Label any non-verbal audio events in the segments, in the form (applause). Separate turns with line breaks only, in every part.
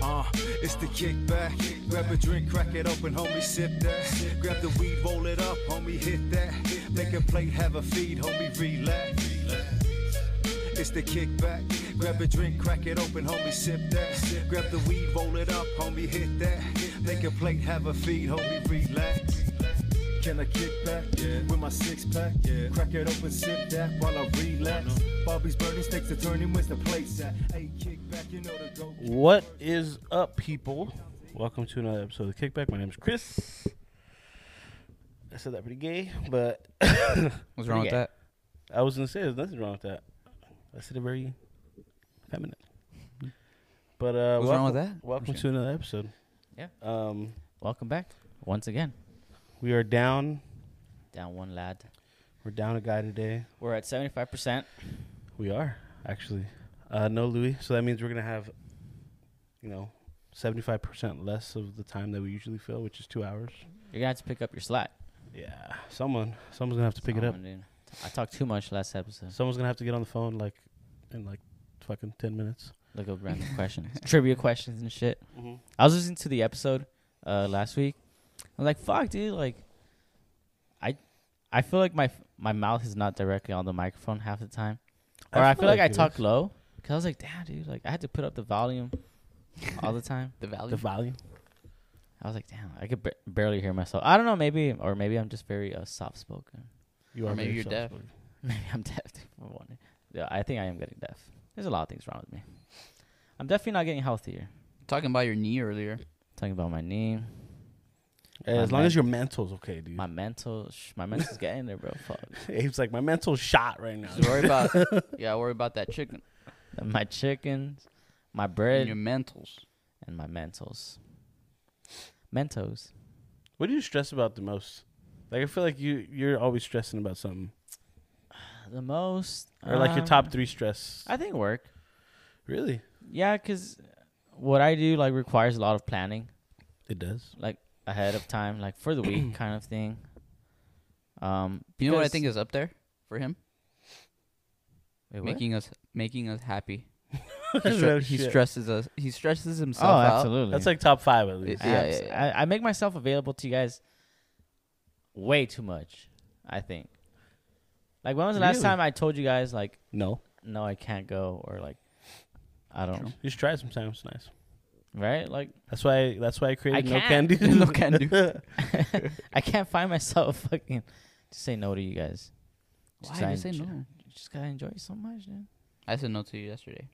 Uh, it's the kickback. Grab a drink, crack it open, homie, sip that. Grab the weed, roll it up, homie, hit that. Make a plate, have a feed, homie, relax. It's the kickback. Grab a drink, crack it open, homie, sip that. Grab the weed, roll it up, homie, hit that. Make a plate, have a feed, homie, relax. Can I kick back yeah. with my six pack? Yeah. Crack it open, sip that while I relax. Bobby's burning stakes, turning where's the place at? Hey, kick back, you know the go.
What is up, people? Welcome to another episode of Kickback. My name is Chris. I said that pretty gay, but (laughs)
What's wrong with
Yeah.
that?
I was gonna say there's nothing wrong with that. I said it very feminine. But uh,
What's
welcome,
wrong with that?
Welcome to another episode.
Yeah.
Um,
Welcome back once again.
we are down.
Down one lad.
We're down a guy today.
We're at seventy five percent.
We are actually uh, no Louis, so that means we're gonna have, you know, seventy five percent less of the time that we usually fill, which is two hours.
You're gonna have to pick up your slack.
Yeah, someone, someone's gonna have to pick it up.
Someone, dude. I talked too much last episode.
Someone's gonna have to get on the phone like in like fucking ten minutes.
Look up random questions, (laughs) trivia questions and shit.
Mm-hmm.
I was listening to the episode uh, last week. I was like, "Fuck, dude!" Like, I, I feel like my my mouth is not directly on the microphone half the time, or I feel, like, I
it
talk
is.
low. Cause I was like, "Damn, dude!" Like, I had to put up the volume all the time.
The value.
the volume.
I was like, "Damn, I could ba- barely hear myself." I don't know, maybe, or maybe I'm just very uh, soft spoken.
You
Or
are
maybe
very
you're deaf.
soft-spoken.
(laughs) Maybe I'm deaf. For one. Yeah, I think I am getting deaf. There's a lot of things wrong with me. I'm definitely not getting healthier.
Talking about your knee earlier.
Talking about my knee,
Hey,
My
as long as
ment-
your mental's okay, dude. (laughs)
my mental, sh- my mental's getting
(laughs)
there, bro. Fuck,
Abe's like my mental's shot right now.
(laughs) Just worry about. yeah, worry about that chicken.
my chickens, my
And
bread,
your mentals.
and my mentals. Mentos.
What do you stress about the most? Like I feel like you you're always stressing about something,
The most.
or like your
um,
top three stress.
I think work.
really,
Yeah, because what I do like requires a lot of planning,
it does.
like ahead of time, like for the
(coughs)
week kind of thing. Um,
You know what I
because-
think is up there for him?
Wait, what?
Making us making us happy. He,
(laughs) That's
stre-
real
he
shit.
stresses us. He stresses
oh,
himself out.
absolutely.
That's like top five at least.
Yeah, yeah,
Abs-
yeah.
I, I make myself available to you guys way too much, I think. Like, when was the last
Really?
time I told you guys, like,
no,
no, I can't go, or like, I don't,
you just try sometimes. It's nice.
right?
(laughs)
Like, (laughs)
That's why. That's why I created
I
no
can't.
candy.
(laughs)
(laughs)
No
(laughs)
can do.
I can't find myself fucking to say no to you guys.
Why
Just
did you
I
say
enj-
no?
You just gotta enjoy it so much, dude.
I said no to you yesterday.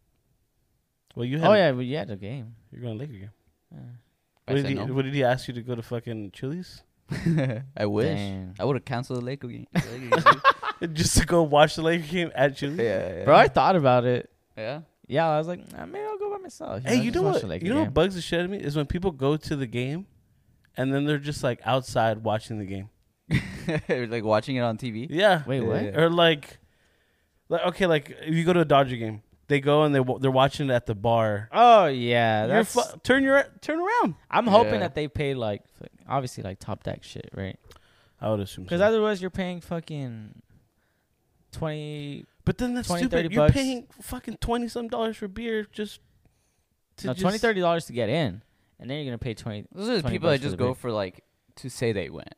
well, you had.
Oh, yeah, but yeah, the game.
You're going Laker game.
Yeah.
I
What did,
said
he,
no.
what did he ask you to go to fucking Chili's?
(laughs) I wish.
Damn.
I would have canceled the Laker game. Laker game.
(laughs) Just to go watch the Laker game at Chili's?
yeah, yeah.
Bro, I thought about it.
Yeah.
Yeah, I was like, nah, maybe I'll go by myself.
Hey, you
just
know
watch
what?
the Laker
You know
game.
what bugs the shit out of me is when people go to the game, and then they're just like outside watching the game.
(laughs) like watching it on TV.
Yeah.
Wait, what?
Yeah.
Or like, like okay, like if you go to a Dodger game, they go and they wa- they're watching it at the bar.
Oh, yeah.
You're
That's,
fu- turn your turn around.
I'm hoping
Yeah.
that they pay like f- obviously like top deck shit, right?
I would assume.
Because
so.
otherwise you're paying fucking twenty
but then that's
20,
stupid.
30
You're
bucks.
paying fucking twenty some dollars for beer just. To
no
just-
twenty thirty dollars to get in, and then you're gonna pay twenty.
Those are the
20
people that
bucks for
just
the
go
beer.
for like to say they went.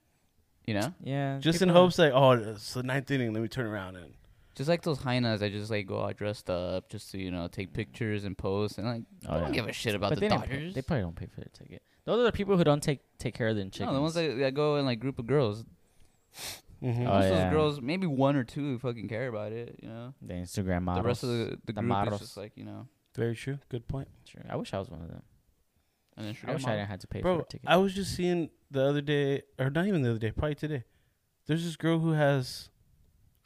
You know,
Yeah,
Just in
people-
hopes that oh it's the ninth inning, let me turn around and
just like those hyenas that just like go out dressed up just to you know take pictures and post and like
Mm. Oh,
I don't
yeah.
give a shit about
But
the
they, didn't pay,
Dodgers.
they probably don't pay for their ticket. Those are the people who don't take take care of their chickens.
no, the ones that, that go in like group of girls.
Mhm.
Oh,
Most of
yeah.
those girls, maybe one or two, fucking care about it. You know,
the Instagram models.
the rest of the, the,
The
group
models.
is just like you know
very true. Good point.
True. I wish I was one of them.
an
I
Instagram
wish I
model.
didn't have to pay for
Bro,
a ticket.
I was just seeing the other day, or not even the other day, probably today. There's this girl who has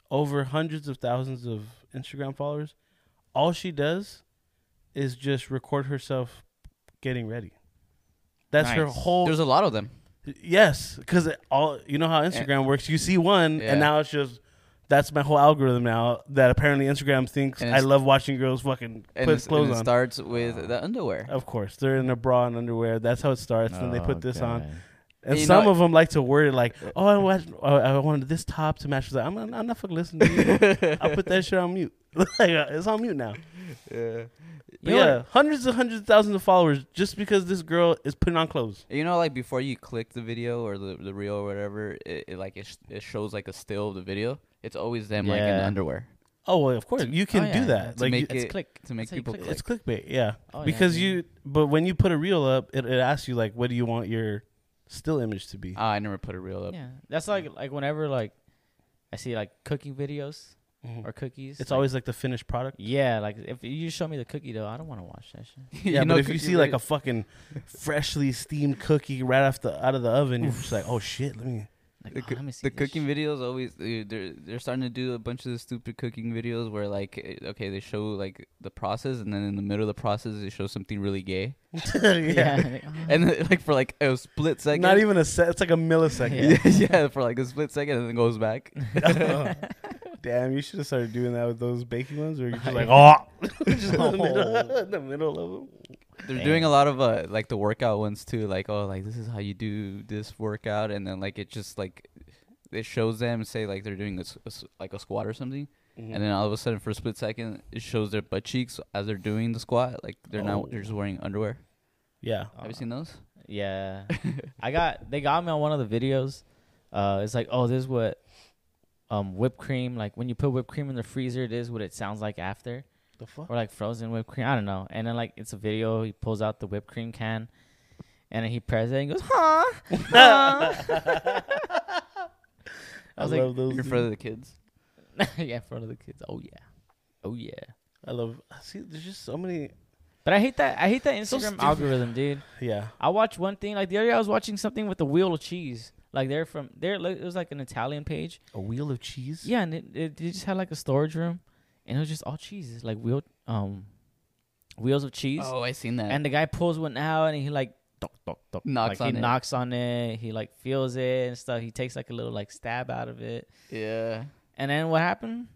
over hundreds of thousands of Instagram followers. All she does is just record herself getting ready. That's her
Nice.
whole.
There's a lot of them.
yes, because all you know how Instagram works. You see one,
Eh. Yeah.
and now it's just that's my whole algorithm now. That apparently Instagram thinks
And
I
it's-
love watching girls fucking
And,
put
it's- and
clothes
it
on.
Uh.
starts with the underwear.
(laughs)
Oh,
Oh,
Of course, they're in a bra and underwear. That's how it starts. then they put this on. And
You
some
know-
of them like to word it like, "Oh, I, watched, oh, I wanted this top to match with that." I'm, not- I'm not fucking listening to you. I put that shit on mute. (laughs) like uh, it's on mute now.
Yeah.
But
You know
yeah, hundreds and hundreds of thousands of followers just because this girl is putting on clothes.
(laughs) You know, like before you click the video or the the reel or whatever, it, it like it, sh- it shows like a still of the video. It's always them like in the
Yeah.
underwear
Oh well, of course you can
Oh,
do
yeah,
that.
to
Like
make
you-
it's
it
click.
to make
That's how you
people
click.
click.
it's clickbait, yeah.
Oh, yeah,
because
dude.
you, but when you put a reel up, it, it asks you like, "What do you want your still image to be?"
Ah, I never put a reel up.
Yeah, that's like like whenever like I see like cooking videos
Mhm.
or cookies.
It's
like-
always like the finished
(laughs)
product.
yeah. Like if you show me the cookie though, I don't want to watch that shit.
Yeah,
(laughs) You know,
but if you
cookie
see like
video-
a fucking (laughs) freshly steamed cookie right off the out of the oven, you're just like, "Oh shit, let me." (laughs)
Like,
The,
oh,
coo-
let me see
the
this
cooking
shit.
(laughs) videos always dude, they're they're starting to do a bunch of the stupid cooking videos where like eh, okay they show like the process and then in the middle of the process they show something really gay (laughs)
Yeah.
yeah.
like, oh,
and then, like for like a split second
Not even a set. It's like a millisecond. (laughs)
yeah. (laughs) yeah for like a split second and then goes
(laughs)
back (laughs)
Damn, you should have started doing that with those baking ones, where you're just like, oh, (laughs)
(laughs)
just in, the
Oh.
middle, in the middle of them.
They're
Damn.
doing a lot of uh, like the workout ones too, like oh, like this is how you do this workout, and then like it just like it shows them say like they're doing a s- a s- like a squat or something, and
Mm-hmm.
then all of a sudden for a split second it shows their butt cheeks as they're doing the squat, like they're
Oh.
not they're just wearing underwear.
Yeah.
Have
(laughs)
you seen (laughs) those?
Oh, Yeah. I got they got me on one of the videos. Uh it's like, oh, this is what um whipped cream, like when you put whipped cream in the freezer, it is what it sounds like after.
The fuck?
Or like frozen whipped cream. I don't know. And then like it's a video, he pulls out the whipped cream can and then he presses it and goes, Huh?
(laughs) I,
(laughs) I
love
was like
those.
You're
dude.
for the kids.
(laughs) Yeah, in front of the kids. Oh yeah. Oh yeah.
I love. See, there's just so many.
But I hate that I hate that
So
Instagram
stupid.
algorithm, dude.
Yeah.
I watch one thing, like the other day I was watching something with the wheel of cheese. Like they're from they're like, it was like an Italian page.
A wheel of cheese.
Yeah, and it, it, they just had like a storage room, and it was just all cheeses, like wheel, um, wheels of cheese.
Oh, I seen that.
And the guy pulls one out, and he like knock, knock, knock.
Knocks
like,
on
he
it.
knocks on it. He like feels it and stuff. He takes like a little like stab out of it,
yeah,
and then what happened?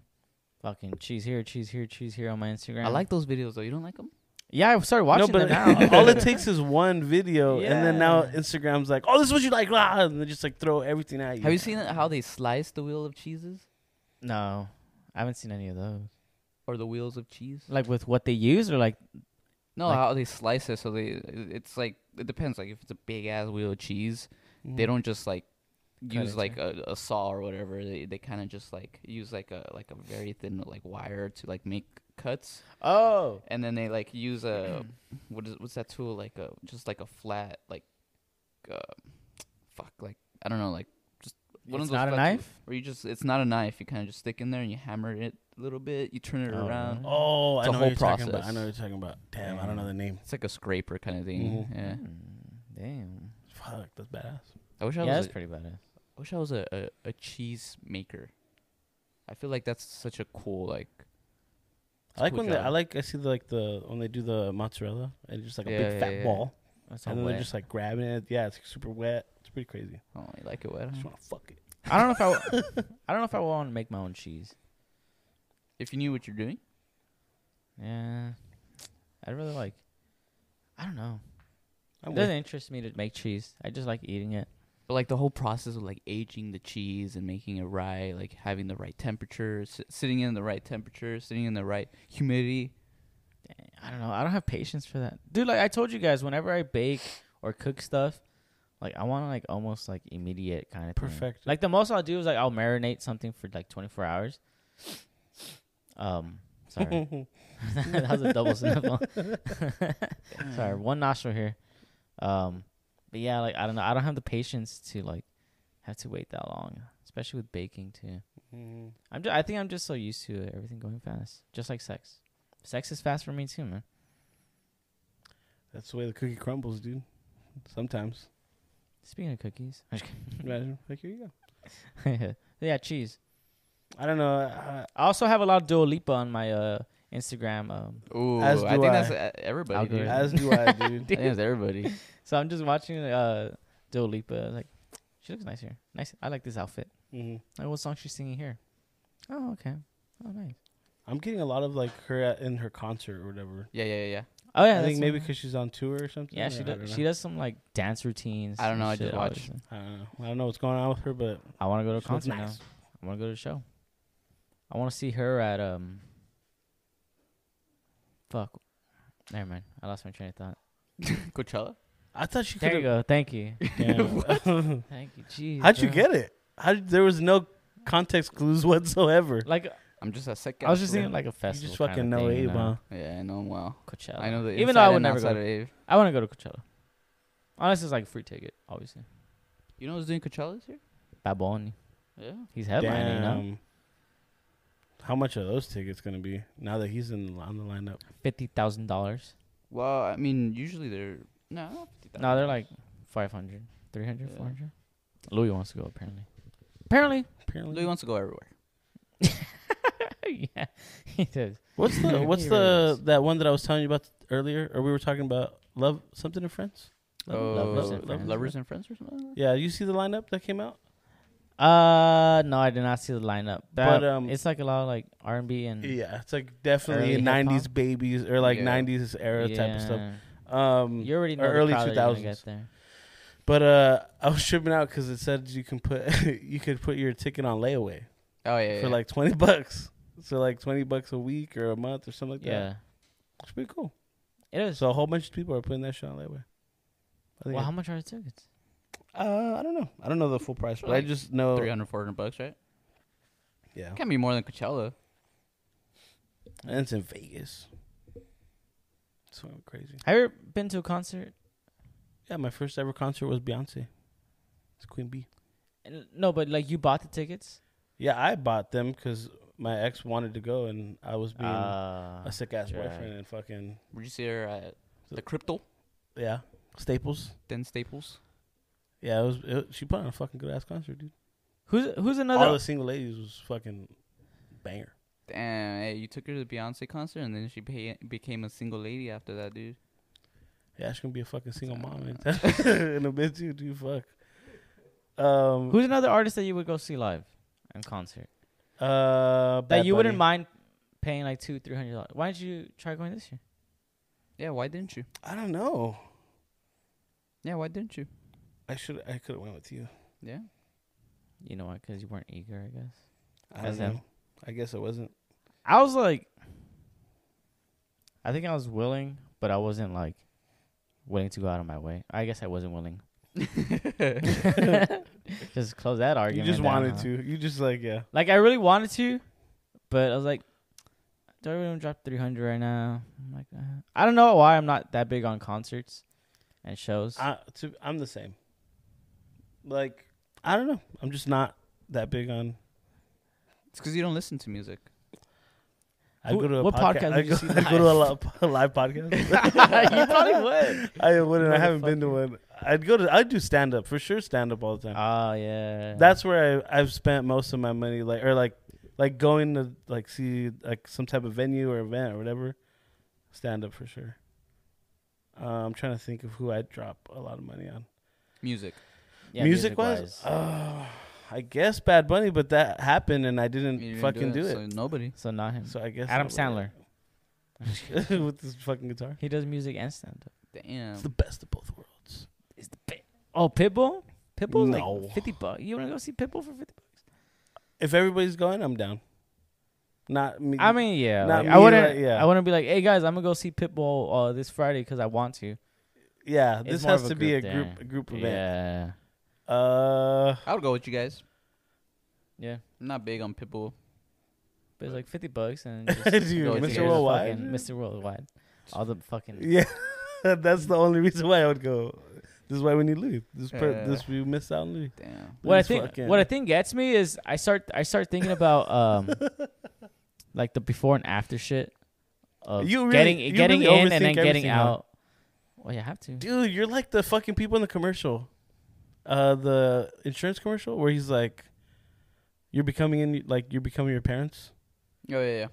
Fucking cheese here, cheese here, cheese here on my Instagram.
I like those videos though. You don't like them?
Yeah, I started watching
(laughs) no, but
them now.
all it takes is one video, and then now
Yeah.
Instagram's like, "Oh, this is what you like," blah, and they just like throw everything at you.
Have you seen how they slice the wheel of cheeses
no, I haven't seen any of those.
or the wheels of cheese?
Like with what they use, or like
No,
Like-
how they slice it. So they, it's like it depends. Like if it's a big ass wheel of cheese,
Mm.
they don't just like use
it,
like a, a saw or whatever. They they kind of just like use like a like a very thin like wire to like make cuts,
oh,
and then they like use a
(clears throat)
what is what's that tool like a just like a flat like, uh, fuck like I don't know like just one
It's
of those
not a
flat
knife?
tools where you just it's not a knife. You kind of just stick in there and you hammer it a little bit. You turn it
Oh,
around.
really?
Oh, I
It's a
know
whole
what you're talking about. I
process.
know what you're talking about. Damn, I don't know the name.
It's like a scraper kind of thing.
Mhm.
Yeah,
Hmm, damn,
Fuck, that's badass.
I wish I
yeah,
was
that's
a-
pretty badass.
I wish I was a, a, a cheese maker. I feel like that's such a cool like.
I like
cool
when they, I
job.
like I see the, like the when they do the mozzarella and it's just like a
Yeah,
big
yeah,
fat
yeah.
ball,
That's
and then
wet.
they're just like grabbing it. Yeah, it's like, super wet. It's pretty crazy.
Oh, you like it wet?
I just
Mm.
huh?
want to fuck it.
I don't know if I,
(laughs)
w- I don't know if I want to make my own cheese.
If you knew what you're doing,
Yeah, I'd really like. I don't know.
I'm
it
with-
doesn't interest me to make cheese. I just like eating it.
but like the whole process of like aging the cheese and making it right, like having the right temperature, s- sitting in the right temperature, sitting in the right humidity.
I don't know. I don't have patience for that, dude. Like I told you guys, whenever I bake or cook stuff, like I want like almost like immediate kind of
Perfect.
Like the most I'll do is like I'll marinate something for like 24 hours. (sniffs) Um, sorry, (laughs) that was a double sniffle. (laughs) sorry, one nostril here. Um, but yeah, like I don't know. I don't have the patience to like have to wait that long, especially with baking too.
Mhm.
I'm just, I think I'm just so used to everything going fast, just like sex. Sex is fast for me too, man.
That's the way the cookie crumbles, dude.
(laughs)
Sometimes.
Speaking of cookies, (laughs) I'm just
Imagine, like here you go.
kidding. (laughs) yeah, cheese.
I don't know. I,
I also have a lot of Dua Lipa on my uh, Instagram, um,
Ooh,
As
I
do
think
I.
that's uh, everybody.
Algorithm.
Dude.
as do
(laughs)
I, dude.
(laughs) I think that's everybody.
so I'm just watching uh, Dua Lipa. Like, she looks nice here. Nice. I like this outfit.
Mhm.
Like, what song she's singing here? Oh, okay. Oh, nice.
I'm getting a lot of like her at, in her concert or whatever.
Yeah, yeah, yeah. yeah.
Oh yeah,
I think
that's
maybe
what-
because she's on tour or something.
yeah,
or
she
I don't
does,
know.
she does some like dance routines.
I don't
and
know, I
shit
did
all
watch.
this.
I don't know. I don't know what's going on with her, but
I want to go to a
she looks
concert now.
nice.
I want to go to a show. I want to see her at um. Fuck, never mind. I lost my train of thought.
(laughs) Coachella.
I thought she.
There you go. Thank you.
(laughs)
(laughs)
go.
Thank you. Jeez.
How'd you
bro.
get it? How did, there was no context clues (laughs) whatsoever.
Like
I'm just a sick.
I was just
asshole.
thinking like a
you
festival.
just
kinda
fucking know
thing, you
Abe, huh?
Yeah, I know him well.
Coachella.
I know the
even though I would
never
never
outside
go.
of Ave.
I want to go to Coachella. Honestly, it's like a free ticket, obviously.
You know who's doing Coachella this year?
Baboni,
Yeah.
he's headlining. No?
Damn. How much are those tickets gonna be now that he's in the, on the lineup?
Fifty thousand dollars.
Well, I mean, usually they're no. not $50,000.
No, they're like 500, 300,
Yeah.
400. Louis wants to go apparently. (laughs) Apparently,
Apparently,
Louis wants to go everywhere.
yeah, he does.
what's the
He
what's
really
the
is.
that one that I was telling you about earlier, or we were talking about love something in France?
Lovers
Oh,
and
lo-
Friends.
lovers and friends or something. like that?
Yeah, you see the lineup that came out.
Uh, no, I did not see the lineup, but,
But, um,
it's like a lot of like R and B and
Yeah, it's like definitely
Mm. Early hip
'90s
hop?
babies or like
Yeah.
'90s era type of stuff.
Yeah.
Um,
You already know
or
early
early
two
2000s.
thousands. There,
But uh, I was tripping out because it said you can put (laughs) you could put your ticket on layaway
Oh yeah.
for
yeah.
like twenty bucks. So like twenty bucks a week or a month or something like that.
yeah,
It's pretty cool.
it is.
So a whole bunch of people are putting that shit on layaway. I think
well, how much are the tickets?
uh, I don't know. I don't know the full price, but I
Like
just
oh.
know.
300, 400 bucks, right?
Yeah,
Can't be more than Coachella.
and it's in Vegas. It's fucking crazy.
Have you ever been to a concert?
Yeah, my first ever concert was Beyonce. It's Queen Bee.
N- No, but like you bought the tickets.
Yeah, I bought them because my ex wanted to go, and I was being
Uh,
a sick ass
drag.
boyfriend and fucking
Would you see her at the Crypto?
yeah Staples.
Then Staples.
Yeah, it was. It, she put on a fucking good ass concert, dude.
who's who's
All
another?
the single ladies was fucking banger.
Damn, hey, you took her to the Beyonce concert, and then she pay- became a single lady after that, dude.
Yeah, she's gonna be a fucking single mom
(laughs)
anytime. (laughs) in a bit too, dude. Fuck. Um,
Who's another artist that you would go see live in concert
uh,
that
Bad
you wouldn't
Bunny.
mind paying like two, three hundred dollars? Why didn't you try going this year?
Yeah, why didn't you?
I don't know.
Yeah, why didn't you?
I should. I could have went with you.
Yeah.
You know what? Because you weren't eager, I guess.
I don't
As
know.
in?
I guess I wasn't.
I was like, I think I was willing, but I wasn't like willing to go out of my way. I guess I wasn't willing. (laughs) just close that
You
argument.
just
down,
wanted
huh?
to. You just like yeah.
Like I really wanted to, but I was like, do I really want to drop three hundred right now? I'm like, uh, I don't know why I'm not that big on concerts and shows.
I, to, I'm the same. Like I don't know. I'm just not that big on.
It's because you don't listen to music.
I
Who-
go to a
what podcast
I
did you
go,
see
(laughs) I go to a, li- a live podcast.
(laughs)
(laughs)
you probably would.
I wouldn't. I haven't been to one. I'd go to. I'd do stand up for sure. Stand up all the time.
Oh yeah.
That's where I, I've spent most of my money. Like or like, like going to like see like some type of venue or event or whatever. Stand up for sure. Uh, I'm trying to think of who I'd drop a lot of money on.
Music.
yeah,
music wise,
music-wise.
uh, I guess Bad Bunny, but that happened and I
You
didn't
didn't
fucking do it.
so nobody.
so not him.
So I guess
Adam
that
Sandler.
would- (laughs) with this fucking guitar.
He does music and stand up.
Damn.
It's the best of both worlds.
Is the pit? Oh, Pitbull. Pitbull's
No.
like fifty bucks. You want to go see Pitbull for fifty bucks?
If everybody's going, I'm down. Not me.
I mean, yeah.
Not
like,
me,
I wouldn't.
right? Yeah.
I wouldn't be like, hey guys, I'm gonna go see Pitbull uh, this Friday because I want to.
yeah,
it's
this
more
has
of a
to be a
group
group,
thing.
a group event.
Yeah.
Uh, (laughs)
I would go with you guys.
Yeah.
I'm not big on Pitbull.
But it's like fifty
(laughs)
bucks and just
dude,
go with
Mr.
yours.
Worldwide.
fucking- Mr. Worldwide, all the fucking.
Yeah, (laughs) that's the only reason why I would go. This is why we need Louis. This per,
Yeah.
this we missed out on Louis.
Damn.
What I
He's
think,
fucking-
what I think gets me is I start, I start thinking
(laughs)
about um, like the before and after shit of
You really-
getting
you
getting
really
in and then
overthink
getting
everything, huh?
out. Well, you have to. (laughs)
Dude, you're like the fucking people in the commercial, uh, the insurance commercial where he's like, "You're becoming in, like you're becoming your parents."
Oh yeah,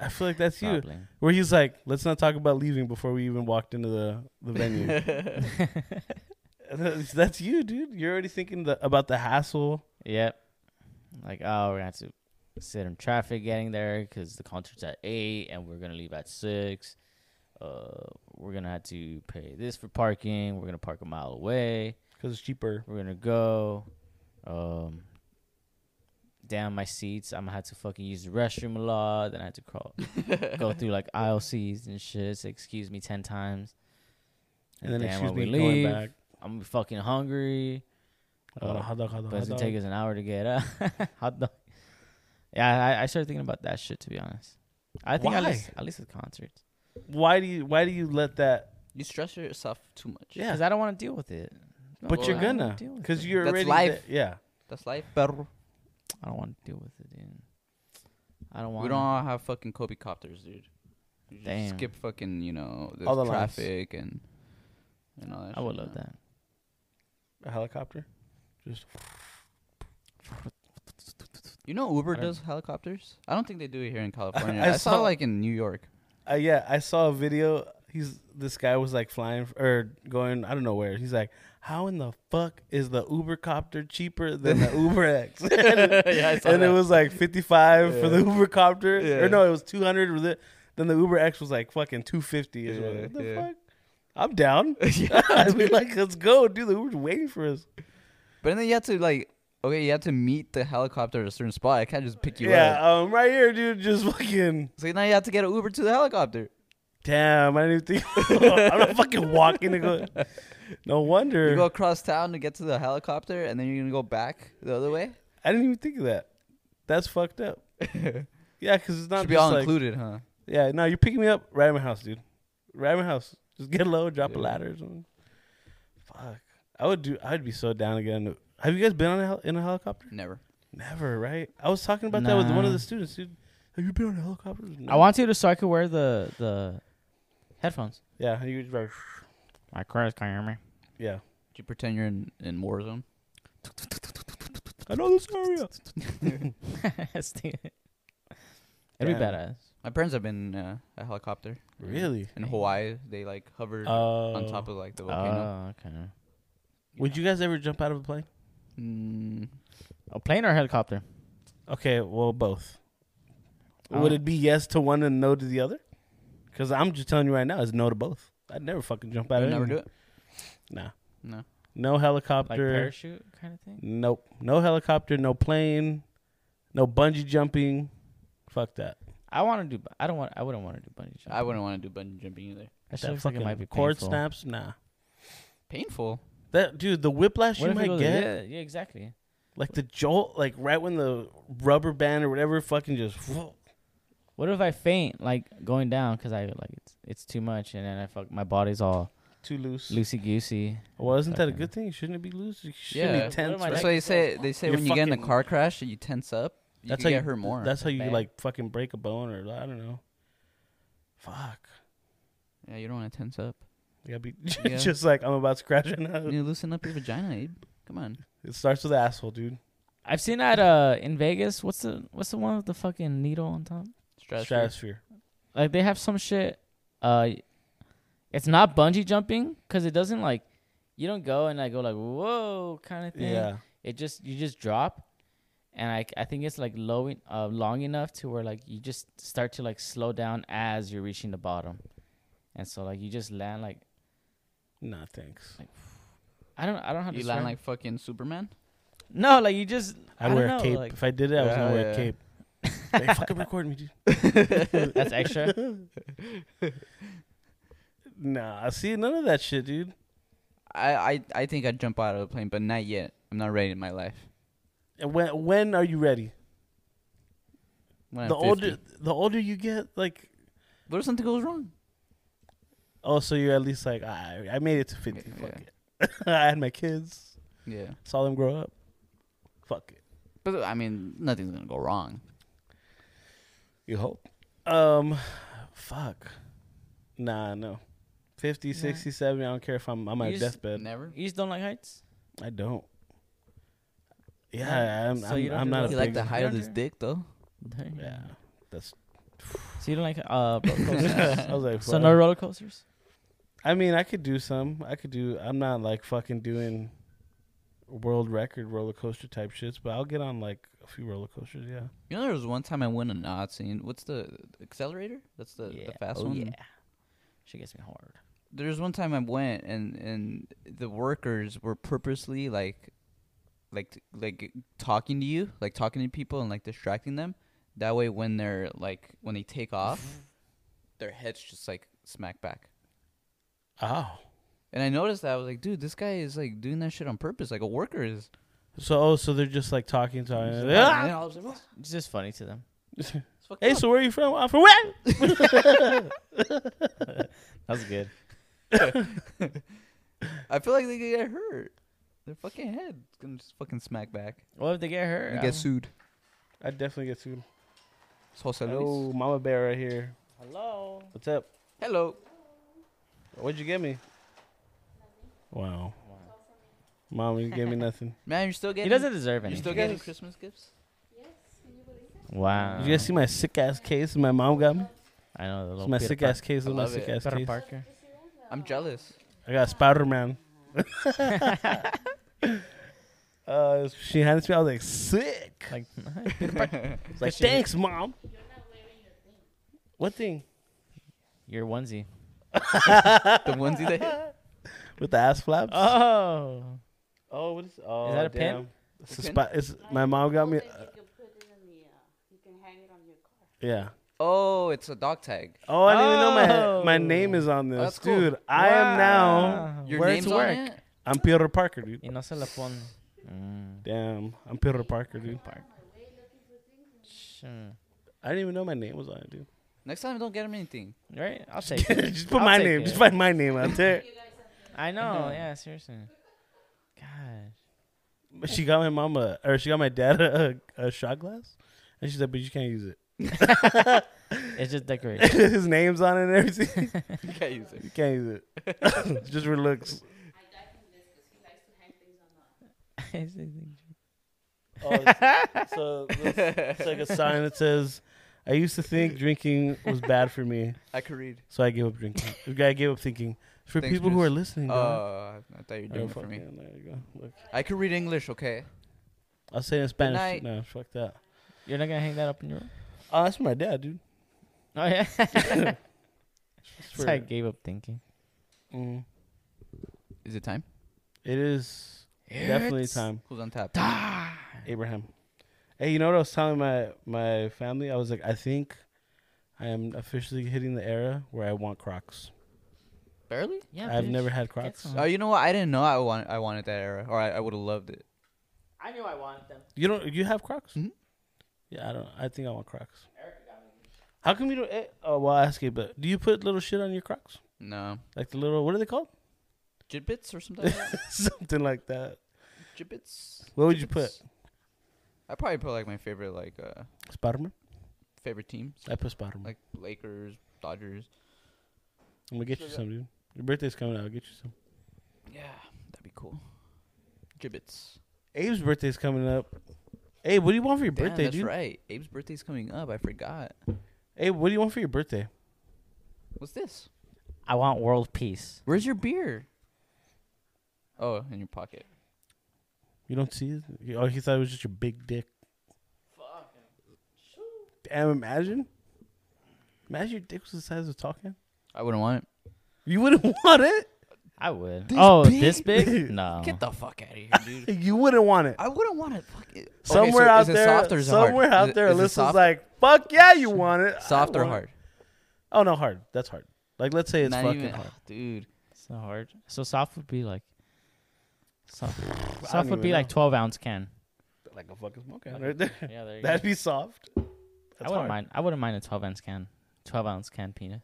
I feel like that's you.
Probably.
Where he's like, let's not talk about leaving before we even walked into the, the venue. (laughs)
(laughs)
yeah.
that's, that's you, dude. You're already thinking the, about the hassle.
Yep. Like, oh, we're gonna have to sit in traffic getting there because the concert's at eight, and we're gonna leave at six. uh, we're gonna have to pay this for parking. We're gonna park a mile away.
because it's cheaper.
We're gonna go. Um, down my seats. I'm gonna have to fucking use the restroom a lot. Then I had to crawl, go through like aisle seats and shit. Say excuse me ten times.
And then
damn,
excuse
when we
me going
leave,
back.
I'm gonna be fucking hungry.
I want a
uh,
hot dog, hot dog,
But it's
hot
gonna
dog.
take us an hour to get up. (laughs) Hot dog. Yeah, I, I started thinking about that shit to be honest. I think at
Why?
least at least with concerts,
why do you why do you let that?
You stress yourself too much.
Yeah.
because I don't want to deal with it.
But
well,
you're
I
don't wanna
gonna
deal with
because
it.
you're
That's
already
life.
the- yeah.
That's life, perro.
I don't want to deal with it, dude. I don't want.
We don't all have fucking Kobe copters, dude. You just
Damn.
Skip fucking, you know, the
All the lines.
traffic and and all that.
I would
shit,
love
man.
that.
A helicopter. Just
You know, Uber
I don't-
does helicopters. I don't think they do it here in California.
(laughs) I
I, saw,
saw-
like in New
(laughs)
York.
uh, yeah. I saw a video. He's this guy was like flying f- or going. I don't know where. He's like, how in the fuck is the Uber copter cheaper than
(laughs)
the Uber X?
yeah, (laughs) I saw
and it
that.
was like 55 for the
Yeah.
Uber copter,
Yeah.
or no, it was 200. With it. Then the Uber X was like fucking 250. Is what,
Yeah,
what the
yeah.
fuck? I'm down. (laughs)
Yeah,
I'd be like, let's go, dude. The Uber's waiting for us.
(laughs) But then you have to like, okay, you have to meet the helicopter at a certain spot. I can't just pick you
yeah,
up.
um, right here, dude. Just fucking.
So now you have to get an Uber to the helicopter.
Damn, I didn't even
(laughs)
think. I'm not fucking walking to go. No wonder.
You go across town to get to the helicopter, and then you're gonna go back the
(laughs)
other way.
I didn't even think of that. That's fucked up.
(laughs)
Yeah, because it's not
Should be
just
all
like-
included, huh?
Yeah, no, you're picking me up right at my house, dude. Right at my house. Just get low, drop
Yeah.
a ladder or something. Fuck. I would do. I'd be so down again. Have you guys been on a hel- in a helicopter?
Never.
Never, right? I was talking about that with one of
Nah.
the students, dude. Have you been on a helicopter? No.
I want you to so I could wear the the headphones.
Yeah, you just like,
My cars can't hear me.
yeah.
Did you pretend you're in in war zone?
I know this area.
(laughs) It'd be
Damn.
badass.
My parents have been uh, a helicopter.
Really?
In Hawaii, they like hovered on
Oh. Uh.
top of like the volcano.
Oh, okay.
Would you guys ever jump out of a plane?
Mm,
A plane or a helicopter?
Okay, well, both.
Oh.
Would it be yes to one and no to the other? Because I'm just telling you right now, it's no to both. I'd never fucking jump out
you
of
never
anything.
do it.
Nah.
No.
No
Like
helicopter.
parachute kind of thing?
nope. No helicopter. No plane. No bungee jumping. Fuck that.
I want to do. bu- I don't want. I wouldn't want to do bungee jumping.
I wouldn't want to do bungee jumping either.
That shit
That
looks like it
fucking
might be
cord
painful.
snaps. Nah.
Painful.
That dude, the whiplash
What
you
if it
might
goes-
get,
Yeah, yeah, exactly.
like the jolt, like right when the rubber band or whatever, fucking just. Whoa.
What if I faint like going down because I like it's it's too much and then I fuck my body's all
Too loose.
loosey goosey.
Well, isn't that a
Fucking-
good thing? Shouldn't it be loose? You
Yeah.
shouldn't
What
be tense.
am I
right?
That's
leg
why they
goes
say
off.
they say
You're
when you get in a
fucking-
car crash and you tense up, you
that's
can
how
get
you
hurt more.
That's how you
Bad.
like fucking break a bone or I don't know. Fuck.
yeah, you don't want to tense up.
You gotta be (laughs)
Yeah.
just like I'm about to crash right now.
You loosen up your vagina, Abe. Come on.
It starts with asshole, dude.
I've seen that uh in Vegas. What's the what's the one with the fucking needle on top?
Stratosphere.
Stratosphere.
Like they have some shit. Uh, it's not bungee jumping because it doesn't like you don't go and like go like whoa kind of thing.
Yeah.
It just you just drop, and I I think it's like low en- uh, long enough to where like you just start to like slow down as you're reaching the bottom, and so like you just land like
Nah, thanks.
I don't I don't have
You
to
land
describe
like fucking Superman.
it. no like you
(laughs)
just I
I'd
don't
wear
know,
a cape.
like-
if I did it, I was
Yeah,
gonna wear
Oh, yeah.
a
(laughs)
cape. they fucking record me, dude.
that's extra.
Nah, I see none of that shit, dude.
I, I I think I'd jump out of a plane, but not yet. I'm not ready in my life.
And when when are you ready?
When
the
I'm 50.
older the older you get, like
What if something goes wrong?
oh, so you're at least like I I made it to fifty.
Yeah,
Fuck
yeah.
it. (laughs) I had my kids,
Yeah.
saw them grow up. Fuck it.
But I mean, nothing's gonna go wrong.
You hope. Um, fuck. Nah, no. 50,
Yeah.
60, 70, I don't care if I'm on my
You just-
deathbed.
Never.
You just don't like heights.
I don't.
Yeah,
Yeah, I'm,
so
I'm,
you don't
I'm
do
not a
those-
He
big...
like the height of
Yeah.
his dick though.
yeah,
(laughs)
that's... (laughs)
So you don't like uh
(laughs)
roller coasters.
I was like,
so no
fuck.
roller coasters.
I mean, I could do some. I could do... I'm not, like, fucking doing world record roller coaster type shits, but I'll get on, like, a few roller coasters, yeah.
You know, there was one time I went on odds and what's the, the accelerator? That's the the fast
oh,
one.
Yeah. She gets me hard.
There's one time I went and and the workers were purposely like, like like talking to you, like talking to people and like distracting them. That way, when they're like when they take off, their heads just like smack back.
Oh.
And I noticed that I was like, dude, this guy is like doing that shit on purpose. Like a worker is.
So oh, so they're just like talking to
And
her.
I was like, "What?
It's just funny to them.
It's fucked
Hey,
up."
so where are you from? I'm from where?
That was good.
I feel like they could get hurt. Their fucking head is gonna just fucking smack back.
What if they get hurt? um,
And
I
get
don't-
sued.
I definitely get sued.
So sorry.
Hello, Mama Bear right here.
Hello.
What's up?
Hello.
What'd you get me? Wow. Mommy gave
(laughs)
me nothing.
Man, you're still getting.
He doesn't deserve
You're
anything.
still getting Christmas gifts.
wow.
Did you guys see my sick ass case my mom got me?
I know the
It's
little
my
Peter
sick
Par-
ass case with my
love it.
sick ass
Peter
case.
Parker.
I'm jealous.
I got Spider
(laughs)
Man. (laughs) uh, she handed me. I was like, sick.
Like, (laughs)
(laughs)
It's like,
she-
thanks, mom. What thing?
your onesie.
The (laughs) onesie that hit.
With the ass flaps?
Oh.
oh, what is? Oh,
that a pin?
damn. It's a
A pin?
spot. It's my mom got me.
Then you can put it in the, uh, you can hang it on your car.
Yeah.
Oh, it's a dog tag.
Oh, I didn't even know
Oh.
my my name is on this,
that's cool.
dude. I am now.
Wow.
Your
Where
name's
to
on
work.
it.
I'm Peter Parker, dude.
Y no se la pon. Mm.
Damn, I'm Peter Parker, dude.
Sure.
I didn't even know my name was on it, dude.
Next time, don't get him anything.
Right? (laughs) I'll take it.
(laughs) just put
I'll
my
take
name.
it.
Just find my name out there. (laughs)
I know. Yeah, seriously. Gosh.
But she got my mama, or she got my dad a, a shot glass, and she's like, "But you can't use it. (laughs)
It's just decoration. (laughs)
His name's on it and everything.
(laughs)
(laughs)
You can't use it.
you can't use it. (laughs) just for looks."
I die from this because he likes to hang things on the
It's just-
Oh, it's- so this- it's like a sign that says, "I used to think drinking was bad for me,
I could read.
so I gave up drinking. (laughs) I gave up thinking." For
Thanks,
people who
Chris.
are listening,
Oh,
dog.
I thought you were
Oh,
doing it
fuck
for me.
yeah, there you go. Look.
I could read English, okay?
I'll say it in Spanish.
night.
No, fuck that.
You're not gonna hang that up in your room? (laughs)
Oh, that's for my dad, dude. (laughs)
Oh yeah.
It's
So
for-
I gave up thinking.
Mm.
Is it time?
It is definitely
It's
time.
Who's on tap?
Abraham. Hey, you know what I was telling my my family? I was like, I think I am officially hitting the era where I want Crocs.
Barely.
Yeah,
I've
bitch.
never had
Get
Crocs.
some.
Oh, you know what? I didn't know I wanted. I wanted that era, or I, I would have loved it.
I knew I wanted them.
You don't? You have Crocs?
Mhm.
Yeah, I don't. I think I want Crocs. How come you don't? eh, Oh, well, I ask you, but do you put little shit on your Crocs?
No.
Like the little what are they called? (laughs)
Jibbits or something. like (laughs) that?
Something like that.
Jibbits.
What would you
Jibbits. I probably put like my favorite, like uh
Spiderman.
favorite teams,
I put Spiderman.
like Lakers, Dodgers.
I'm gonna get you some, dude. Your birthday's coming out. I'll get you some.
Yeah, that'd be cool. Jibbits.
Abe's birthday's coming up. Abe, what do you want for your
Damn,
birthday,
that's
dude?
right. Abe's birthday's coming up. I forgot.
Abe, what do you want for your birthday?
What's this?
I want world peace.
Where's your beer? Oh, in your pocket.
You don't see it? You- Oh, he thought it was just your big dick. Damn, imagine. Imagine your dick was the size of talking.
I wouldn't want it.
You wouldn't (laughs) want it.
I would. oh, this
big? (laughs)
big?
Oh.
No.
Get the fuck out of here, dude.
You wouldn't want it.
I wouldn't want it. Fuck it. Okay, so
Somewhere out
is it
there,
soft or is it hard?
somewhere
Is
out
it-
there,
is it
Alyssa's
soft-
like, "Fuck yeah, you want it." I
soft or
want it."
hard.
Oh no, hard. That's hard. Like, let's say it's
Not
fucking
even,
hard.
dude.
so hard. So soft would be like.
(sighs)
Soft,
don't
soft would be
even
like
know.
12 ounce can.
Like a fucking smoke can right there.
Yeah, there
(laughs)
you
That'd be soft.
I wouldn't mind. I wouldn't mind a 12 ounce can. 12 ounce can peanut.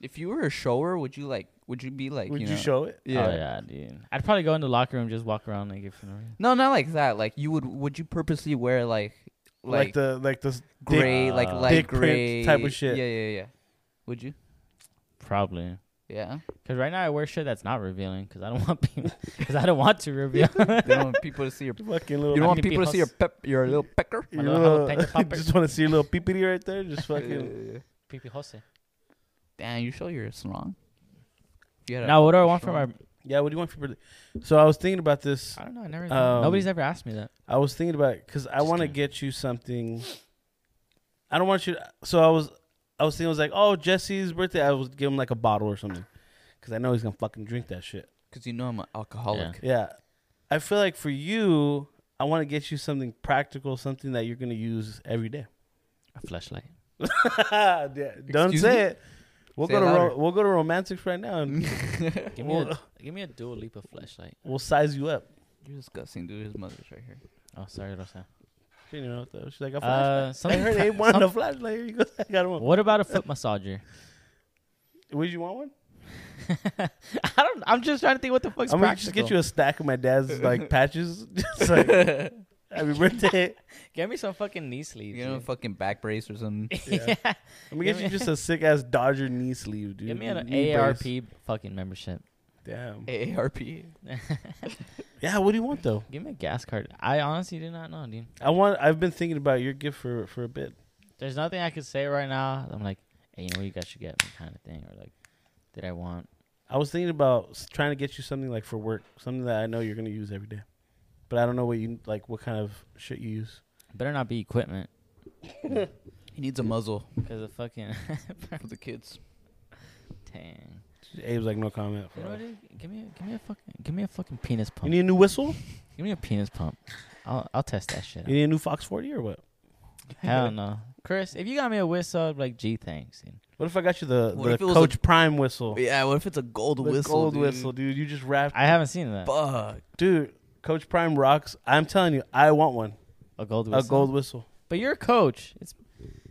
If you were a shower, would you like? Would you be like?
Would you,
know,
show it?
Yeah.
Oh, yeah, dude. I'd probably go in the locker room, just walk around and give for no reason.
No, not like that. Like you would. Would you purposely wear like
Like,
like,
the like the
gray, like
uh,
light
dick
gray
print type of shit.
Yeah, yeah, yeah. Would you?
Probably.
Yeah.
Because right now I wear shit that's not revealing because I don't (laughs) want people. Because I don't want
(laughs)
to reveal. (laughs)
they don't want people to see your. You
(laughs) fucking little. (laughs)
don't want
Happy
people to see your
house.
pep, your little pecker.
My
Your
little
little-
jalapeno popper.
just want to see your little peepity right there.
(laughs)
Just fucking.
Uh,
Pipi Jose.
Damn, you show your strong. You had a
Now, what do I want for
strong-
my?
yeah, what do you want for your birthday? So I was thinking about this.
I don't know. I never.
Um,
nobody's ever asked me that.
I was thinking about it because I
Just
want to
kidding.
get you something. I don't want you. so I was. I was thinking, I was like, oh, Jesse's birthday. I would give him like a bottle or something, because I know he's gonna fucking drink that shit.
because you know I'm an alcoholic.
Yeah, I feel like for you, I want to get you something practical, something that you're gonna use every day.
A
(laughs)
flashlight.
Yeah, Don't
Excuse
say
me?
it. We'll
Say
go
it
to ro-
louder.
we'll go to romantics right now,
(laughs)
and
Give me a give me a dual leap of flashlight.
we'll size you up.
You're disgusting, dude. His mother's right here.
Oh, sorry, Rosa.
She didn't know what that was. She's like, a flashlight. (laughs)
Uh,
I
something.
heard
pra-
they wanted a
some-
flashlight. Here (laughs) you go. I got one.
(laughs) what about a foot massager?
Would you want one?
(laughs) I don't. I'm just trying to think what the fuck's
I'm gonna just
practical.
get you a stack of my
(laughs)
dad's like patches. (laughs) Just like happy
(laughs)
birthday.
Get me some fucking knee sleeves.
You know,
dude.
fucking back brace or
(laughs)
something.
Yeah. I'm gonna get
Give me-
you just a sick ass Dodger knee sleeve, dude.
Give me an
Knee brace.
AARP fucking membership. (laughs)
Damn.
AARP.
Yeah. What do you want though?
Give me a gas card. I honestly do not know, dude.
I want. I've been thinking about your gift for for a bit.
There's nothing I could say right now. I'm like, hey, you know what you guys should get me kind of thing, or like, did I want?
I was thinking about s- trying to get you something like for work, something that I know you're gonna use every day, but I don't know what you like, what kind of shit you use.
Better not be equipment,
He needs a muzzle
cause the fucking (laughs)
for the kids.
dang.
Abe's like, no comment.
You know what,
You,
dude? Give me, a, give me a fucking, give me a fucking penis pump.
need a new whistle?
give me a penis pump. I'll, I'll test that shit.
You
Out.
need a new Fox 40 or what? (laughs)
Hell no, Chris. If you got me a whistle, I'd be like, gee, thanks. dude.
What if I got you the,
What
the
if it was
Coach
a-
Prime whistle?
Yeah, what if it's a gold
the
whistle?
gold
dude?
whistle, dude. You just wrapped,
I haven't seen that.
Fuck.
dude. Coach Prime rocks. I'm telling you, I want one.
A gold whistle.
A gold whistle.
But you're a coach. It's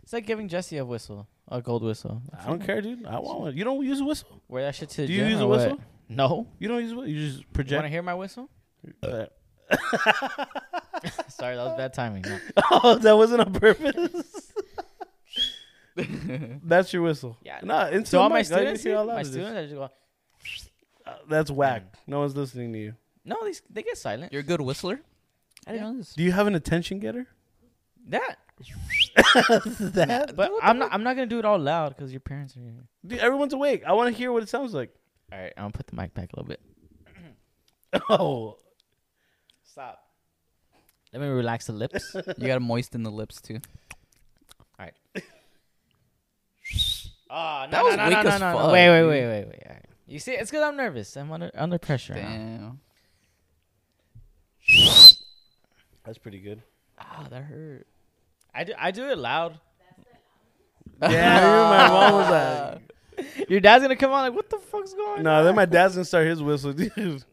it's like giving Jesse a whistle, a gold whistle.
I
(laughs)
don't care, dude. I want one. You don't use a whistle.
Wear that shit to the
Do you
gym.
use a
or what?
whistle?
No.
You don't use a whistle. You just
You want to
project.
hear my (laughs) whistle?
Uh,
Sorry, that was bad timing. (laughs) No.
(laughs) oh, that wasn't on
(laughs)
purpose. That's your whistle.
Yeah.
No, into
So
the
all my
mic. I didn't
students,
hear
here,
all that
my
of this.
students, Mm. I just go.
Uh, that's whack. No one's listening to you.
No, these they get silent.
You're a good whistler? I
didn't
know this.
Do you have an attention getter?
(laughs) that,
that
but I'm not. I'm not gonna do it all loud because your parents are here.
Dude, everyone's awake. I want to hear what it sounds like. (laughs)
All right, I'm gonna put the mic back a little bit.
Oh,
Stop. Let me relax the (laughs) lips.
You gotta moisten the lips too.
Ah, no,
That
Ah, no,
was
no,
weak
no, no,
as
no, no.
fuck,
Wait, wait,
dude.
wait, wait, wait. All right. You see, it's because I'm nervous. I'm under under pressure. right now.
Damn.
that's pretty good.
Oh,
Ah, that hurt.
I do. I do it loud.
Yeah, dude, my mom was like,
Your dad's gonna come on like, what the fuck's going on?
"No, then my dad's gonna start his whistle, (laughs) dude.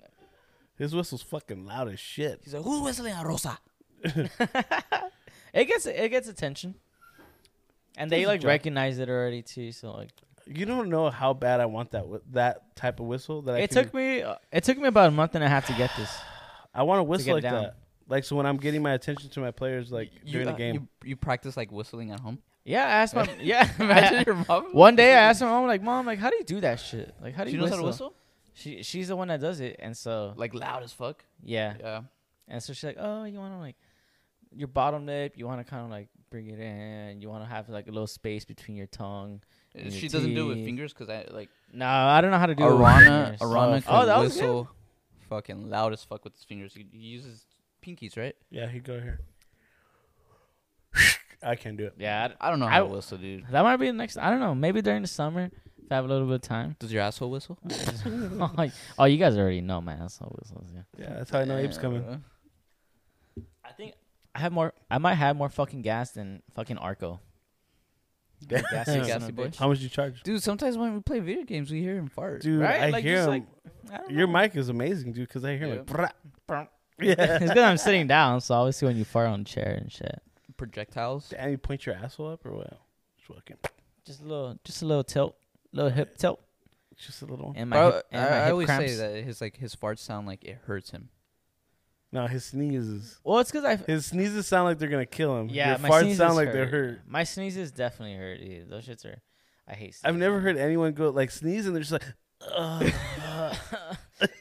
His whistle's fucking loud as shit."
(laughs) He's like, who's whistling a Rosa?
It gets it gets attention, and they like recognize it already too. So like,
You don't know how bad I want that whi- that type of whistle. That I
it
can-
took me uh, it took me about a month and a half to get this.
I want to whistle
get
like
down.
that. Like so, when I'm getting my attention to my players, like during the
uh,
game.
You, you practice like whistling at home?
(laughs) Yeah, I
(laughs)
asked my yeah.
Imagine your mom.
(laughs) One day I
(laughs)
asked my mom like, mom, like, how do you do that shit? Like, how do
She
you
knows how
whistle?
to whistle?
She she's the one that does it, and so
Like loud as fuck.
yeah,
Yeah.
and so she's like, oh, you want to like your bottom lip, you want to kind of like bring it in, you want to have like a little space between your tongue.
Uh,
And your
She doesn't do it with
teeth.
fingers because I like
No, I don't know how to do
Arana.
it. with
Arana
fingers.
can
oh, that was good.
whistle fucking loud as fuck with his fingers. He, he uses pinkies, right?
yeah, he go here. I can't do it.
Yeah, I-
I don't know
I
how to
w-
whistle, dude.
That might be the next. I don't know. Maybe during the summer, if I have a little bit of time. (laughs)
Does your asshole whistle?
oh, you guys already know my asshole whistles. Yeah.
Yeah, that's how I know Abe's coming. (laughs)
Uh,
I think I have more. I might have more fucking gas than
(laughs)
fucking Arco.
Gassy, gassy boy.
How much do you charge,
Dude, sometimes when we play video games, we hear him fart.
dude?
Right?
I
Like,
hear
just
him.
like- I don't
Your
know.
mic is amazing, dude. Because I hear like, brah,
(laughs)
brah.
it's
yeah.
because I'm sitting down, so I always see when you fart on the chair and shit.
projectiles.
Damn, you point your asshole up or what? Just fucking,
Just a little, just a little tilt, little hip tilt,
just a little. One.
and my
Bro,
hip,
I,
and my
I
hip
always
cramps.
say that his like his farts sound like it hurts him.
No, his sneezes.
Well, it's because I.
His sneezes sound like they're gonna kill him.
yeah,
Your
my
farts
sneezes
sound like they're hurt.
My sneezes definitely hurt. Dude. Those shits are. I hate.
I've
Sneezes.
never heard anyone go like sneeze and they're just like, Ugh. (laughs) yeah,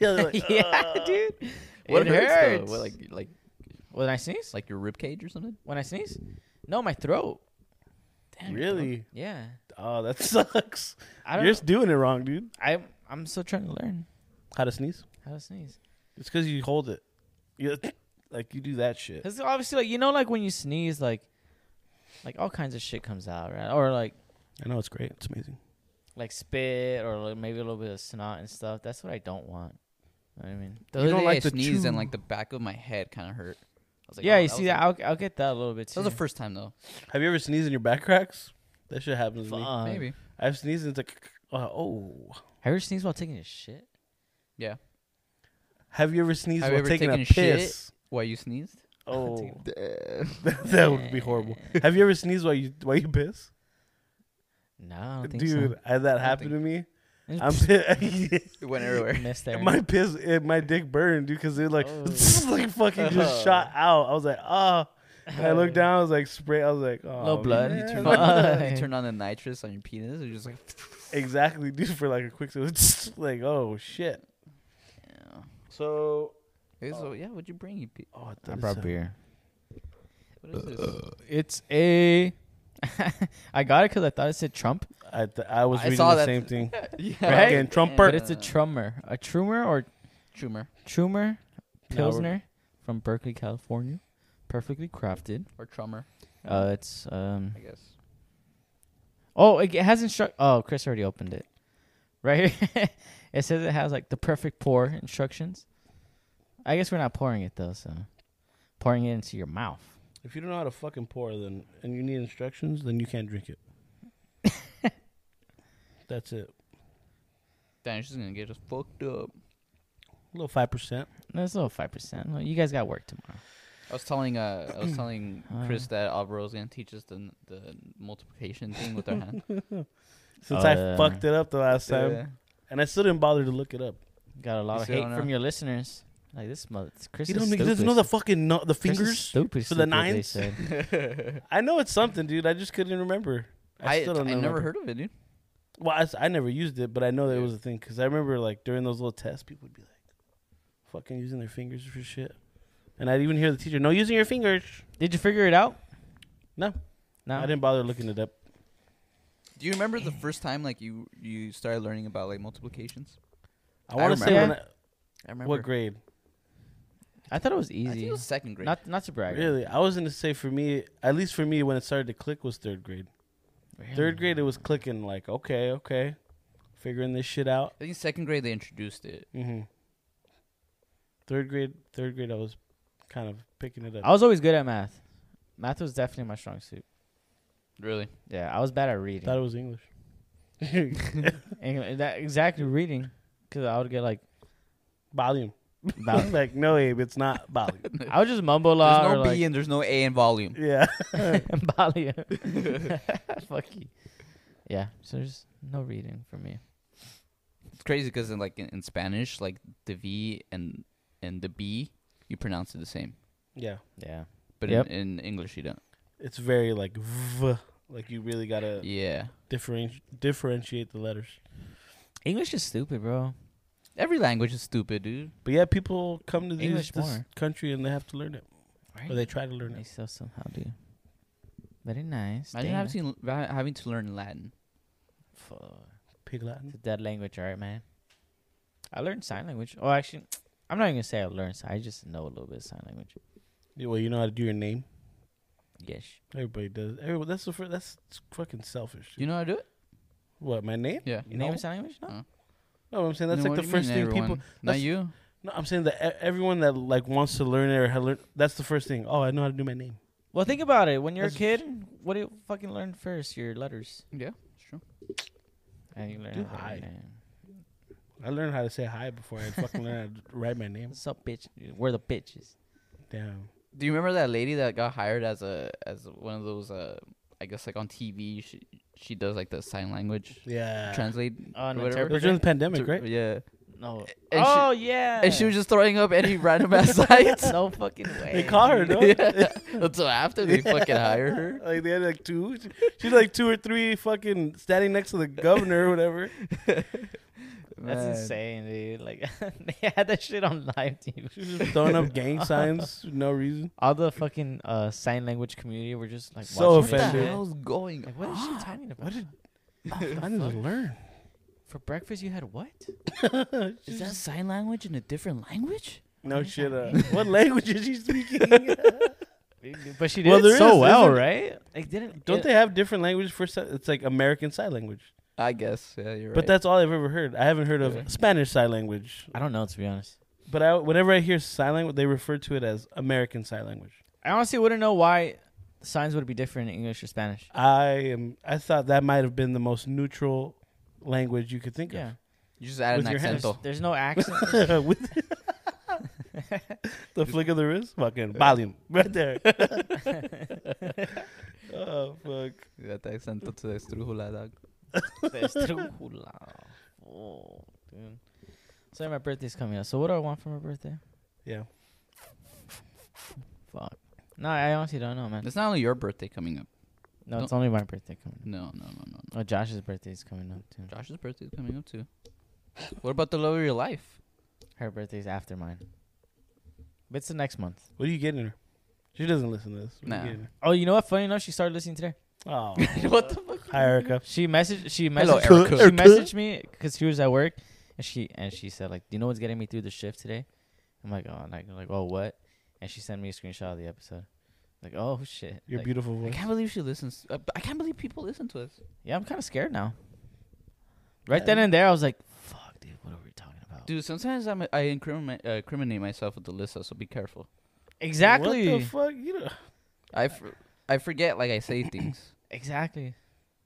they're like,
(laughs) yeah,
"Ugh."
dude.
What
it
hurts, though?
hurts.
What, like like
when I sneeze,
like your rib cage or something?
when I sneeze, no, my throat.
Really?
Yeah,
Oh, that (laughs) sucks.
I don't.
You're
know.
just doing it wrong, dude.
I'm I'm still trying to learn
How to sneeze?
how to sneeze.
It's because you hold it. You like you do that shit.
Cause obviously, like you know, like when you sneeze, like like all kinds of shit comes out, right? Or like
I know it's great. It's amazing.
like spit or like maybe a little bit of snot and stuff. That's what I don't want. You know what I mean,
The
You
other
don't
day
like
I
the
sneezed and
chew-
like the back of my head kind of hurt. I was like,
yeah,
oh,
you
that
see
was
that?
like-
I'll, I'll get that a little bit
that
too.
was the first time though.
Have you ever sneezed in your back cracks? That shit happens to me.
Fuck.
Maybe.
I've sneezed and it's like, uh, oh.
Have you ever sneezed while taking a shit? (laughs)
Yeah.
Have you ever sneezed
Have you
while
ever
taking a
taken a shit?
piss?
Why you sneezed?
Oh, (laughs)
Duh.
that would be horrible. Have you ever sneezed while you while you piss?
No, I don't think
Dude,
so.
I, that happened to me. I'm pi- (laughs)
It went
(laughs)
everywhere. (laughs)
missed there.
my piss, it, my dick burned, dude, because it like, (laughs)
Oh.
like fucking just shot out. I was like, ah. And I looked down. I was like, spray. I was like, oh,
No blood.
You
man.
turned, on, you
Fuck.
turned on the nitrous on your penis. It was just like,
Exactly, (laughs) dude. For like a quick second, like, oh shit.
yeah.
So,
It was- yeah, what'd you bring? You pe-
oh,
I
that is
brought
a-
beer.
what is this?
It's a. (laughs) I got it because I thought it said Trump,
I, th- I was
I
reading the
saw that.
same
(laughs)
thing.
yeah.
Right?
Fucking Trumper.
but it's a Trummer, a Trumer or
Trumer
Trumer
we're-
Pilsner from Berkeley, California, perfectly crafted.
or Trummer,
Oh.
Uh, it's um.
I guess.
Oh, it it has instruct. Oh, Chris already opened it. Right here, (laughs) it says it has like the perfect pour instructions. I guess we're not pouring it though, so pouring it into your mouth.
If you don't know how to fucking pour, then and you need instructions, then you can't drink it. That's it.
Damn, she's gonna get us fucked up.
A little five percent.
That's a little five percent. You guys got work tomorrow.
I was telling uh, I was telling
Uh.
Chris that Alvaro was gonna teach us the the multiplication thing with our hand.
Since
Oh,
I
yeah.
fucked it up the last time,
Yeah.
and I still didn't bother to look it up.
Got a lot
You
of
still
hate
don't
from
know?
your listeners. Like this mother, Chris
You
is
don't, you
stupid.
doesn't know the fucking no, the
Chris is
fingers.
stupid
for the
stupid, they
nines?
said.
(laughs) I know it's something, dude. I just couldn't remember.
I I,
still don't
never
remember.
heard of it, dude.
Well, I, s- I never used it, but I know that it
Yeah.
was a thing because I remember like during those little tests, people would be like, "Fucking using their fingers for shit," and I'd even hear the teacher, "No using your fingers."
(laughs) Did you figure it out?
No.
No.
I didn't bother looking it up.
Do you remember the first time like you you started learning about like multiplications?
I
I
want to say when
remember.
I,
I remember.
what grade?
I thought it was
I think
easy.
it was second grade.
Not not to brag.
Really, I was gonna say for me, at least for me, when it started to click was third grade. Third grade, it was clicking like, okay, okay, figuring this shit out.
I think second grade they introduced it.
hmm Third grade, third grade, I was kind of picking it up.
I was always good at math. Math was definitely my strong suit.
Really?
Yeah, I was bad at reading.
thought it was English.
And that exactly reading, because I would get like
volume. (laughs)
Volume.
like no, Abe, it's not volume.
(laughs) I would just mumble a lot.
There's no
or,
B
like,
and there's no A in volume.
yeah.
(laughs) Bali. Fuck you. (laughs) Yeah, so there's no reading for me.
It's crazy because in like in, in Spanish, like the V and and the B, you pronounce it the same,
Yeah.
Yeah.
but
Yep.
in, in English you don't.
It's very like v like you really gotta
Yeah.
differenti- differentiate the letters.
English is stupid, bro.
Every language is stupid, dude.
But yeah, people come to these,
English
this
more.
country and they have to learn it,
Right?
or they try to learn
They
it.
still somehow do. Very nice.
Imagine
Dana.
having to, having to learn Latin.
Fuck.
Pig
It's
Latin.
a dead language, all right, man. I learned sign language. Oh, actually, I'm not even gonna say I learned. sign- I just know a little bit of sign language.
Yeah, well, you know how to do your name.
Yes.
Everybody does. Everyone. That's the fir- that's fucking selfish.
You know how to do it?
what my name?
Yeah.
You
No.
name a sign language? No.
No, I'm saying that's like
Then what
the
do you
first
mean,
thing people.
everyone? Not
that's-
you.
No, I'm saying that e- everyone that like wants to learn it or had learned. That's the first thing. Oh, I know how to do my name.
Well, think about it. When you're a
That's-
kid, what do you fucking learn first? Your letters.
Yeah, it's true.
And you learn.
Do
how to write
hi.
your name.
I learned how to say hi before I fucking learned how to write my name.
What's up, bitch? We're the bitches.
Damn.
Do you remember that lady that got hired as a as one of those? Uh, I guess like on TV, she she does like the sign language
Yeah.
translate.
Oh, an
or whatever.
it was during the pandemic, right?
Yeah.
No.
And she-
oh yeah.
And she
(laughs)
was just throwing up any random ass sites. (laughs)
no fucking way.
They caught her, no?
Yeah. Until after they fucking hire
(laughs)
her.
Like they had like two. She's like two or three fucking standing next to the governor or whatever.
That's insane, dude. Like (laughs) they had that shit on live TV.
She was just throwing up
(laughs)
gang signs for no reason.
All the fucking uh, sign language community were just like
So
watching this
offended.
shit.
hell's going
Like,
(gasps)
what is she talking about?
What did I need to learn?
For breakfast, you had what?
Is that sign language in a different language?
No
What does
shit.
that
Uh, what language is she speaking?
But she did
Well,
it
there
so
is,
well,
isn't-
right? Like didn't
Don't
it-
they have different languages for? si- It's like American Sign Language,
I guess. Yeah, you're right.
but that's all I've ever heard. I haven't heard of
Really?
Spanish Sign Language.
I don't know to be honest.
But I, whenever I hear sign language, they refer to it as American Sign Language.
I honestly wouldn't know why signs would be different in English or Spanish.
I am. I thought that might have been the most neutral language you could think
Yeah.
you just add an
with your hands.
accent.
There's, there's no (laughs) accent.
of. With the flick of the wrist, fucking
(laughs)
volume right (laughs) there. oh fuck!
You add the accent to the estrujula, dog.
There's Dracula. Oh, dude. So my birthday's coming up. So what do I want for my birthday?
Yeah,
Fuck. No, I honestly don't know, man.
It's not only your birthday coming up.
No, it's only my birthday coming up.
No, no, no, no, no.
Oh, Josh's birthday's coming up too.
Josh's birthday is coming up too. What about the love of your life? (laughs)
Her birthday's after mine. But it's the next month.
what are you getting her? She doesn't listen to this. What are you
Nah.
getting her?
Oh, you know what? Funny enough, she started listening today.
Oh,
what the fuck?
hi Erica.
She messaged. She
Hello,
messaged.
Erica.
She messaged me because she was at work, and she and she said like, "Do you know what's getting me through the shift today?" I'm like, "Oh," and I'm like, "Oh, what?" And she sent me a screenshot of the episode. Like, oh shit.
Your
Like,
beautiful
I
voice.
can't believe she listens. I, I can't believe people listen to us.
Yeah, I'm kind of scared now. Right then and there, I was like, "Fuck, dude, what are we talking about?"
Dude, sometimes I'm, I incriminate, uh, incriminate myself with the list, so be careful.
exactly.
What the fuck? You know,
I, f- I forget, like,
(coughs)
I say things.
exactly.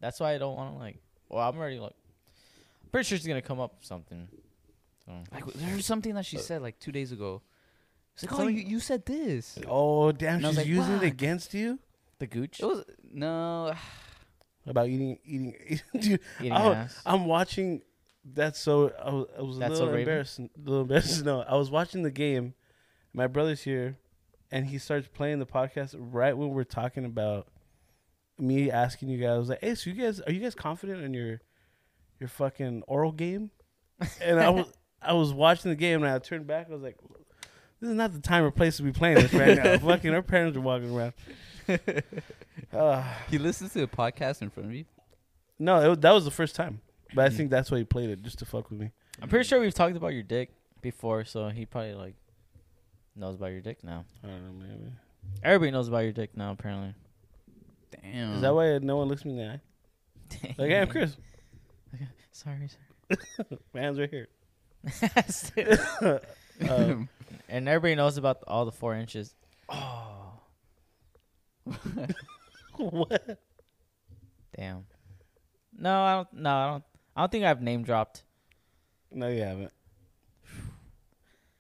That's why I don't want to like. Well, I'm already like. Pretty sure she's gonna come up with something. So.
Like, there's something
Uh.
that she said, like, two days ago. She's like, oh,
Something-
you, you said this.
oh damn,
And I was
she's
like,
using
fuck.
it against you
The gooch.
It was, no, (sighs)
about eating eating. (laughs) Dude,
Eating
I was-
ass.
I'm watching. That's so. I was, I was a
That's So
little
Raven?
embarrassed. Little embarrassed. (laughs) No, I was watching the game. My brother's here, and he starts playing the podcast right when we're talking about me asking you guys. like, "Hey, so you guys are you guys confident in your your fucking oral game?" And
(laughs)
I was I was watching the game, and I turned back. I was like. This is not the time or place to be playing this right
(laughs)
now. Fucking our parents are walking around. Ah.
he listens to the podcast in front of you.
no, it, wa- that was the first time. But I think that's why he played it, just to fuck with me.
I'm pretty sure we've talked about your dick before, so he probably like knows about your dick now.
I don't know, maybe.
Everybody knows about your dick now, apparently.
Damn.
Is that why no one looks me in the eye? Like, hey, I'm Chris.
(laughs) Sorry,
My hand's right here.
sir. (laughs)
(laughs) Uh,
and everybody knows about all the four inches. Oh,
(laughs) what?
damn. No, I don't. No, I don't. I don't think I've name dropped.
No, you haven't.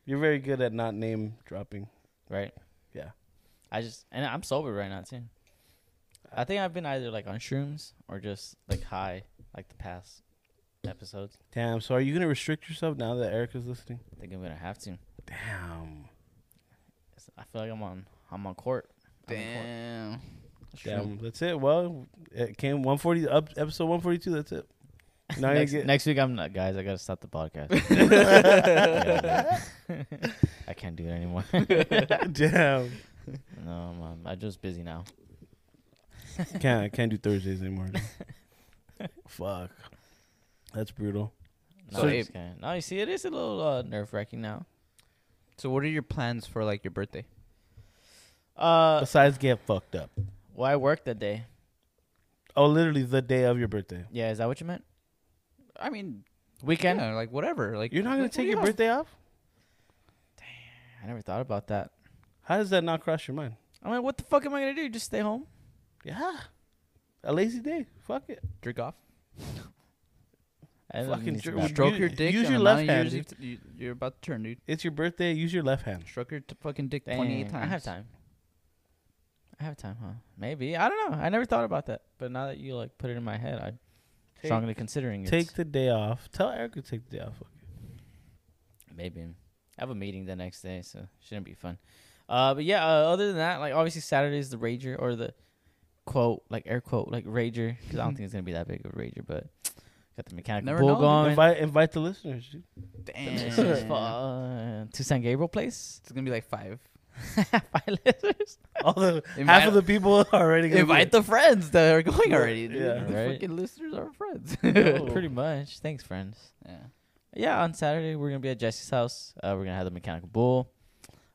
You're very good at not name dropping.
Right?
Yeah.
I just and I'm sober right now too. I think I've been either like on shrooms or just like high, like the past episodes.
Damn. So are you gonna restrict yourself now that Erica's listening?
I think I'm gonna have to.
Damn.
It's- I feel like I'm on. I'm on court. I'm on court.
Damn.
Damn. That's it. Well, it came 140 up episode 142. That's it. Now you
next,
get
next week, I'm not, guys. I gotta stop
(laughs)
the podcast. Yeah, yeah. I can't do
(laughs)
it anymore.
damn.
no, I'm, um, I'm just busy now.
Can't I can't do Thursdays anymore. dude. Fuck. That's brutal.
No,
So
I'm
it-
just kidding. no, you see, it is a little uh, nerve wracking now.
So, what are your plans for, like, your birthday?
Uh,
Besides, get fucked up.
well, I worked that day.
Oh, literally the day of your birthday.
Yeah, is that what you meant?
I mean,
Weekend.
yeah, like, whatever. Like,
You're not
what-
gonna
what
take
do
your
you have?
birthday off?
I never thought about that.
How does that not cross your mind?
I mean, what the fuck am I gonna do? Just stay home?
Yeah. A lazy day. Fuck it.
Jerk off?
I don't
Fucking
need to
jerk.
go out.
Would
Stroke
you-
your dick.
use
on
your
the
left
amount
hand,
of years you- you- You're about to turn, dude.
It's your birthday. Use your left hand.
Stroke your t- fucking dick
Dang,
28 times.
I have time. I have time, huh? Maybe. I don't know. I never thought about that. But now that you like put it in my head, I'm
Take-
strongly considering it.
Take the day off. Tell Erica to take the day off. Fuck it.
Maybe. I have a meeting the next day, so shouldn't be fun. Uh, but yeah, uh, other than that, like obviously Saturday's the rager or the quote, like air quote, like rager, because
(laughs)
I don't think it's gonna be that big of a rager, but got the mechanical
Never
bull
know.
going.
Invite invite the listeners. (laughs) Dude.
Damn.
(laughs) It's
(laughs)
fun. to San Gabriel place. (laughs)
It's gonna be like five.
Five letters.
All the half
Invite-
of
(laughs)
the people are already gonna
Invite the friends that are going already. Dude.
Yeah.
The
Right.
freaking listeners are friends.
Pretty much. Thanks, friends.
(laughs) yeah.
Yeah, on Saturday we're gonna be at Jesse's house. Uh, we're gonna have the mechanical bull.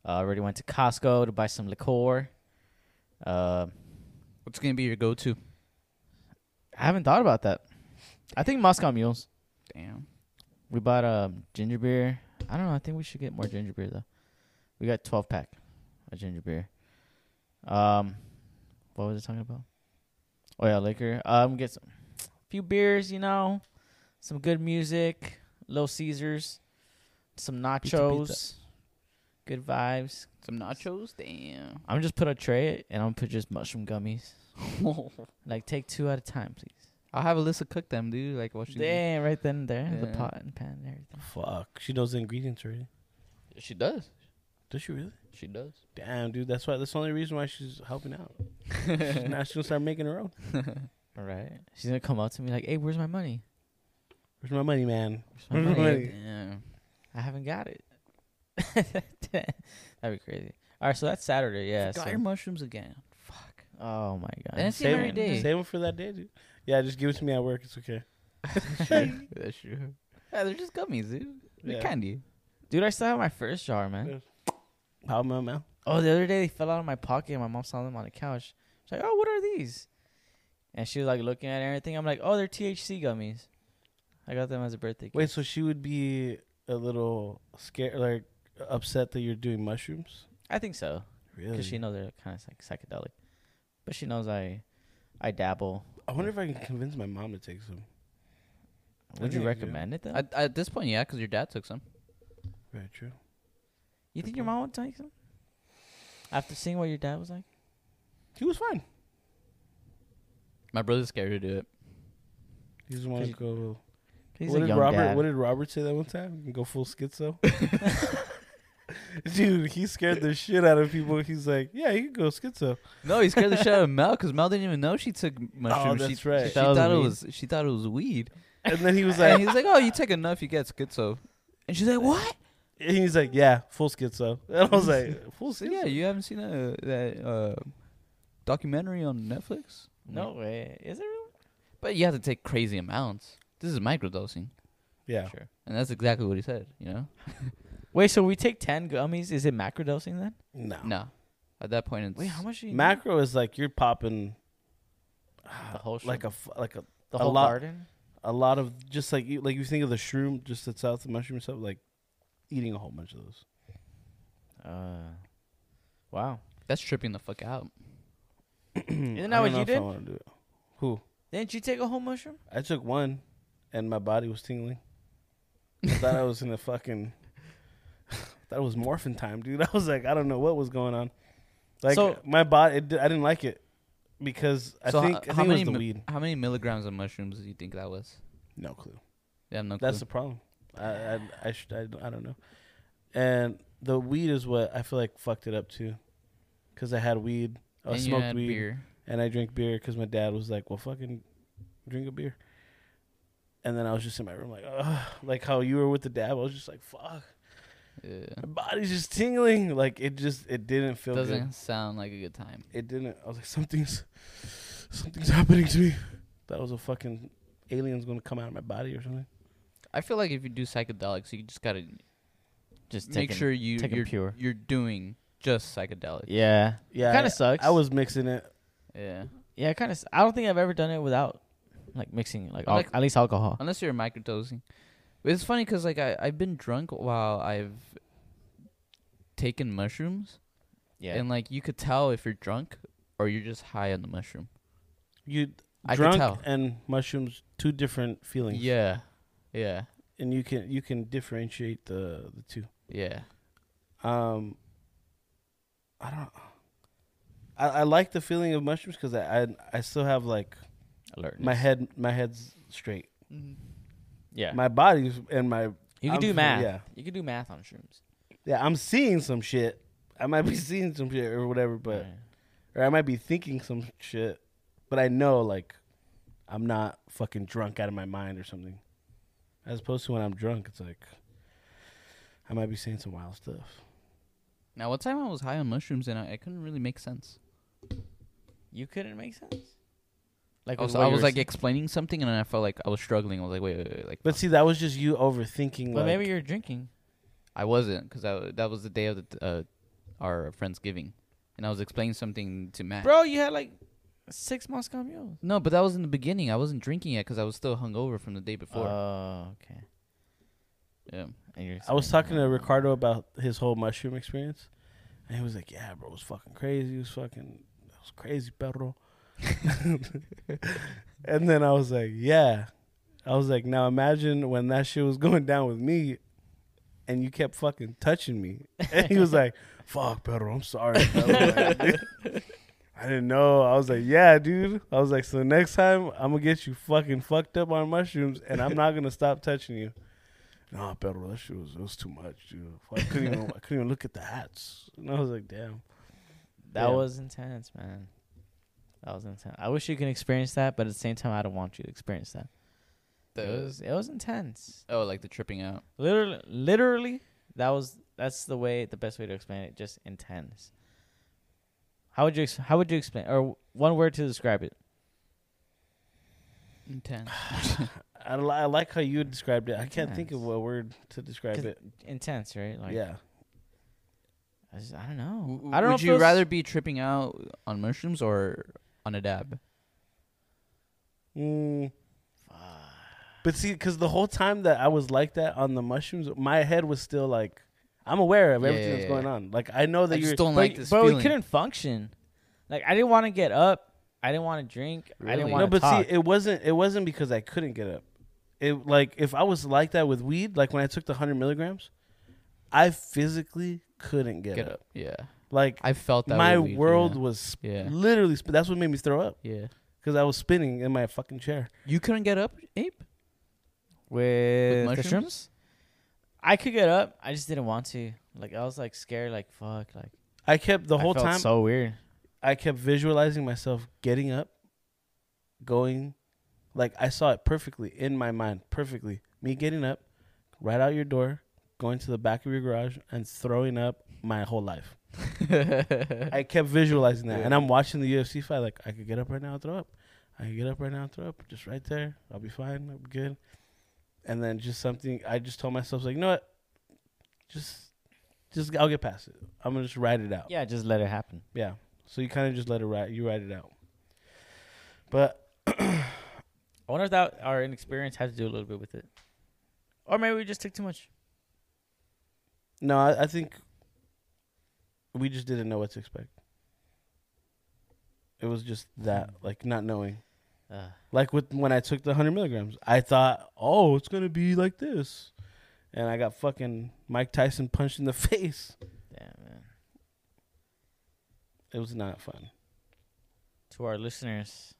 Uh, already went to Costco to buy some liqueur. Uh,
(laughs) What's gonna be your go-to?
I haven't thought about that. I think Moscow Mules.
Damn.
We bought um ginger beer. I don't know. I think we should get more ginger beer though. We got twelve pack of ginger beer. Um, what was I talking about? Oh yeah, liquor. Um, get some few beers. You know, some good music. Little Caesars, some nachos,
pizza.
good vibes.
Some nachos. Damn. (laughs)
I'm gonna just put a tray and I'm gonna put just mushroom gummies. Like take two at a time, please.
I'll have Alyssa cook them, dude. Like what she
Damn, right then and there, the
Yeah.
pot and pan and everything.
Fuck. She knows the ingredients already.
She does.
Does she really?
She does.
Damn, dude. That's why. That's the only reason why she's helping
(laughs)
out. She's- now she's gonna start making her own.
All right. She's gonna come up to me like, "Hey, where's my money?"
Where's my money, man?
my
Where's my
money?
money?
Damn.
I haven't got it. (laughs) That'd be crazy. All right, so that's Saturday. Yeah.
Got
so-
your mushrooms again. Fuck.
oh my god.
And it's the
Save
every
it-
it.
day.
Save it for that day, dude. Yeah, just give it to me at work. It's okay.
That's true. Yeah, they're just gummies, dude. They're
Yeah.
candy.
Dude, I still have my first jar, man.
Yeah. How am I, man?
Oh, the other day they fell out of my pocket and my mom saw them on the couch. She's like, "Oh, what are these?" And she was like looking at everything. I'm like, "Oh, they're THC gummies." I got them as a birthday gift.
Wait, so she would be a little scared, like upset that you're doing mushrooms?
I think so
Really?
because she knows they're kind of like psychedelic, but she knows I, I dabble.
I wonder if I can convince my mom to take some. I
Would you
think, yeah.
recommend it though?
At, at this point, yeah, because your dad took some.
Very true.
you think your mom would take some? After seeing what your dad was like.
He was fine.
My brother's scared to do it.
He just wanted to
Cause
go.
He's
what
a
did
young
Robert?
dad.
What did Robert say that one time? You can go full
(laughs)
schizo. (laughs) Dude, he scared the shit out of people. He's like, yeah, you can go schizo.
No, he scared the shit out of Mel because Mel didn't even know she took mushrooms.
that's
she,
right. She
Oh, She,
thought it
thought it
was
was. She thought it was weed.
And then he was
and
like,
he's like, "Oh, you take enough, you get schizo." And she's like, (laughs) "What?"
and he's like, yeah, full schizo. And I was like, full
So
schizo.
yeah, you haven't seen a, that uh, documentary on Netflix?
No way. Is it really?
But you have to take crazy amounts. This is microdosing,
yeah.
Sure.
and that's exactly what he said. You know?
Wait, so we take 10 gummies. Is it macrodosing then?
No.
No, at that point, it's
Wait, how much do you need?
Macro is like you're popping
The whole
like
shroom?
a f- like a
The
a
whole
lot-
garden?
a lot of just like you like you think of the shroom just the south of mushroom stuff like eating a whole bunch of
(clears throat)
those.
Uh, wow.
that's tripping the fuck out.
that
Isn't
what you did?
I want to do it. Who?
Didn't you take a whole mushroom?
I took one, and my body was tingling. I thought I was in a fucking. (laughs) thought it was morphin time, dude. (laughs) I was like, I don't know what was going on. Like
So-
my body, it, di- I didn't like it because I
So ho-
think I think it was the weed.
How many milligrams of mushrooms do you think that was?
No clue.
Yeah, no.
That's
clue.
the problem. I I I, sh- I don't- I don't know. And the weed is what I feel like fucked it up too, because I had weed. I
And you
smoked
had
weed
beer.
and I drank beer because my dad was like, "Well, fucking drink a beer." And then I was just in my room, like, Ugh. like how you were with the dad. I was just like, "Fuck,
Yeah.
my body's just tingling." Like it just, it didn't feel
Doesn't
good.
sound like a good time.
It didn't. I was like, "Something's, something's happening to me." That was a fucking alien's gonna come out of my body or something.
I feel like if you do psychedelics, you just gotta
Just
make
taking-
sure you
taking
you're,
pure.
you're doing just psychedelics.
Yeah.
Yeah,
Kinda
I-
sucks.
I was mixing it.
Yeah.
Yeah, it kind of. I don't think I've ever done it without like mixing, like, al-
Like-
at least alcohol.
Unless you're microdosing. But it's funny because like I I've been drunk while I've taken mushrooms,
Yeah.
and like you could tell if you're drunk or you're just high on the mushroom.
You
I could
drunk
tell.
and mushrooms, two different feelings.
Yeah. Yeah.
and you can you can differentiate the the two.
Yeah.
Um, I don't. I, I like the feeling of mushrooms because I, I I still have like
Alertness.
my head my head's straight,
Yeah.
my body's and my
you
I'm
can do
feel-
math.
yeah.
You can do math on shrooms.
yeah I'm seeing some shit. I might be (laughs) seeing some shit or whatever, but
Alright.
or I might be thinking some shit, but I know like I'm not fucking drunk out of my mind or something. As opposed to when I'm drunk, it's like I might be saying some wild stuff.
Now, one time I was high on mushrooms and I, I couldn't really make sense.
you couldn't make sense. Oh, Like
I
with
was,
what
I
you
was
were
like
saying.
explaining something, and then I felt like I was struggling. I was like, wait, wait, wait like,
But see, that was just you overthinking.
but
like,
maybe you're drinking.
I wasn't because that that was the day of the uh, our friendsgiving, and I was explaining something to Matt.
Bro, you had like six Moscow Mules.
No, but that was in the beginning. I wasn't drinking yet because I was still hungover from the day before.
Oh, okay.
yeah.
And you're
I was
saying,
talking to Ricardo about his whole mushroom experience, and he was like, "Yeah, bro, it was fucking crazy. It was fucking, it was crazy, perro." (laughs) and then I was like, "Yeah," I was like, "Now imagine when that shit was (laughs) going down with me, and you kept fucking touching me." (laughs) And he was like, "Fuck, perro, I'm sorry." perro." (laughs) I didn't know. I was like, "Yeah, dude." I was like, "So next time I'm gonna get you fucking fucked up on mushrooms, and I'm not gonna stop touching you." Nah, Pedro, that shit was it was too much, dude. I couldn't even I couldn't even look at the hats. And I was like, damn.
That
Yeah.
was intense, man. That was intense. I wish you could experience that, but at the same time, I don't want you to experience that.
That
it was it was intense.
oh, like the tripping out.
Literally, literally, that was that's the way the best way to explain it. Just intense. How would you ex- how would you explain or one word to describe it?
Intense.
I, li- I like how you described it. I can't think of
Nice.
a word to describe
'Cause
it.
Intense, right? Like,
yeah.
I, just- I don't know.
W- w-
I don't. know
Would
if
you
those-
rather be tripping out on mushrooms or on a dab?
Mm. But see, because the whole time that I was like that on the mushrooms, my head was still like, I'm aware of
Yeah,
everything
yeah,
that's
yeah,
going
yeah.
on. Like I know that
I
you're.
just don't
but,
like this
but
feeling.
we couldn't function. Like I didn't want to get up. I didn't want to drink. I didn't
Really?
want
no,
to
but
talk.
see, it wasn't. It wasn't because I couldn't get up. It like if I was like that with weed, like when I took the hundred milligrams, I physically couldn't get,
Get
up.
up. Yeah.
Like
I felt that.
my
with weed,
world
yeah.
was sp-
Yeah.
literally sp- that's what made me throw up
Yeah.
because I was spinning in my fucking chair.
You couldn't get up, ape.
with, the
mushrooms?
shrooms? I could get up. I just didn't want to. Like I was like scared. Like fuck. Like
I kept the
I
whole
felt
time.
So weird.
I kept visualizing myself getting up, going, like I saw it perfectly in my mind, perfectly. Me getting up, right out your door, going to the back of your garage, and throwing up my whole life. I kept visualizing that, and I'm watching the UFC fight. Like I could get up right now, and throw up. I could get up right now, and throw up. Just right there, I'll be fine. I'll be good. And then just something I just told myself, like, you know what? Just, just I'll get past it. I'm gonna just ride it out.
Yeah, just let it happen.
Yeah. So you kind of just let it ride. You ride it out. But
I wonder if that our inexperience had to do a little bit with it, or maybe we just took too much.
no, I, I think we just didn't know what to expect. It was just that, like not knowing.
Uh,
Like with when I took the hundred milligrams, I thought, oh, it's gonna be like this, and I got fucking Mike Tyson punched in the (laughs) face.
damn man.
It was not fun.
To our listeners,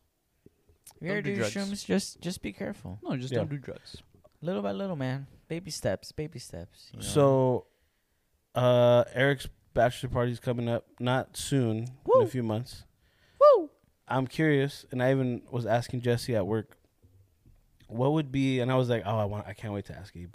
if you
Don't
ever
do
do
drugs.
shrooms, just just be careful.
no, just
Yeah.
don't do drugs.
Little by little, man. Baby steps. Baby steps. you know?
So, uh, Eric's bachelor party's coming up not soon, in
Woo.
a few months. Oh,
woo.
I'm curious, and I even was asking Jesse at work, what would be, and I was like, oh, I want, I can't wait to ask Abe,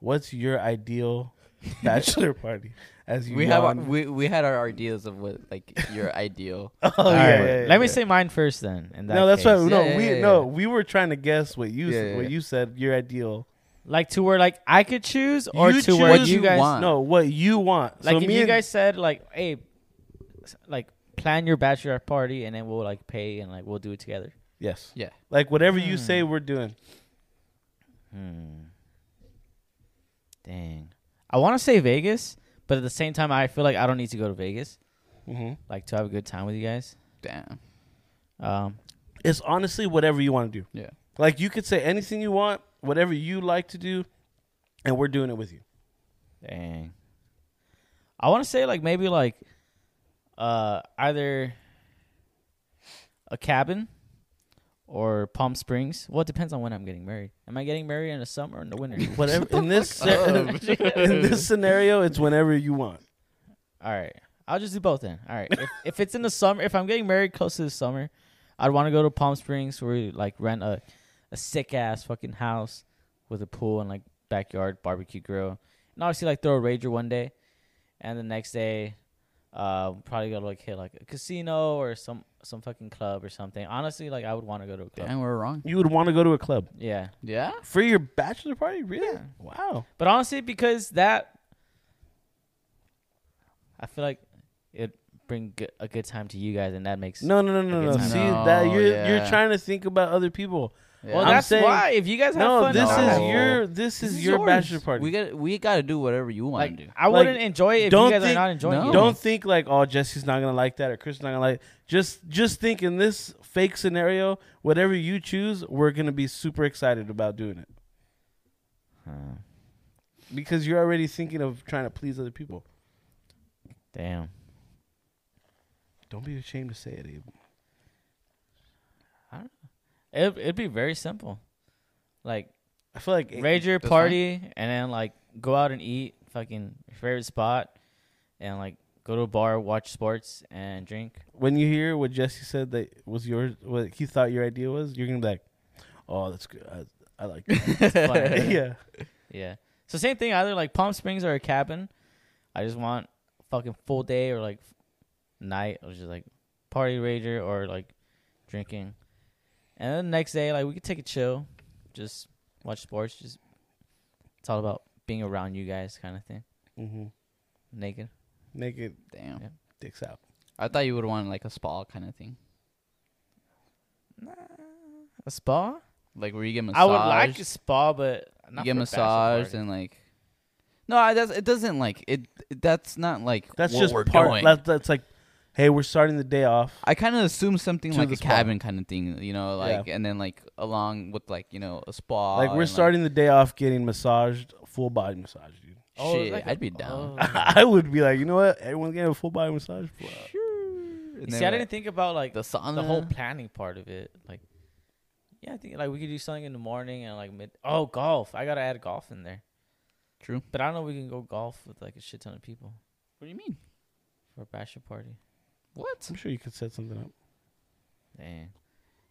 what's your
(laughs)
ideal bachelor party? As you
We have our,
yawn?
we we had our ideas of what like (laughs) your ideal.
oh
All
yeah,
right,
yeah, yeah,
Let me
yeah.
say mine first, then. In that
no, that's
case.
why no,
Yeah, yeah,
we
yeah,
no,
yeah.
we were trying to guess what you
Yeah,
s-
yeah,
what
yeah.
you said your ideal
Like to where like I could choose, or
You
to where
choose
you
you
guys.
want. Huh.
no what you want.
Like
so
if
me
you
and-
guys said like, hey, s- like plan your bachelor party and then we'll like pay and like we'll do it together.
yes,
Yeah.
like whatever you say, we're doing.
Hmm. Dang. I want to say Vegas, but at the same time, I feel like I don't need to go to Vegas
hmm
Mm-hmm.
like to have a good time with you guys.
Damn.
Um,
It's honestly whatever you want to do.
Yeah.
Like you could say anything you want, whatever you like to do, and we're doing it with you.
dang. I want to say like maybe like, uh, either a cabin or Palm Springs. Well, it depends on when I'm getting married. Am I getting married in the summer or in
(laughs)
the winter?
Whatever in this sce-
Mm-hmm.
in
(laughs)
this scenario, it's whenever you want.
All right. I'll just do both then. All right. If, if it's in the summer, if I'm getting married close to the summer, I'd want to go to Palm Springs where we like rent a, a sick ass fucking house with a pool and like backyard barbecue grill. And obviously like throw a rager one day. And the next day, uh, probably go to like hit like a casino or some some fucking club or something. Honestly, like I would want to go to a club.
Damn, we're wrong.
You would want to go to a club
Yeah.
Yeah.
for your bachelor party, really?
Yeah.
Wow.
But honestly, because that, I feel like it bring g- a good time to you guys, and that makes
No, no, no, no, no.
time.
See that
No,
you're you're
yeah.
trying to think about other people.
Yeah.
Well,
I'm
that's
saying-
why. If you guys have
No,
fun,
this
No.
is your this is,
is
your
yours.
bachelor party.
we got we got to do whatever you want (laughs)
like
to do.
I
Like,
wouldn't enjoy it if
don't
you guys
think-
are not enjoying
No.
it.
Don't think like, oh, Jesse's not gonna like that or Chris is not gonna like. Just just think in this fake scenario, whatever you choose, we're gonna be super excited about doing it
Huh.
because you're already thinking of trying to please other people.
Damn.
Don't be ashamed to say it, Abe.
It it'd be very simple. Like
I feel like
raid your
that's
party and then like go out and eat fucking your favorite spot and like go to a bar, watch sports and drink.
when you hear what Jesse said that was yours, what he thought your idea was, you're gonna be like, oh, that's good. I, I
(laughs)
like that.
Fun.
yeah.
Yeah. So same thing, either like Palm Springs or a cabin. I just want fucking full day or like f- night or just like party rager or like drinking. And then the next day, like we could take a chill, just watch sports, just it's all about being around you guys kind of thing.
Mm-hmm.
Naked.
Naked
Damn,
Yeah.
dicks out.
I thought you would want like a spa kind of thing,
A spa?
like where you get massage.
I would like a spa, but
you
not
get
for a bachelor
massaged
party.
and like. No, I, that's it. Doesn't like it. That's not like
That's
what
just
we're
part.
doing.
That, that's like, hey, we're starting the day off.
I kind of assume something
To
like
the
a
spa.
cabin kind of thing, you know,
Yeah.
like and then like along with like you know a spa.
like
and,
we're starting the day off getting massaged, full body massage, dude. (laughs)
Oh,
shit,
like a-
I'd be down.
oh.
(laughs)
I would be like, you know what? Everyone's getting a full body massage. Bro.
And
You
then,
See, I
like,
didn't think about like
the sauna.
the whole planning part of it. Like, yeah, I think like we could do something in the morning and like mid. Oh, golf! I gotta add golf in there.
True.
But I don't know. if We can go golf with like a shit ton of people
What do you mean?
for a bachelor party.
What?
I'm sure you could set something up.
Damn.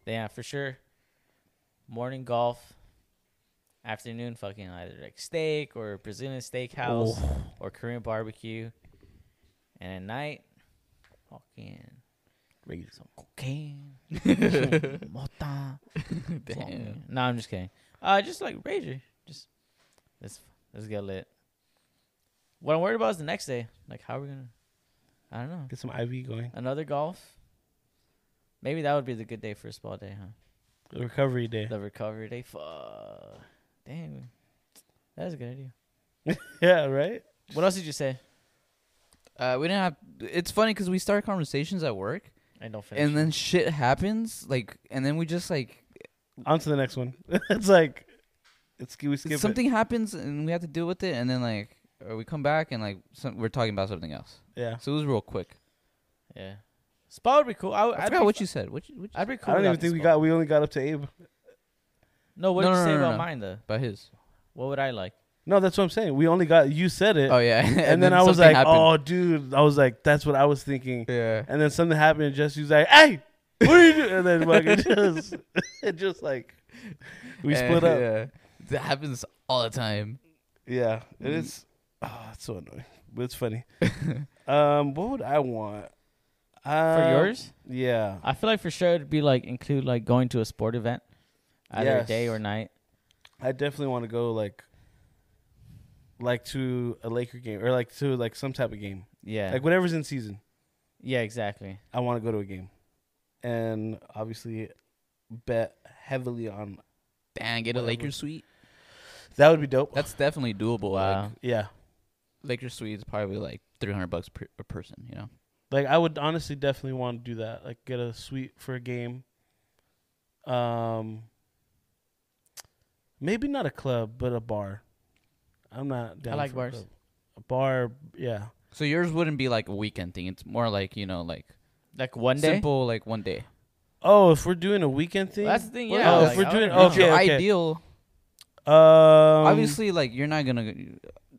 Yeah, for sure. Morning golf. Afternoon, fucking either like steak or Brazilian steakhouse or Korean barbecue, and at night, fucking
Raise.
some cocaine, mota.
(laughs) Damn.
No, I'm just kidding. Uh, just like Rager. Just let's let's get lit. What I'm worried about is the next day. Like, how are we gonna? I don't know.
Get some IV going.
Another golf. Maybe that would be the good day for a spa day, huh?
The recovery day.
The recovery day. Fuck. Damn. That is a good idea.
(laughs) Yeah, right.
What else did you say?
Uh, we didn't have. It's funny because we start conversations at work,
I don't finish.
and then shit happens. Like, and then we just like
On to the next one. (laughs) it's like, it's we skip it.
something happens, and we have to deal with it, and then like, or we come back and like some, we're talking about something else.
Yeah.
So it was real quick.
yeah. Spa would be cool. I, would-
I
I'd be,
forgot what you said. What? You, what you
I'd be
I
cool.
don't
without
even
the
think we
spa.
got. We only got up to Abe.
No, what
No,
did you
no,
say
no, no,
about
no.
mine though?
about his.
What would I like?
No, that's what I'm saying. We only got. You said it.
Oh yeah. (laughs) and,
and, then, I was
something
like,
happened.
oh, dude. I was like, that's what I was thinking.
Yeah.
And then something happened, and Jesse was like, hey, what are you doing? And then fucking just, (laughs) it just like, (laughs) we
Eh,
split
(laughs)
up. Yeah.
Yeah. That happens all the time.
it is. Oh, it's so annoying, but it's funny. um, what would I want?
For
Uh,
Um,
yours?
Yeah.
I feel like for sure it'd be like include like going to a sport event, either
Yes.
day or night.
I definitely want to go like, like to a Laker game or like to like some type of game,
Yeah.
like whatever's in season.
yeah, exactly.
I want to go to a game, and obviously, bet heavily on
Dang, get a
Whatever.
Lakers suite.
that would be dope.
That's definitely doable. Like
Wow.
yeah,
Lakers suite is probably like three hundred bucks per a person. You know.
like I would honestly definitely want to do that. Like get a suite for a game. Um, maybe not a club, but a bar. I'm not down.
like
for
bars.
A, club. a bar, yeah.
So yours wouldn't be like a weekend thing. It's more like you know, like
Like one day.
simple, like one day.
Oh, if we're doing a weekend thing,
Well, that's the thing.
Well,
Yeah.
yeah,
Oh,
like,
if we're
I
doing
don't
(laughs)
know.
okay,
your
okay.
ideal,
Um,
obviously, like you're not gonna,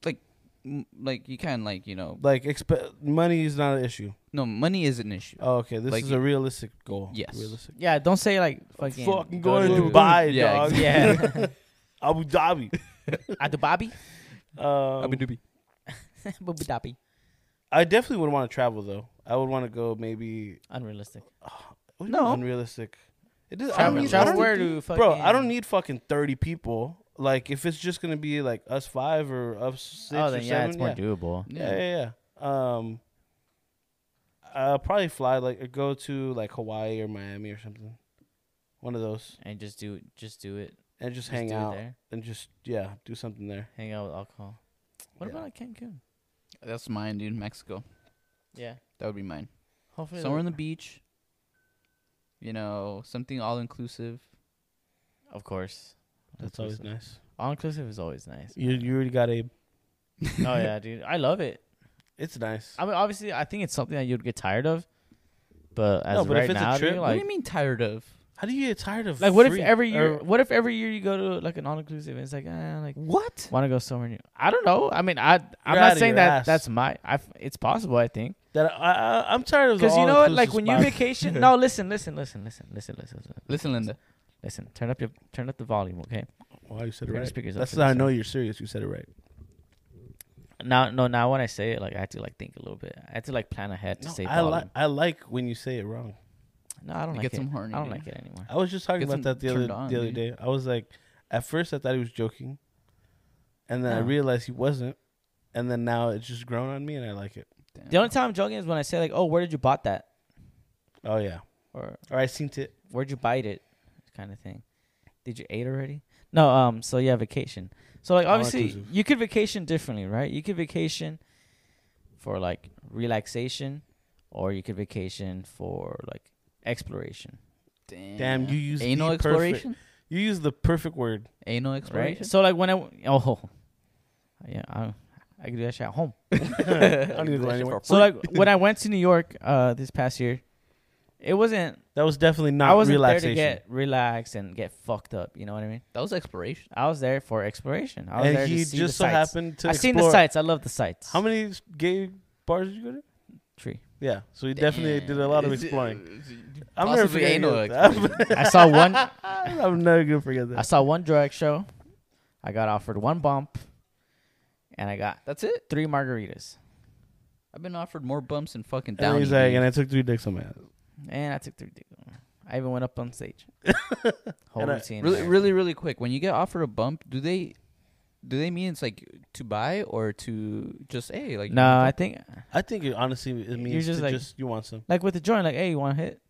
like, m- like you can, like you know,
like exp- money is not an issue.
no money is an issue.
Oh, okay, this
Like,
is a realistic goal.
Yes.
realistic.
Yeah, don't say like fucking.
Fucking,
go
going to
to-
Dubai,
Yeah,
dog.
exactly.
Yeah.
(laughs) Abu Dhabi.
(laughs) At
(laughs)
the Bobby.
Um,
Dhabi.
Bobby Dobby.
I definitely would want to travel though. I would want to go maybe
Unrealistic.
What do you
No.
mean unrealistic. It does, I don't
Travel,
need, I
travel
don't
where
need-
to fucking.
bro. I don't need fucking thirty people. Like if it's just gonna be like us five or us six
Oh,
or
then yeah,
seven,
it's more
yeah.
doable.
yeah, yeah, yeah. Um, uh, probably fly like go to like Hawaii or Miami or something, one of those,
and just do just do it.
and just,
Just
hang
do it
out
there.
and just yeah, do something there.
Hang out with alcohol. What
Yeah.
about like Cancun?
That's mine, dude. Mexico.
Yeah.
That would be mine.
Hopefully
Somewhere on
they'll-
the beach. You know, something all inclusive.
Of course.
That's always nice.
All inclusive is always nice.
You you already got a.
oh yeah, dude. I love it.
It's nice.
I mean obviously I think it's something that you'd get tired of. But as
No, but if
right
it's a
now, dude,
trip, what
what do
like
you mean tired of?
How do you get tired of
like what if
free-
every year
or-
what if every year you go to like an all inclusive and it's like ah like
What?
want to go somewhere new. I don't know. I mean, I I'm
You're out
not
of
saying
your
that
ass.
that's my. I it's possible. I think
that I, I I'm tired of
because you know what, like
all-inclusive
when you
spots. (laughs)
vacation. no, listen, listen, listen, listen, listen, listen, listen,
Listen, Linda.
listen. Turn up your turn up the volume, okay?
Wow, you said it
Turn the
right.
speakers up
That's
for
how I
this
know
one.
you're serious. You said it right.
Now, no, now when I say it, like I have to like think a little bit. I have to like plan ahead to
No,
say
I
volume.
like I like when you say it wrong.
no, I don't
You
like
get
it.
some horny,
I don't
dude.
like it anymore.
I was just talking
Get
about
some
that the other
turned on,
the other
dude.
day. I was like, at first I thought he was joking, and then I
No.
realized he wasn't, and then now it's just grown on me, and I like it.
Damn.
The only time I'm joking is when I say like, "Oh, where did you bought that?"
Oh yeah,
or
or I seen it.
"Where'd you bite it?" kind of thing. Did you ate already? No. Um. So yeah, vacation. So like
All
obviously
inclusive.
you could vacation differently, right? You could vacation for like relaxation, or you could vacation for like exploration,
Damn.
Damn, you used
anal
the
exploration.
You used the perfect word. (laughs)
Anal exploration.
right? So like when I w- oh (laughs) yeah I I could do that shit at home.
I
(laughs)
don't need to go anywhere.
So like when I went to New York uh this past year, it wasn't
That was definitely not
I wasn't there to
relaxation.
get relaxed and get fucked up. You know what I mean?
that was exploration.
I was there for exploration. I was
and
there
he
to see
just so
the sights.
happened to.
I seen the
explore-
sights. I love the sights.
How many gay bars did you go to?
tree?
Yeah, so he definitely did a lot of (laughs)
Uh,
exploring. I'm never
Possibly
forgetting
anal
that. (laughs)
exploration.
I saw one.
I'm never gonna forget
I
that.
saw one drag show. I got offered one bump, and I got
That's it.
three margaritas,
I've been offered more bumps than fucking
And
down.
he's like, and I took three dicks on my ass.
and I took three. dick- I even went up on
(laughs)
stage. Whole
And I-
routine.
really, really, really quick. When you get offered a bump, do they, do they mean it's like to buy or to just hey like?
no, I think
I think it honestly it means
just
to
like-
just you want some.
like with the joint, like, hey, you want to hit?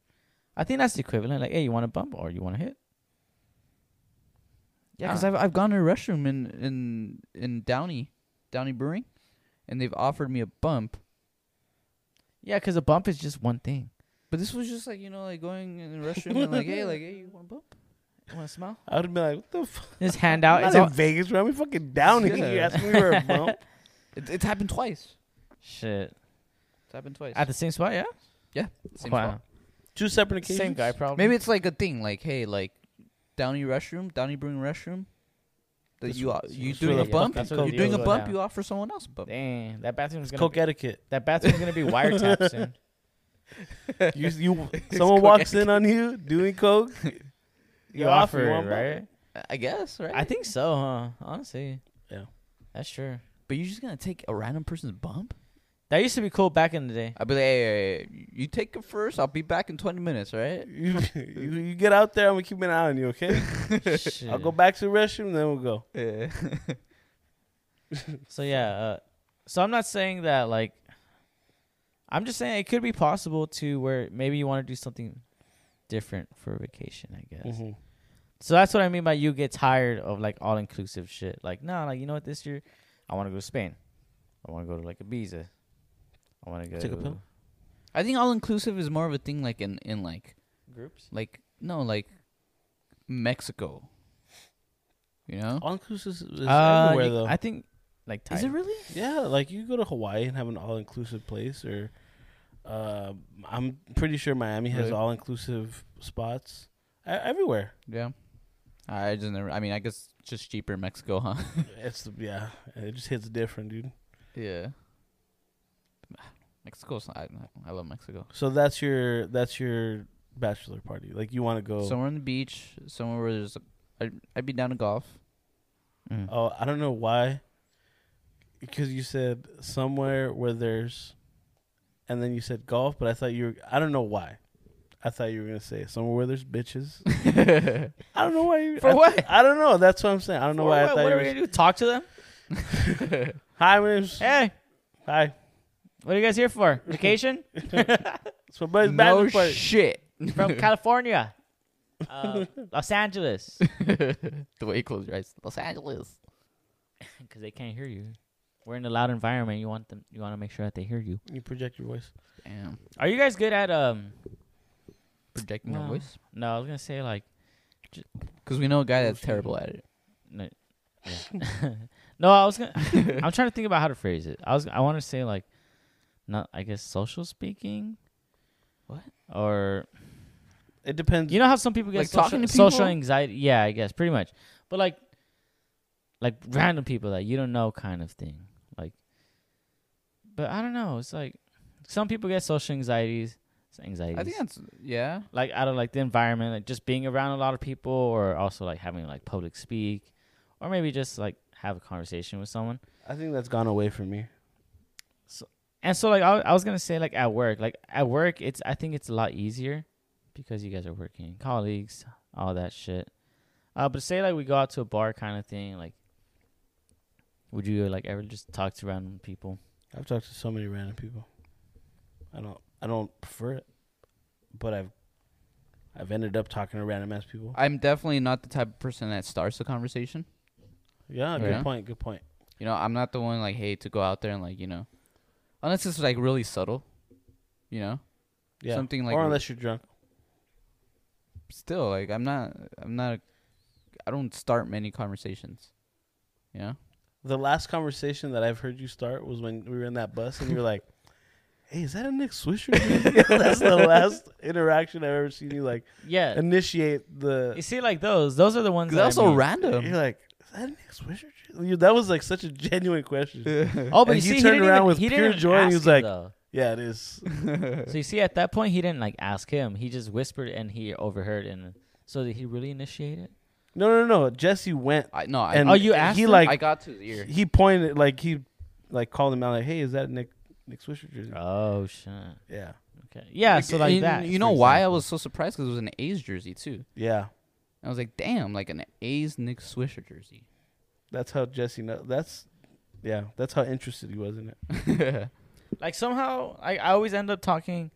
I think that's the equivalent. Like, hey, you want to bump or you want to hit?
Yeah,
Ah.
because I've I've gone to a restroom in in in Downey, Downey Brewing, and they've offered me a bump.
Yeah, because a bump is just one thing.
But this was just like you know like going in the restroom and like hey like hey you want a bump?
You want to smile?
I would be like, what the fuck?
Just hand out.
I'm (laughs)
It's
not
all,
in Vegas, bro. I'm in fucking down here. You
Yeah.
asking me for a bump?
It, it's happened twice.
(laughs) shit.
It's happened twice.
At the same spot, yeah.
Same
Wow.
spot.
Two separate occasions.
Same guy, probably.
Maybe it's like a thing like hey like Downey restroom, Downey Brewing restroom. That
That's
you
what-
o- you
that's where
doing a
the
bump,
fucking
you're
coke
doing a
is
at
bump,
now.
you offer someone else a bump.
Damn, that bathroom's gonna
Coke
be,
(laughs) etiquette.
that bathroom's gonna be wiretapped soon.
You, you, (laughs) someone walks in on you doing (laughs) coke.
You,
(laughs) You offer
offer
you
it,
want
right?
I- I guess right.
I think so, huh? Honestly,
Yeah.
that's true.
but you're just gonna take a random person's bump.
That used to be cool back in the day.
I'll be like, hey, hey, hey, you take it first. I'll be back in 20 minutes, right?
You, you, you get out there. I'm gonna keep an eye on you. Okay. (laughs) I'll
Shit.
go back to the restroom. Then we'll go.
Yeah.
So yeah, uh, so I'm not saying that like, I'm just saying it could be possible to where maybe you want to do something different for vacation. I guess.
Mhm.
So that's what I mean by you get tired of like all inclusive shit. Like, no, like you know what? This year, I want to go to Spain. I want to go to like Ibiza. I want to go
Take a pill.
I think all inclusive is more of a thing like in, in like,
groups.
like, no, like Mexico. You know?
All inclusive is is
Uh,
everywhere
you-
though.
I think like
Is it
Thailand.
really?
yeah, like you go to Hawaii and have an all inclusive place, or uh, I'm pretty sure Miami has
Really?
all inclusive spots E- everywhere.
Yeah. I just never, I mean, I guess it's just cheaper in Mexico, huh? (laughs)
It's yeah, it just hits different, dude.
yeah. Mexico's, I, I love Mexico.
So that's your that's your bachelor party. Like you want to go?
Somewhere on the beach, somewhere where there's, a, I'd, I'd be down to golf.
Mm.
oh, I don't know why. Because you said somewhere where there's, and then you said golf, but I thought you were. I don't know why. I thought you were gonna say somewhere where there's bitches. I don't know why. You,
For
I,
what?
I don't know. That's what I'm saying. I don't know
For
why I
what?
thought
What
you
are
were.
we gonna do? Talk to them?
Hi, my name's
hey,
Hi.
What are you guys
(laughs)
here for? Vacation
It's my buddy's
no
bachelor party.
shit.
(laughs)
from California, uh, Los Angeles,
(laughs) the way he closed your eyes. Los Angeles.
because they can't hear you. We're in a loud environment. You want them. You want to make sure that they hear you.
you project your voice.
Damn.
Are you guys good at um?
Projecting your
Wow.
voice.
No, I was gonna say like
Because we know a guy that's terrible at it.
no. yeah. (laughs) no, I was gonna. I'm trying to think about how to phrase it. I was. I want to say like, not. I guess social speaking.
What?
Or
It depends.
you know how some people get
Like
social,
talking to
social
people?
anxiety. Yeah, I guess pretty much. But like, like random people that you don't know, kind of thing. Like, but I don't know. It's like some people get social anxieties. Anxieties.
I think that's yeah.
like out of like the environment, like just being around a lot of people, or also like having like public speak, or maybe just like have a conversation with someone.
I think that's gone away from me.
And so like I, I was gonna say like at work, like at work, it's I think it's a lot easier because you guys are working, colleagues, all that shit. Uh, but say like we go out to a bar kind of thing, like would you like ever just talk to random people?
I've talked to so many random people. I don't. I don't prefer it, but I've. I've ended up talking to random ass people.
I'm definitely not the type of person that starts the conversation.
Oh, Yeah, good
Yeah.
point. Good point.
You know, I'm not the one like hey to go out there and like you know, unless it's like really subtle. You know,
Yeah,
Something like-
or unless you're drunk.
still like I'm not. I'm not. A, I don't start many conversations. You know.
The last conversation that I've heard you start was when we were in that bus and you were like, "Hey, is that a Nick Swisher?" (laughs) That's the last interaction I've ever seen you like
Yeah,
initiate the.
you see like those, those are the ones.
Cause
That I
that's so
mean.
You're
random.
like, "Is that a Nick Swisher?" You- That was like such a genuine question.
Oh, but
And
you
he
see,
turned
he didn't
around
even-
with
he
pure
didn't
joy and he
ask
was
it,
like,
though.
yeah, it is.
So you see, at that point, he didn't like ask him. He just whispered, and he overheard. And so did he really initiate it?
No, no, no. Jesse went.
I no. I,
And
Oh, you asked
He
him?
like
I got to the ear.
he pointed like he like called him out like, "Hey, is that Nick Nick Swisher jersey?"
Oh shit.
Yeah,
Okay. Yeah. So like
you,
that.
You
for
know why I
example.
was so surprised? Because it was an A's jersey too.
yeah.
I was like, damn, like an A's Nick Swisher jersey. (laughs)
That's how Jesse. Know- that's yeah. That's how interested he was in it.
like somehow I, I always end up talking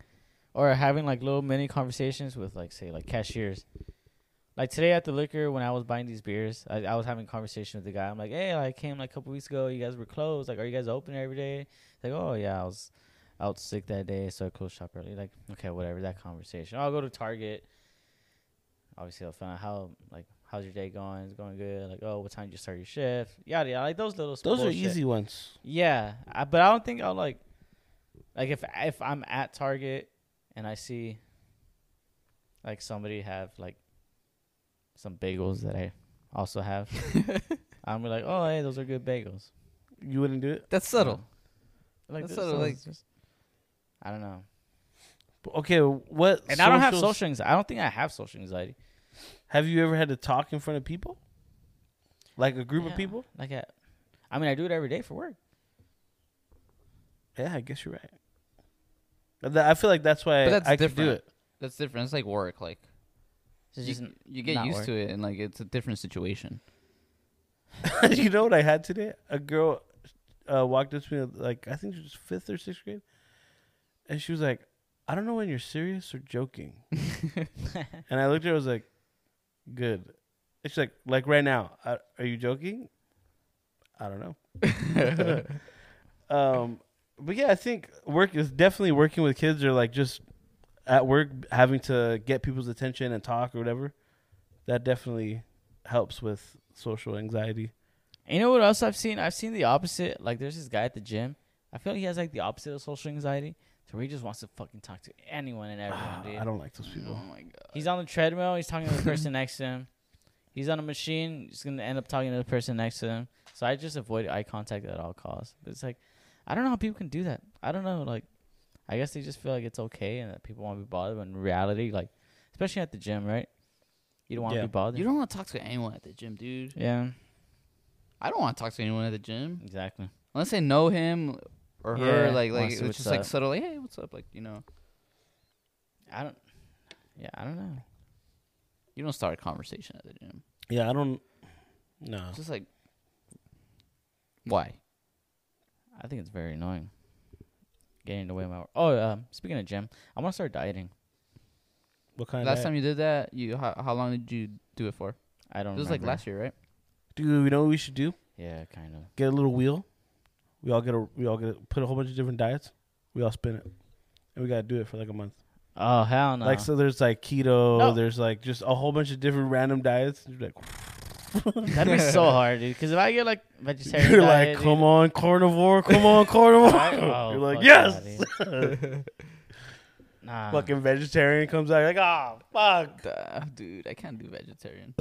or having like little mini conversations with like say like cashiers. Like today at the liquor when I was buying these beers, I, I was having a conversation with the guy. I'm like, Hey, like, I came like a couple weeks ago, you guys were closed, like are you guys open every day? He's like, Oh yeah, I was out sick that day, so I closed shop early. Like, okay, whatever, that conversation. I'll go to Target. Obviously I'll find out how like how's your day going? It's going good, like, oh what time did you start your shift? Yada yada like those little
Those are
bullshit.
easy ones.
Yeah, I, but I don't think I'll like, like if if I'm at Target and I see, like somebody have like, some bagels that I
(laughs)
also have, I'm like, oh hey, those are good bagels.
You wouldn't do it.
That's subtle.
Like,
That's
this
sort of
sounds
like-
just- I don't know,
But Okay, what?
and I don't have
socials-
social anxiety. I don't think I have social anxiety.
Have you ever had to talk in front of people, like a group
Yeah,
of people?
Like I, I mean, I do it every day for work.
Yeah, I guess you're right. But that- I feel like that's why
But that's
I could do
different.
it.
That's different. It's like work. Like
It's
you,
just n-
you get
not
used
work.
to it, and like it's a different situation.
(laughs) you know what I had today? A girl uh, walked up to me, like, I think she was fifth or sixth grade. And she was like, I don't know when you're serious or joking. and I looked at her, I was like, good. And she's like, like right now, I, are you joking? I don't know. um, but yeah, I think work is definitely working with kids or like just at work having to get people's attention and talk or whatever. That definitely helps with social anxiety.
And you know what else I've seen? I've seen the opposite. Like there's this guy at the gym. I feel like he has like the opposite of social anxiety. So where he just wants to fucking talk to anyone and everyone,
(sighs)
dude.
Ah, I don't like those
Oh
people.
my god.
He's on the treadmill, he's talking to the person next to him. He's on a machine, he's gonna end up talking to the person next to him. So I just avoid eye contact at all costs. But it's like I don't know how people can do that. I don't know, like I guess they just feel like it's okay and that people won't be bothered when in reality, like especially at the gym, right? You don't want to
Yeah.
be bothered.
You don't want to talk to anyone at the gym, dude.
yeah,
I don't want to talk to anyone at the gym
exactly.
unless I know him or
Yeah,
her. Like
wanna
like
see
it's
what's
just like
up.
subtle. Like hey, what's up? Like you know,
I don't yeah, I don't know.
you don't start a conversation at the gym.
Yeah, I don't. No,
It's just like why?
I think it's very annoying. getting in the way of my work. Oh, um, speaking of gym, I want to start dieting.
What kind
Last
of
time you did that, you how, how long did you do it for?
I don't.
It was like last year, right?
dude? You know what we should do?
Yeah, kind of.
Get a little wheel. We all get a we all get a, put a whole bunch of different diets. We all spin it, and we gotta do it for like a month.
Oh hell no!
Like so, there's like keto.
No.
There's like just a whole bunch of different random diets. You're like,
(laughs) That'd
(laughs)
be so hard, dude. Because if I get like vegetarian,
you're
diet,
like,
dude,
come on, carnivore, come
(laughs)
on, carnivore. (laughs)
Right? Oh,
you're like,
fuck yeah,
yes. (laughs)
nah.
Fucking vegetarian comes out. You're like, oh fuck.
Duh, dude, I can't do vegetarian.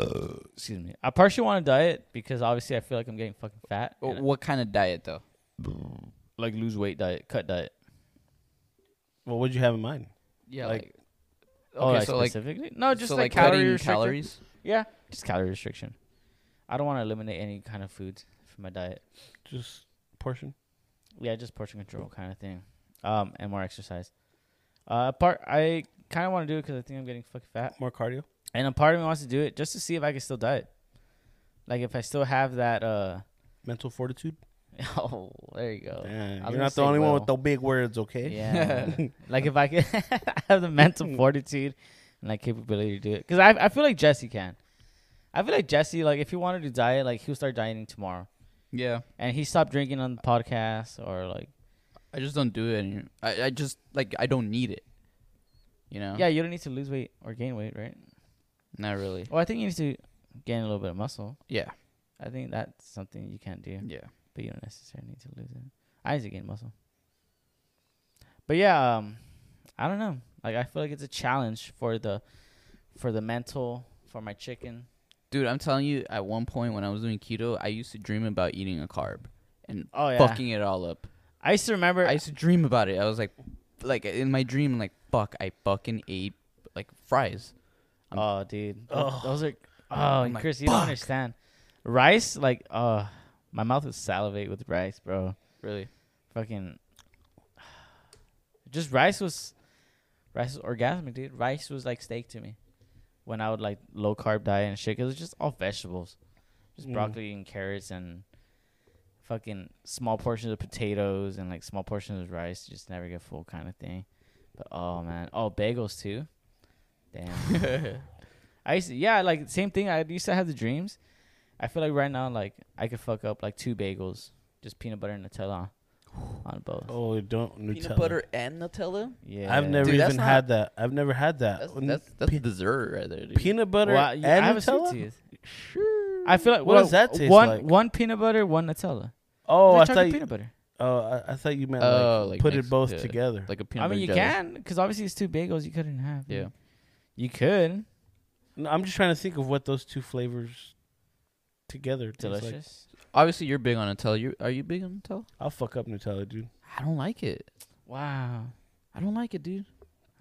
Excuse me. I partially want to diet because obviously I feel like I'm getting fucking fat.
Wh-
and I-
what kind of diet though?
like lose weight diet, cut diet.
Well, what'd you have in mind?
Yeah,
Like-
like,
oh,
okay,
like
so like
specifically? no, just
so
like,
like,
calorie
cutting
restriction.
calories.
Yeah, just calorie restriction. I don't want to eliminate any kind of food from my diet.
Just portion.
Yeah, just portion control kind of thing. Um, and more exercise. Uh, part I kind of want to do it because I think I'm getting fucking fat.
More cardio.
And a part of me wants to do it just to see if I can still diet. Like if I still have that uh (laughs)
Mental fortitude.
oh, there you go.
Damn,
was
you're
gonna
not the
say
only one
will.
with the big words, okay?
Yeah.
(laughs)
(laughs) like if I could have the mental fortitude and like capability to do it. Cuz I I feel like Jesse can. I feel like Jesse like if he wanted to diet like he'll start dieting tomorrow.
Yeah,
And he stopped drinking on the podcast or like
I just don't do it. Any, I I just like I don't need it. You know?
Yeah, you don't need to lose weight or gain weight, right?
not really.
Well, I think you need to gain a little bit of muscle.
Yeah,
I think that's something you can do.
yeah.
but you don't necessarily need to lose it. I need to gain muscle. But yeah, um, I don't know. Like I feel like it's a challenge for the for the mental for my chicken.
Dude, I'm telling you, at one point when I was doing keto, I used to dream about eating a carb and
Oh yeah,
fucking it all up.
I used to remember.
I used to dream about it. I was like, like in my dream, like fuck, I fucking ate like fries. I'm-
oh dude, Tho-
Ugh.
those are oh
I'm
and
like,
Chris, you don't
fuck.
understand. Rice, like uh, my mouth would salivate with rice, bro.
Really? (laughs)
Fucking, (sighs) just rice was rice was orgasmic, dude. Rice was like steak to me. When I would like low carb diet and shit, it was just all vegetables, just
Mm.
broccoli and carrots and fucking small portions of potatoes and like small portions of rice. You just never get full kind of thing. But oh man, oh bagels too.
(laughs)
Damn. I used to, yeah, like same thing. I used to have the dreams. I feel like right now, like I could fuck up like two bagels, just peanut butter and Nutella on both.
Oh, don't Nutella.
Peanut butter and Nutella?
Yeah,
I've never
Dude, that's
even
not-
had that. I've never had that.
That's
When
that's, that's
pe-
dessert right there, dude.
peanut butter
Well, I-
and
yeah, I have a sweet
Nutella.
tooth. I feel like
What
well,
does that taste
one,
like?
One peanut butter, one Nutella.
Oh,
Is it
I
chocolate
thought you,
peanut butter.
oh, I, I thought you meant
Oh,
like,
like
put it
mixed,
both
yeah.
together.
like a peanut.
I mean,
butter
you
jelly.
can because obviously it's two bagels you couldn't have.
Yeah.
you could.
No, I'm just trying to think of what those two flavors together taste like.
Delicious.
Obviously, you're big on Nutella. You are you big on Nutella?
I'll fuck up Nutella, dude.
I don't like it.
wow,
I don't like it, dude.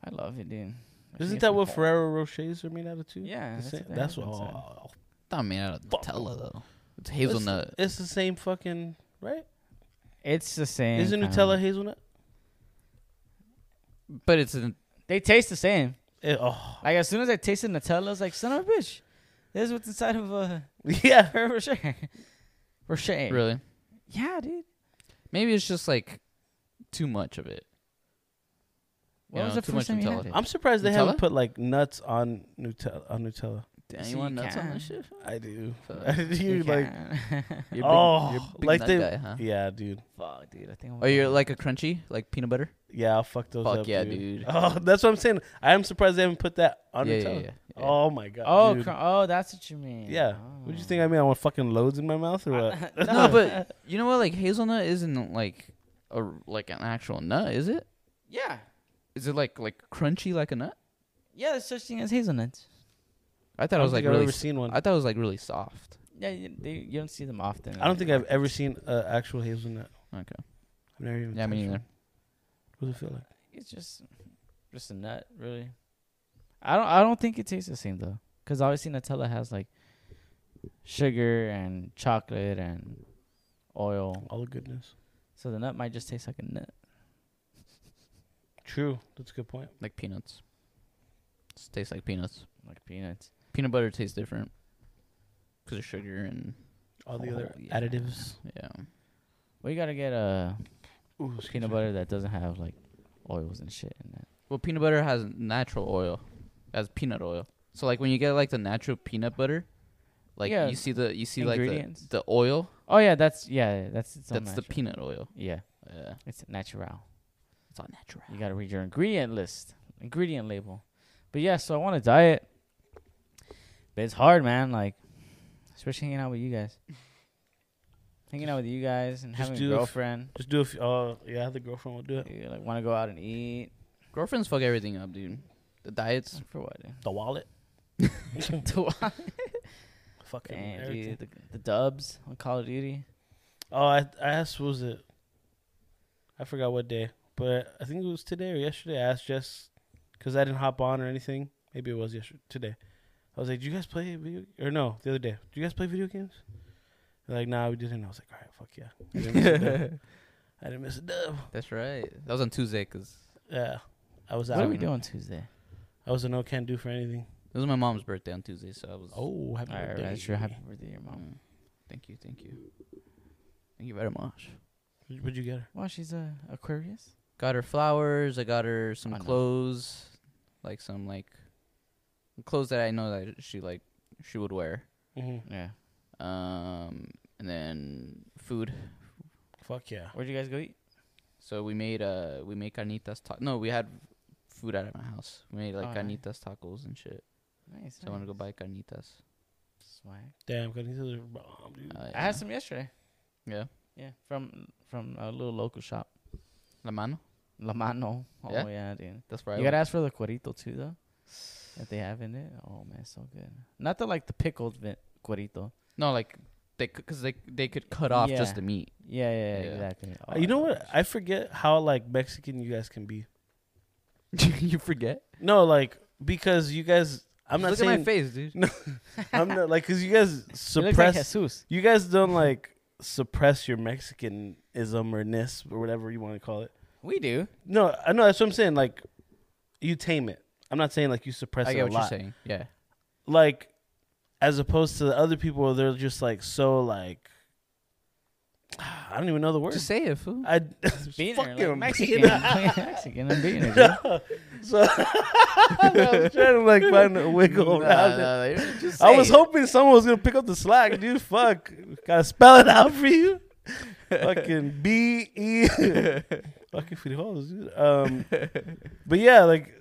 I love it, dude. I think
Isn't
it's
that
my
what
favorite.
Ferrero Rochers are made out of too? The
Yeah, that's
same-
what they
that's
have
what.
inside.
oh,
Not made out of
Fuck.
Nutella though.
it's,
It's hazelnut.
it's the same fucking right.
It's the same.
Isn't
kind of-
Nutella hazelnut?
but it's an,
They taste the same.
Eh, oh, (laughs)
Like as soon as I tasted Nutella, I was like, "Son of a bitch, this is what's inside of uh, (laughs) a
yeah.
Ferrero Rocher." Rocher.
really.
Yeah, dude.
Maybe it's just like too much of it.
What
Yeah,
was the
too
first
much
time you had
Nutella.
it?
I'm surprised they haven't
Nutella?
put like nuts on Nutella. On Nutella,
Damn,
So
you
you
want nuts on
can.
that shit?
I do. (laughs)
Fuck.
I do
You
like.
can.
You're
Oh,
you're a
like
nut
they-
guy, huh?
Yeah, dude.
(laughs) Fuck, dude. I think. I'm
Oh, you're
gonna-
like a crunchy, like peanut butter.
Yeah, I'll fuck those
Fuck
up.
yeah,
dude.
dude.
(laughs) Oh, that's what I'm saying. I am surprised they haven't put that on
yeah,
Nutella.
yeah, yeah, yeah.
Oh my god.
Oh,
dude.
cr- oh, that's what you mean.
yeah.
Oh.
What do you think? I mean, I want fucking loads in my mouth or
(laughs)
what?
(laughs) no, but you know what? Like hazelnut isn't like a like an actual nut, is it?
Yeah,
Is it like like crunchy like a nut?
yeah. There's such thing as hazelnuts.
I
I
thought it
don't
was like
think I've
really.
ever
s-
seen one.
I thought it was like really soft.
Yeah, you, they, you don't see them often.
I don't think I've ever seen an actual hazelnut.
Okay.
I've never even.
Yeah, me
touched
neither.
one. What does it feel like?
It's just, just a nut, really. I don't. I don't think it tastes the same though, because obviously Nutella has like sugar and chocolate and oil,
All the goodness.
so the nut might just taste like a nut.
True. That's a good point.
Like peanuts. It tastes like peanuts.
Like peanuts.
Peanut butter tastes different because of sugar and
All the
Oh,
other
yeah.
additives.
yeah.
We gotta get a
Ooh, excuse
peanut
me.
butter that doesn't have like oils and shit in it.
Well, peanut butter has natural oil, as peanut oil. So like when you get like the natural peanut butter, like
Yeah,
you see the you see like the,
ingredients.
the oil
Oh yeah, that's yeah, that's it's all
that's the
natural.
peanut oil.
Yeah,
Yeah,
it's natural.
it's all natural.
You gotta read your ingredient list, ingredient label. But yeah, so I want to diet, but it's hard, man. Like, especially hanging out with you guys, hanging out with you guys, and
Just
having
do
a
a f-
girlfriend.
Just do a few. Uh, yeah, the girlfriend will do it.
You like want to go out
(laughs)
and eat
Girlfriends fuck everything up, dude. The
(laughs)
diets.
for what?
The
(laughs)
wallet. (laughs)
dude?
Fucking
(laughs) Damn,
everything.
dude, the, the dubs on Call of Duty.
Oh, I, I asked, was it? I forgot what day, but I think it was today or yesterday. I asked Jess because I didn't hop on or anything. Maybe it was yesterday, today. I was like, "Do you guys play video?" Or no, the other day. Do you guys play video games? They're like, "Nah, we didn't." I was like, "All right, fuck yeah." I didn't miss a
(laughs)
dub. I didn't miss a dub.
That's right. That was on Tuesday because
Yeah, I was
What are
out.
we doing Tuesday?
I was a no can do for anything.
it was my mom's birthday on Tuesday, so I was.
Oh, happy
All right,
birthday!
that's your happy birthday, your mom.
Mm. Thank you, thank you, thank you very much.
What'd you get her?
Wow, she's a Aquarius.
Got her flowers. I got her some
I know.
clothes, like some like clothes that I know that she like she would wear.
hmm
Yeah.
Um, and then food.
Fuck yeah!
Where'd you guys go eat?
So we made uh we made carnitas. Ta- no, we had food out of my house. We made like
Oh, nice.
carnitas tacos and shit.
Nice.
So I want to go buy carnitas.
Swag.
Damn, cause these are bomb, dude.
Uh,
I had some yesterday.
Yeah.
Yeah, from from a little local shop,
La mano.
La Mano. Oh
Yeah?
yeah, dude.
That's right.
You gotta ask for the cuerito too, though. That they have in it. Oh man, so good. Not the like the pickled vin- cuerito.
No, like they because they they could cut off
Yeah.
just the meat. (laughs)
Yeah, yeah, yeah,
Yeah.
exactly.
Uh,
Oh,
you know
I
what? I forget how like Mexican you guys can be.
you forget.
No, like because you guys. I'm not
Look
saying.
at my face, dude.
I'm not like because you
(laughs)
guys
You look like
suppress.
Jesus.
you guys don't like suppress your Mexicanism or ness or whatever you want to call it.
We do.
No, I know that's what I'm saying. Like you tame it. I'm not saying like you suppress
I
it
get
a
what
lot.
you're saying. Yeah.
Like as opposed to the other people, they're just like so like. I don't even know the word.
Just say it,
(laughs)
fool.
I (laughs)
Being
fucking
like Mexican, (laughs)
beaner.
Mexican, and being dude.
So I was trying to like find a wiggle around it. I was hoping someone was gonna pick up the slack, dude. Fuck, gotta spell it out for you. fucking B
(laughs)
E. fucking frijoles, dude. Um, but yeah, like,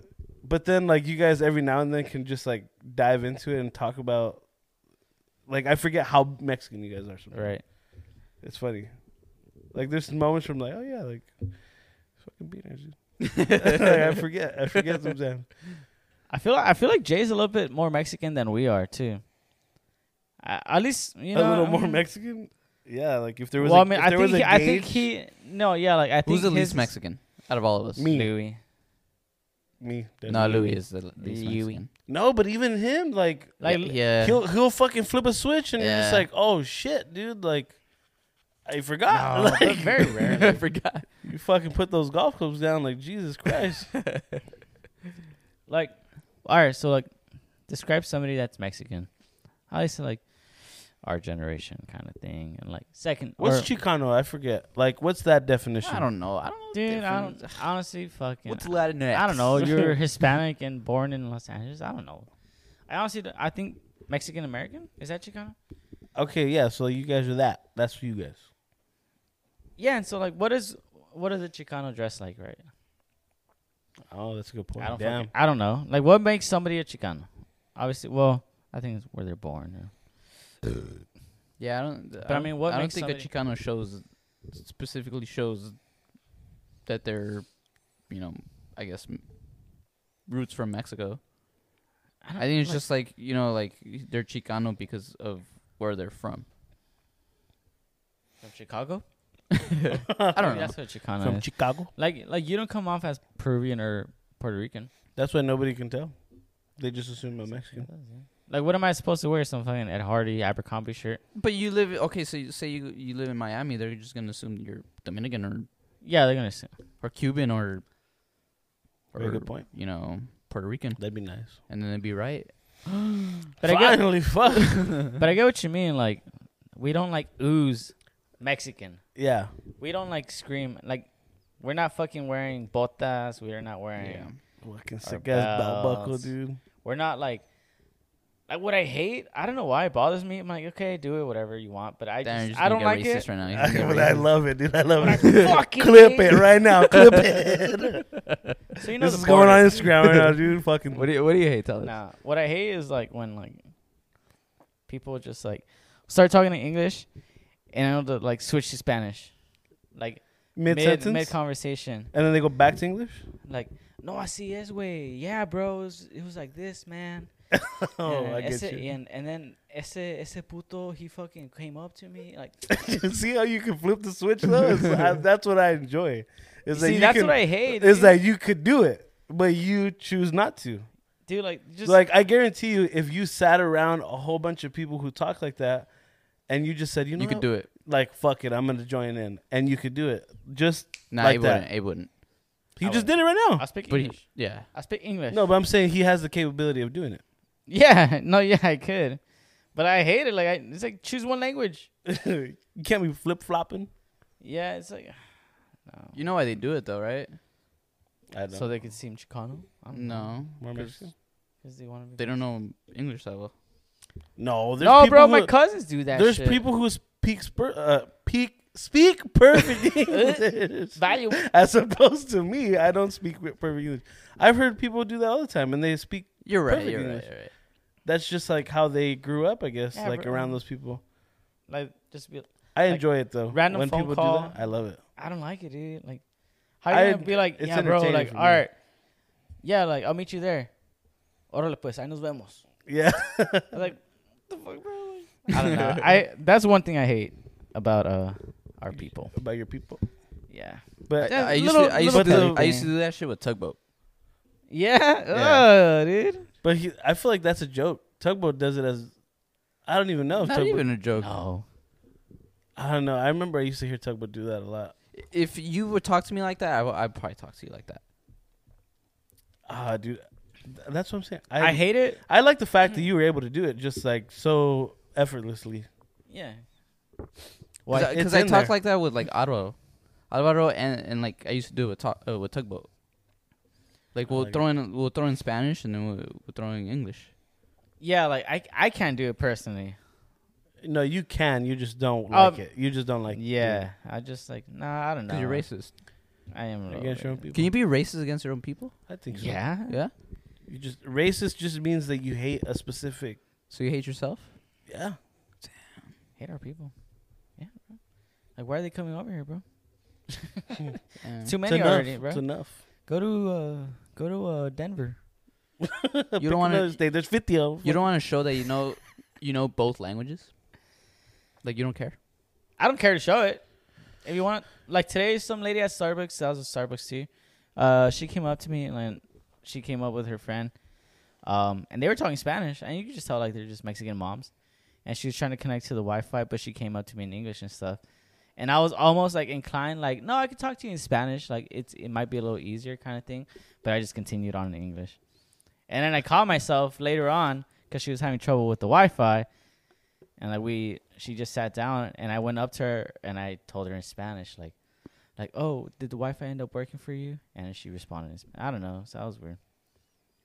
but then like you guys every now and then can just like dive into it and talk about. Like I forget how Mexican you guys are. (laughs) Sometimes.
Right.
It's funny. Like there's moments from like, oh yeah, like fucking beaters, dude.
(laughs)
like, I forget. I forget sometimes.
I feel I feel like Jay's a little bit more Mexican than we are too. I, at least you know
a little
I
more
mean-
Mexican. Yeah, like if there was.
Well,
a,
I mean,
if
I
there
think
was a
he, I think
gauge-
he no, yeah, like I think
Who's the
his
least
is
Mexican out of all of us?
Me.
Louis.
me.
No,
definitely
Louis
me.
is the l- least
Louis.
Mexican.
No, but even him, like,
Like
yeah. (laughs)
he'll he'll fucking flip a switch, and you're just
Yeah.
like, oh shit, dude, like. I forgot. (laughs)
No, but
like,
very
I
rarely.
forgot.
you fucking put those golf clubs down, like Jesus
(laughs)
Christ.
like, all right, so like, describe somebody that's Mexican. I used to like our generation kind of thing, and like second.
What's
or-
Chicano? I forget. Like, what's that definition?
I don't know. I don't know. the
dude? I
difference.
don't honestly fucking.
What's Latinx?
I
(laughs)
don't know.
(laughs)
You're Hispanic and born in Los Angeles. I don't know. I honestly, don't- I think Mexican American is that Chicano?
Okay, yeah. So you guys are that. That's for you guys.
Yeah, and so like, what is what is a Chicano dress like, right?
Oh, that's a good point.
I don't.
Damn.
Fucking, I don't know. Like, what makes somebody a Chicano? Obviously, well, I think it's where they're born. Or,
Yeah, I don't. But
I mean, what
I don't
makes
think a Chicano shows specifically shows that they're, you know, I guess m- roots from Mexico. I,
don't-
think it's
like-
just like you know, like they're Chicano because of where they're from.
From
(laughs)
Chicago?
I don't
Maybe
know.
That's what Chicano
From
is.
Chicago.
like, like you don't come off as Peruvian or Puerto Rican.
That's why nobody can tell. They just assume I'm Mexican.
Like, what am I supposed to wear? Some fucking Ed Hardy Abercrombie shirt?
But you live okay. So you, say you you live in Miami, they're just gonna assume you're Dominican or
Yeah, they're gonna say.
or Cuban or
Very
or,
good point.
You know, Puerto Rican,
That'd be nice.
and then they'd be right.
But I get,
Finally, (laughs) fuck.
(laughs) but I get what you mean. Like, we don't like ooze Mexican.
yeah.
We don't like scream like we're not fucking wearing botas. We are not wearing.
Yeah.
Fucking
Our
sick ass belt buckle,
belts.
dude.
We're not like. Like what I hate, I don't know why it bothers me. I'm like, okay, do it whatever you want, but I
Damn, you're
just,
just
I
gonna
don't like
get
it.
racist Right now. You're
(laughs)
gonna
But
get
I
racist.
love it, dude. I love it. (laughs)
fucking
clip
hate
it right
(laughs)
now. Clip it.
So you know
this
the
is going on
borders.
Instagram right now,
(laughs)
dude. Fucking.
What do you What do you hate, Tyler?
Nah, what I hate is like when like people just like start talking in English, and I don't like switch to Spanish, like
mid
mid mid
sentence,
conversation.
and then they go back to
(laughs)
English. (laughs)
Like, no, así es, güey. Yeah, bro, it was, it was like this,
(laughs)
man.
Oh,
and
I get
ese,
you.
And, and then ese ese puto, he fucking came up to me like.
See how you can flip the switch though. It's,
(laughs)
I, that's what I enjoy. Is that
see,
you
that's
can,
what I hate.
It's
dude.
like you could do it, but you choose not to.
dude, like just
like I guarantee you, if you sat around a whole bunch of people who talk like that, and you just said, you know,
You could
what?
do it.
Like fuck it, I'm gonna join in, and you could do it. Just
Nah,
like
it
that.
wouldn't. It wouldn't.
He
I
just did it right now.
I speak
But he-
English.
yeah,
I speak English.
No, but I'm saying he has the capability of doing it.
(laughs) Yeah, no, yeah, I could, but I hate it. Like, I, it's like choose one language.
(laughs) you can't be flip flopping.
Yeah, it's like (sighs) no.
you know why they do it though, right?
I
so they could seem Chicano. I don't know.
No,
More Mexican?
because they want to be.
they don't know English that well.
No, there's
no,
people
bro,
who,
my cousins do that.
there's
shit. (laughs)
people who speak per, uh, peak, speak
(laughs)
perfect English.
Value.
As opposed to me, I don't speak perfect English. I've heard people do that all the time, and they speak.
You're right.
Perfect
You're right.
English.
You're right.
That's just like how they grew up, I guess.
Yeah,
like
bro.
around those people.
Like, just be.
I
Like,
enjoy it though.
random
when
phone
people
call.
do that, I love it.
I don't like it, dude. Like, how you
I-
gonna be like,
it's
yeah, bro,
entertaining
like,
for
all
me.
right, yeah, like, I'll meet you there. Órale pues, ahí nos vemos.
Yeah, (laughs)
I'm like, what the fuck, bro? I don't know. I that's one thing I hate about uh our people.
about your people,
Yeah.
but
Yeah,
I, I used
little-
to. I used to,
little
do,
petty
I used to
thing.
do that shit with tugboat.
Yeah,
Yeah.
Uh, dude.
but he, I feel like that's a joke. Tugboat does it as I don't even know. If
Not
Tugboat,
even a joke.
No.
I don't know. I remember I used to hear Tugboat do that a lot.
If you would talk to me like that, I would, I'd probably talk to you like that.
Ah, dude, th- that's what I'm saying.
I hate it.
I like the fact that you were able to do it just like so effortlessly.
Yeah.
Why, it's
Because I,
in
talked
there.
like that with like Alvaro, Alvaro, and, and like I used to do it with talk, uh, with tugboat. Like
I
we'll
like
throw in we'll throw in Spanish and then we'll, we'll throw in English.
Yeah, like I I can't do it personally.
No, you can. You just don't
Um,
like it. You just don't like.
yeah, I just like nah. I don't know.
Because you're racist.
I am. a
doing it
little
against your own
racist.
people.
Can you be racist against your own people?
I think so.
Yeah.
Yeah.
You just racist just means that you hate a specific.
So you hate yourself?
Yeah.
Hate our people. Yeah. Bro. Like, why are they coming over here, bro?
Yeah.
Too
It's
many
enough.
already, bro.
It's enough. (laughs)
go to uh, go to uh, Denver.
Pick
don't wanna-
another state. There's 50 of 'em.
You don't want to show that you know you know both languages. Like you don't care.
I don't care to show it. If you want, like today, some lady at Starbucks sells a Starbucks tea. Uh, she came up to me and like, she came up with her friend, um, and they were talking Spanish, and you could just tell like they're just Mexican moms, and she was trying to connect to the Wi-Fi, but she came up to me in English and stuff, and I was almost like inclined, like, no, I could talk to you in Spanish, like it's it might be a little easier kind of thing, but I just continued on in English, and then I caught myself later on because she was having trouble with the Wi-Fi, and like we she just sat down and I went up to her and I told her in Spanish like like oh did the Wi-Fi end up working for you and she responded in Spanish. I don't know so that was weird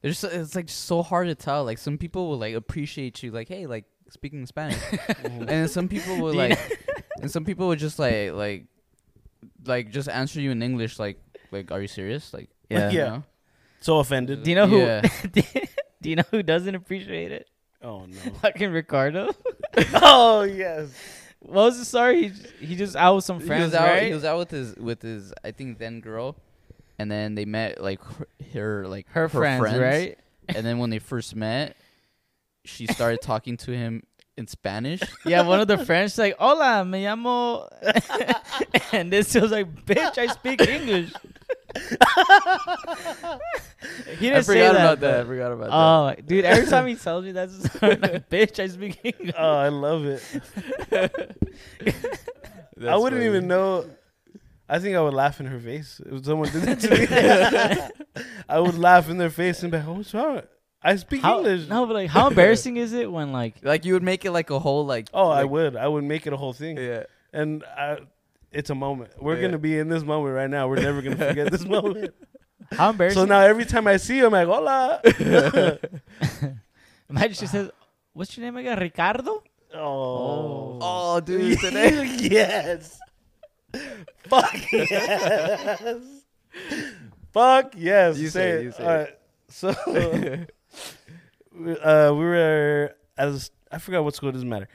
It's just, it's like so hard to tell. Like some people will like appreciate you, like hey, like speaking (laughs) Spanish, and then some people will
Do you know-
like, and some people would just like like, like just answer you in English, like like are you serious? Like
Yeah.
you
Yeah.
know?
So offended.
do you know who
Yeah.
(laughs) do you know who doesn't appreciate it
Oh no. (laughs)
fucking
(laughs)
Ricardo
oh yes.
what was the sorry he, j- he just out with some
He
friends
was out.
right
He was out with his with his I think then girl, and then they met like her, her like
her, friends, right
And then when they first met, she started talking to him in
(laughs)
Spanish.
yeah one of the friends like hola me llamo (laughs) and this was like bitch I speak English (laughs) he didn't
I
say
forgot about
but-
that. I forgot about that.
Oh, dude! Every time he tells me that's (laughs) like, bitch, I speak (laughs) English.
Oh, I love it. I wouldn't even know. I think I would laugh in her face if someone did that to me. I would laugh in their face and be like, "What's wrong? I speak
How,
English."
no, but like, how embarrassing is it when like
Like you would make it like a whole like.
Oh, I
like-
would. I would make it a whole thing.
Yeah.
And I, it's a moment. We're
Yeah.
gonna be in this moment right now. We're never gonna forget this moment.
How embarrassing!
So now every time I see him, I go, hola.
(laughs) imagine she says, "What's your name again, Ricardo?"
Oh.
Oh, dude, today.
yes. Fuck yes. Fuck yes.
You say it, you say
Alright, So
(laughs)
we- (laughs) uh, we were at a s- I forgot what school it doesn't matter.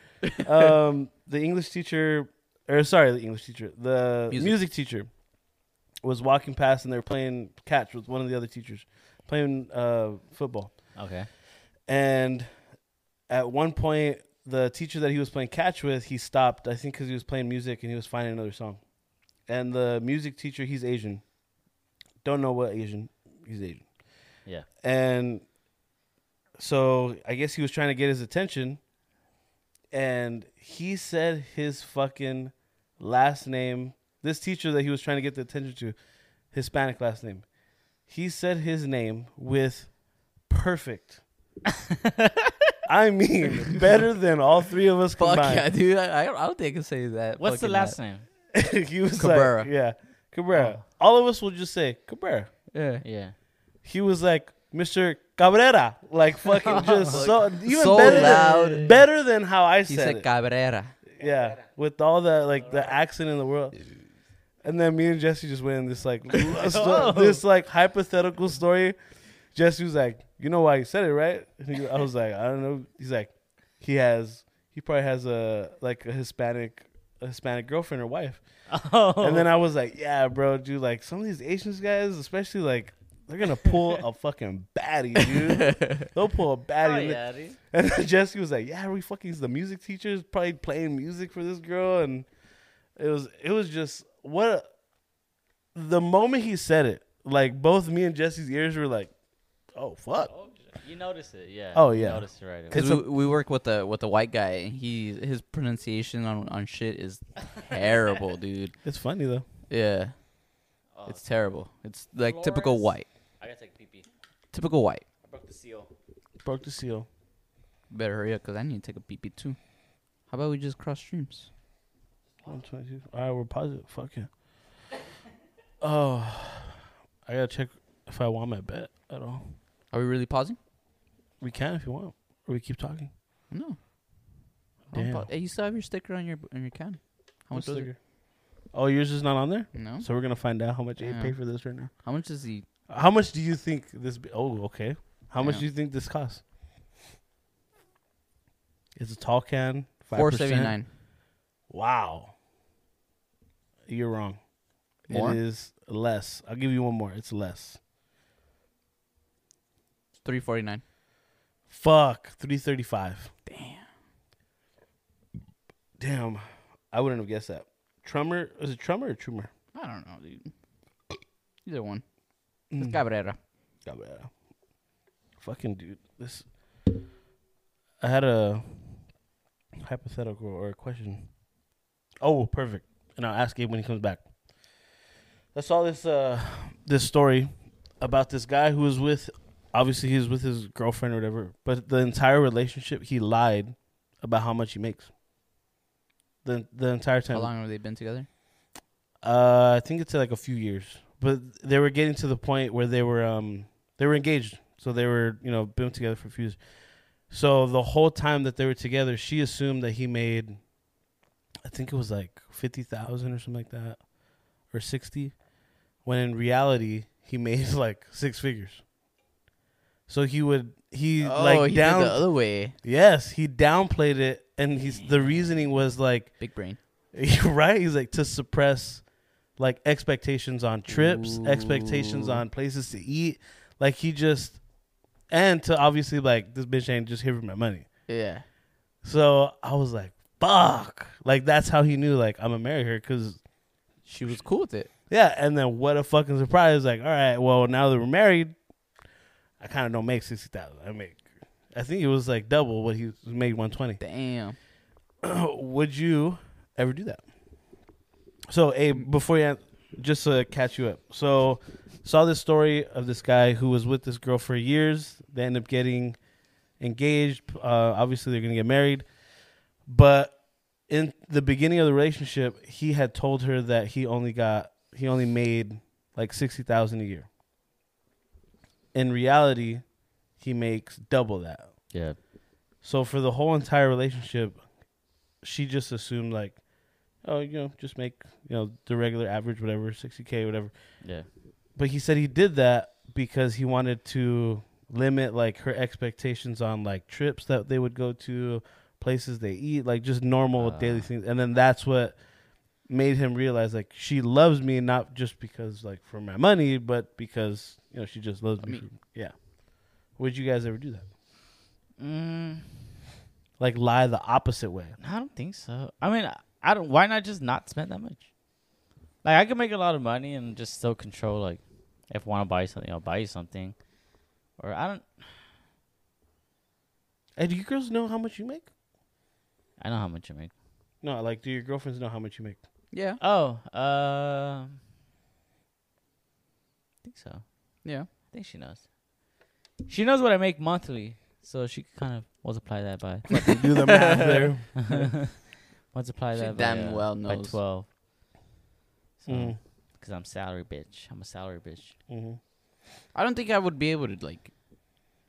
Um, the English teacher, or sorry, the English teacher, the
Music.
music. teacher was walking past and they were playing catch with one of the other teachers, playing uh, football.
Okay.
And at one point, the teacher that he was playing catch with, he stopped, I think, because he was playing music and he was finding another song. And the music teacher, he's Asian. Don't know what Asian. He's Asian.
Yeah.
And so I guess he was trying to get his attention. And he said his fucking last name. This teacher that he was trying to get the attention to, Hispanic last name. He said his name with perfect. I mean, better than all three of us
Fuck
combined.
yeah, dude. I, I, I don't think I can say that.
What's the
fucking
last
that.
name?
(laughs) he was
Cabrera. Oh.
like, yeah, Cabrera. All of us will just say Cabrera.
Yeah.
Yeah.
He was like Mr. Cabrera, like
(laughs)
fucking just so even
so
better Than,
loud.
better than how I
He
said,
said
it.
Cabrera.
yeah, with all the like the accent in the world. And then me and Jesse just went in this
(laughs)
like l-
Oh.
sto- this like hypothetical story. Jesse was like, "You know why he said it, right?" And he- I was like, "I don't know." He's like, "He has he probably has a like a Hispanic a Hispanic girlfriend or wife."
(laughs) Oh.
And (laughs) then I was like, yeah, bro, dude, like some of these Asians guys, especially like they're gonna pull (laughs) a fucking baddie, dude. They'll pull (laughs) a baddie. And then- And then Jesse was like, yeah, we fucking the music teachers probably playing music for this girl, and it was it was just what a- the moment he said it, like both me and Jesse's ears were like, oh fuck,
You notice it, yeah.
Oh,
You
yeah.
notice it right away.
Because
It's
we,
a-
we work with the with the white guy. He his pronunciation on on shit
(laughs)
is terrible, dude.
it's funny though.
Yeah, it's terrible. It's like typical
Oh. Flores?
white.
I gotta take pee pee.
Typical white.
I broke the seal.
Broke the seal.
Better hurry up, cause I need to take a pee pee too. How about we just cross streams?
One twenty two. All right, we're positive. Fuck yeah. (laughs) Oh, I gotta check if I want my bet at all.
Are we really pausing?
We can if you want, or we keep talking.
No. I don't
Damn.
pau- hey, you still have your sticker on your on your can. How much
What
was it?
sticker? Oh, yours is not on there.
No.
So we're gonna find out how much you
Yeah.
pay for this right now.
How much is the?
How much do you think this? Be- oh, okay. How much
Yeah.
do you think this costs? It's a tall can. 5%.
Four seventy nine.
Wow. You're wrong.
More?
It is less. I'll give you one more. It's less.
Three forty nine.
Fuck. Three thirty five. Damn. Damn. I wouldn't have guessed that. Trummer is it Trummer or Trumer?
I don't know, dude. Either one. It's Cabrera.
Cabrera. uh, Fucking dude, this. I had a hypothetical or a question. Oh, perfect. And I'll ask him when he comes back. I saw this uh this story about this guy who was with obviously he was with his girlfriend or whatever, but the entire relationship he lied about how much he makes. The the entire time.
How long have they been together?
Uh, I think it's like a few years, but they were getting to the point where they were um they were engaged, so they were you know been together for a few years. So the whole time that they were together, she assumed that he made, I think it was like fifty thousand or something like that, or sixty, when in reality he made (laughs) like six figures. So he would he like
Oh, he
down
did the other way.
yes he downplayed it, and he's the reasoning was like
Big brain.
You're (laughs) right. He's like to suppress like expectations on trips, expectations
Ooh.
on places to eat. Like he just and to obviously like this bitch ain't just here for my money.
Yeah.
So I was like, fuck. Like that's how he knew like I'm gonna marry her because
She was cool with it.
yeah. And then what a fucking surprise! Like all right, well now that we're married, I kind of don't make sixty thousand. I make I think it was like double what he made one twenty.
Damn.
(clears throat) would you ever do that? So, Abe, before you, an- just to catch you up, so saw this story of this guy who was with this girl for years. They end up getting engaged. Uh, obviously, they're gonna get married, but in the beginning of the relationship, he had told her that he only got he only made like sixty thousand a year. In reality, he makes double that.
Yeah.
So for the whole entire relationship, she just assumed like, oh, you know, just make you know the regular average, whatever, sixty k, whatever.
Yeah.
But he said he did that because he wanted to limit like her expectations on like trips that they would go to, places they eat, like just normal
Ah.
daily things. And then that's what made him realize like she loves me not just because like for my money, but because you know she just loves
I
me.
mean-
for- yeah. Would you guys ever do that?
Mm,
Like lie the opposite way?
I don't think so. I mean, I- I don't. Why not just not spend that much? Like I could make a lot of money and just still control. Like, if I want to buy you something, I'll buy you something. Or I don't.
Hey, do you girls know how much you make?
I know how much you make.
No, like, do your girlfriends know how much you make?
Yeah,
Oh, um, I think so. I
yeah.
think she knows. She knows what I make monthly, so she could kind of multiply that by (laughs)
do the math (laughs) there.
multiply
She
that by,
damn
uh,
well
by
knows.
twelve. So,
Mm,
Cause I'm salary bitch. I'm a salary bitch.
mhm.
I don't think I would be able to like,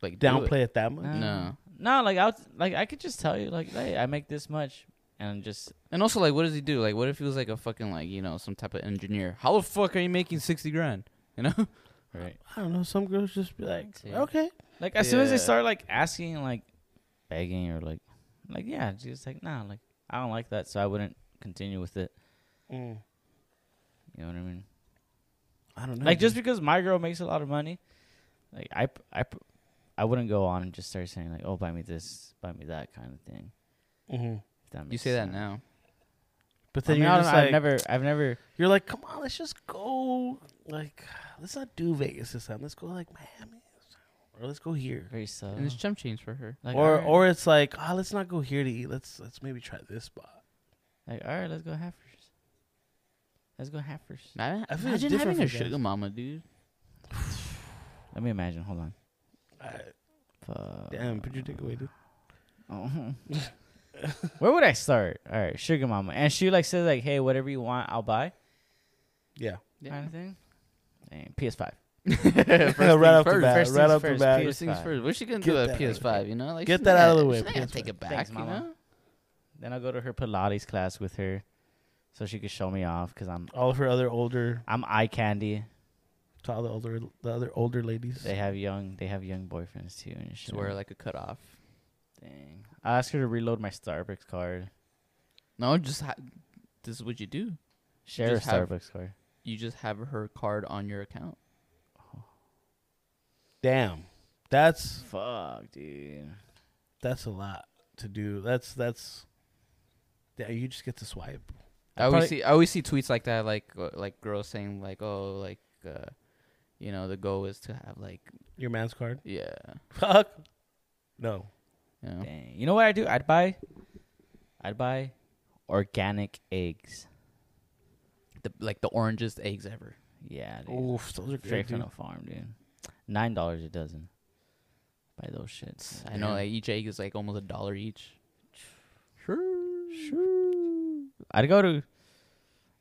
like do it.
Downplay it that
Nah.
much?
No.
No, like I was, like I could just tell you like, hey, I make this much, and just
And also, like, what does he do? Like, what if he was like a fucking like you know some type of engineer? How the fuck are you making sixty grand? (laughs) You know?
right.
I don't know. Some girls just be like,
see.
okay.
Like as soon as they
Yeah.
start like asking and like begging or like, like yeah, she's like nah, like I don't like that, so I wouldn't continue with it.
Mm,
You know what I mean?
I don't know.
Like just
dude.
because my girl makes a lot of money, like I p- I p- I wouldn't go on and just start saying like, oh, buy me this, buy me that kind of thing.
Mhm.
If that
You
makes
say that
sense.
now.
But
I
then
mean, I
you're
don't
just
know,
like,
I've never, I've never.
you're like, come on, let's just go. Like, let's not do Vegas this time. Let's go like Miami, this time. or let's go here.
Very so.
And it's chump change for her.
Like,
or
alright.
or it's like, ah, let's not go here to eat. Let's let's maybe try this spot.
like, all right, let's go halfers. Let's go halfers.
I,
I feel it's
imagine
different
having a
for guys.
sugar mama, dude.
Let me imagine. Hold on.
I,
Fuck.
damn, put your dick away, dude.
Oh. Where would I start? All right, sugar mama, and she like says like, "Hey, whatever you want, I'll buy."
Yeah,
Kind of thing. And PS Five.
(laughs) right off the bat,
first.
First
right
things
off the
first,
bat.
Peter.
First things
PS5.
first. What's she gonna
Get
do
that out
at
of the
PS Five? You know, like
Get
she's
that
not-
out of the way,
She's not gonna
PS5.
take it back,
Thanks,
you
mama.
know.
Then I'll go to her Pilates class with her, so she could show me off because I'm
All of her other older,
I'm eye candy.
to all the older, the other older ladies.
They have young they have young boyfriends too and shit.
Just wear like a cutoff.
Dang. I asked her to reload my Starbucks card.
No, just ha- this is what you do.
Share a
just have-
Starbucks card.
You just have her card on your account.
Damn, that's
Fuck, dude.
that's a lot to do. That's that's. Yeah, you just get to swipe.
I,
I
always
probably-
see I always see tweets like that, like uh, like girls saying like, oh, like, uh, you know, the goal is to have like,
Your man's card.
yeah,
Fuck. No.
you know.
Dang. You know what I do? I'd buy I'd buy organic eggs.
the like the orangest eggs ever.
Yeah, dude.
Oof, those are
Straight
great.
from
dude.
the farm, dude. Nine dollars a dozen. Buy those shits.
I know
Damn.
like each egg is like almost a dollar each.
I'd go to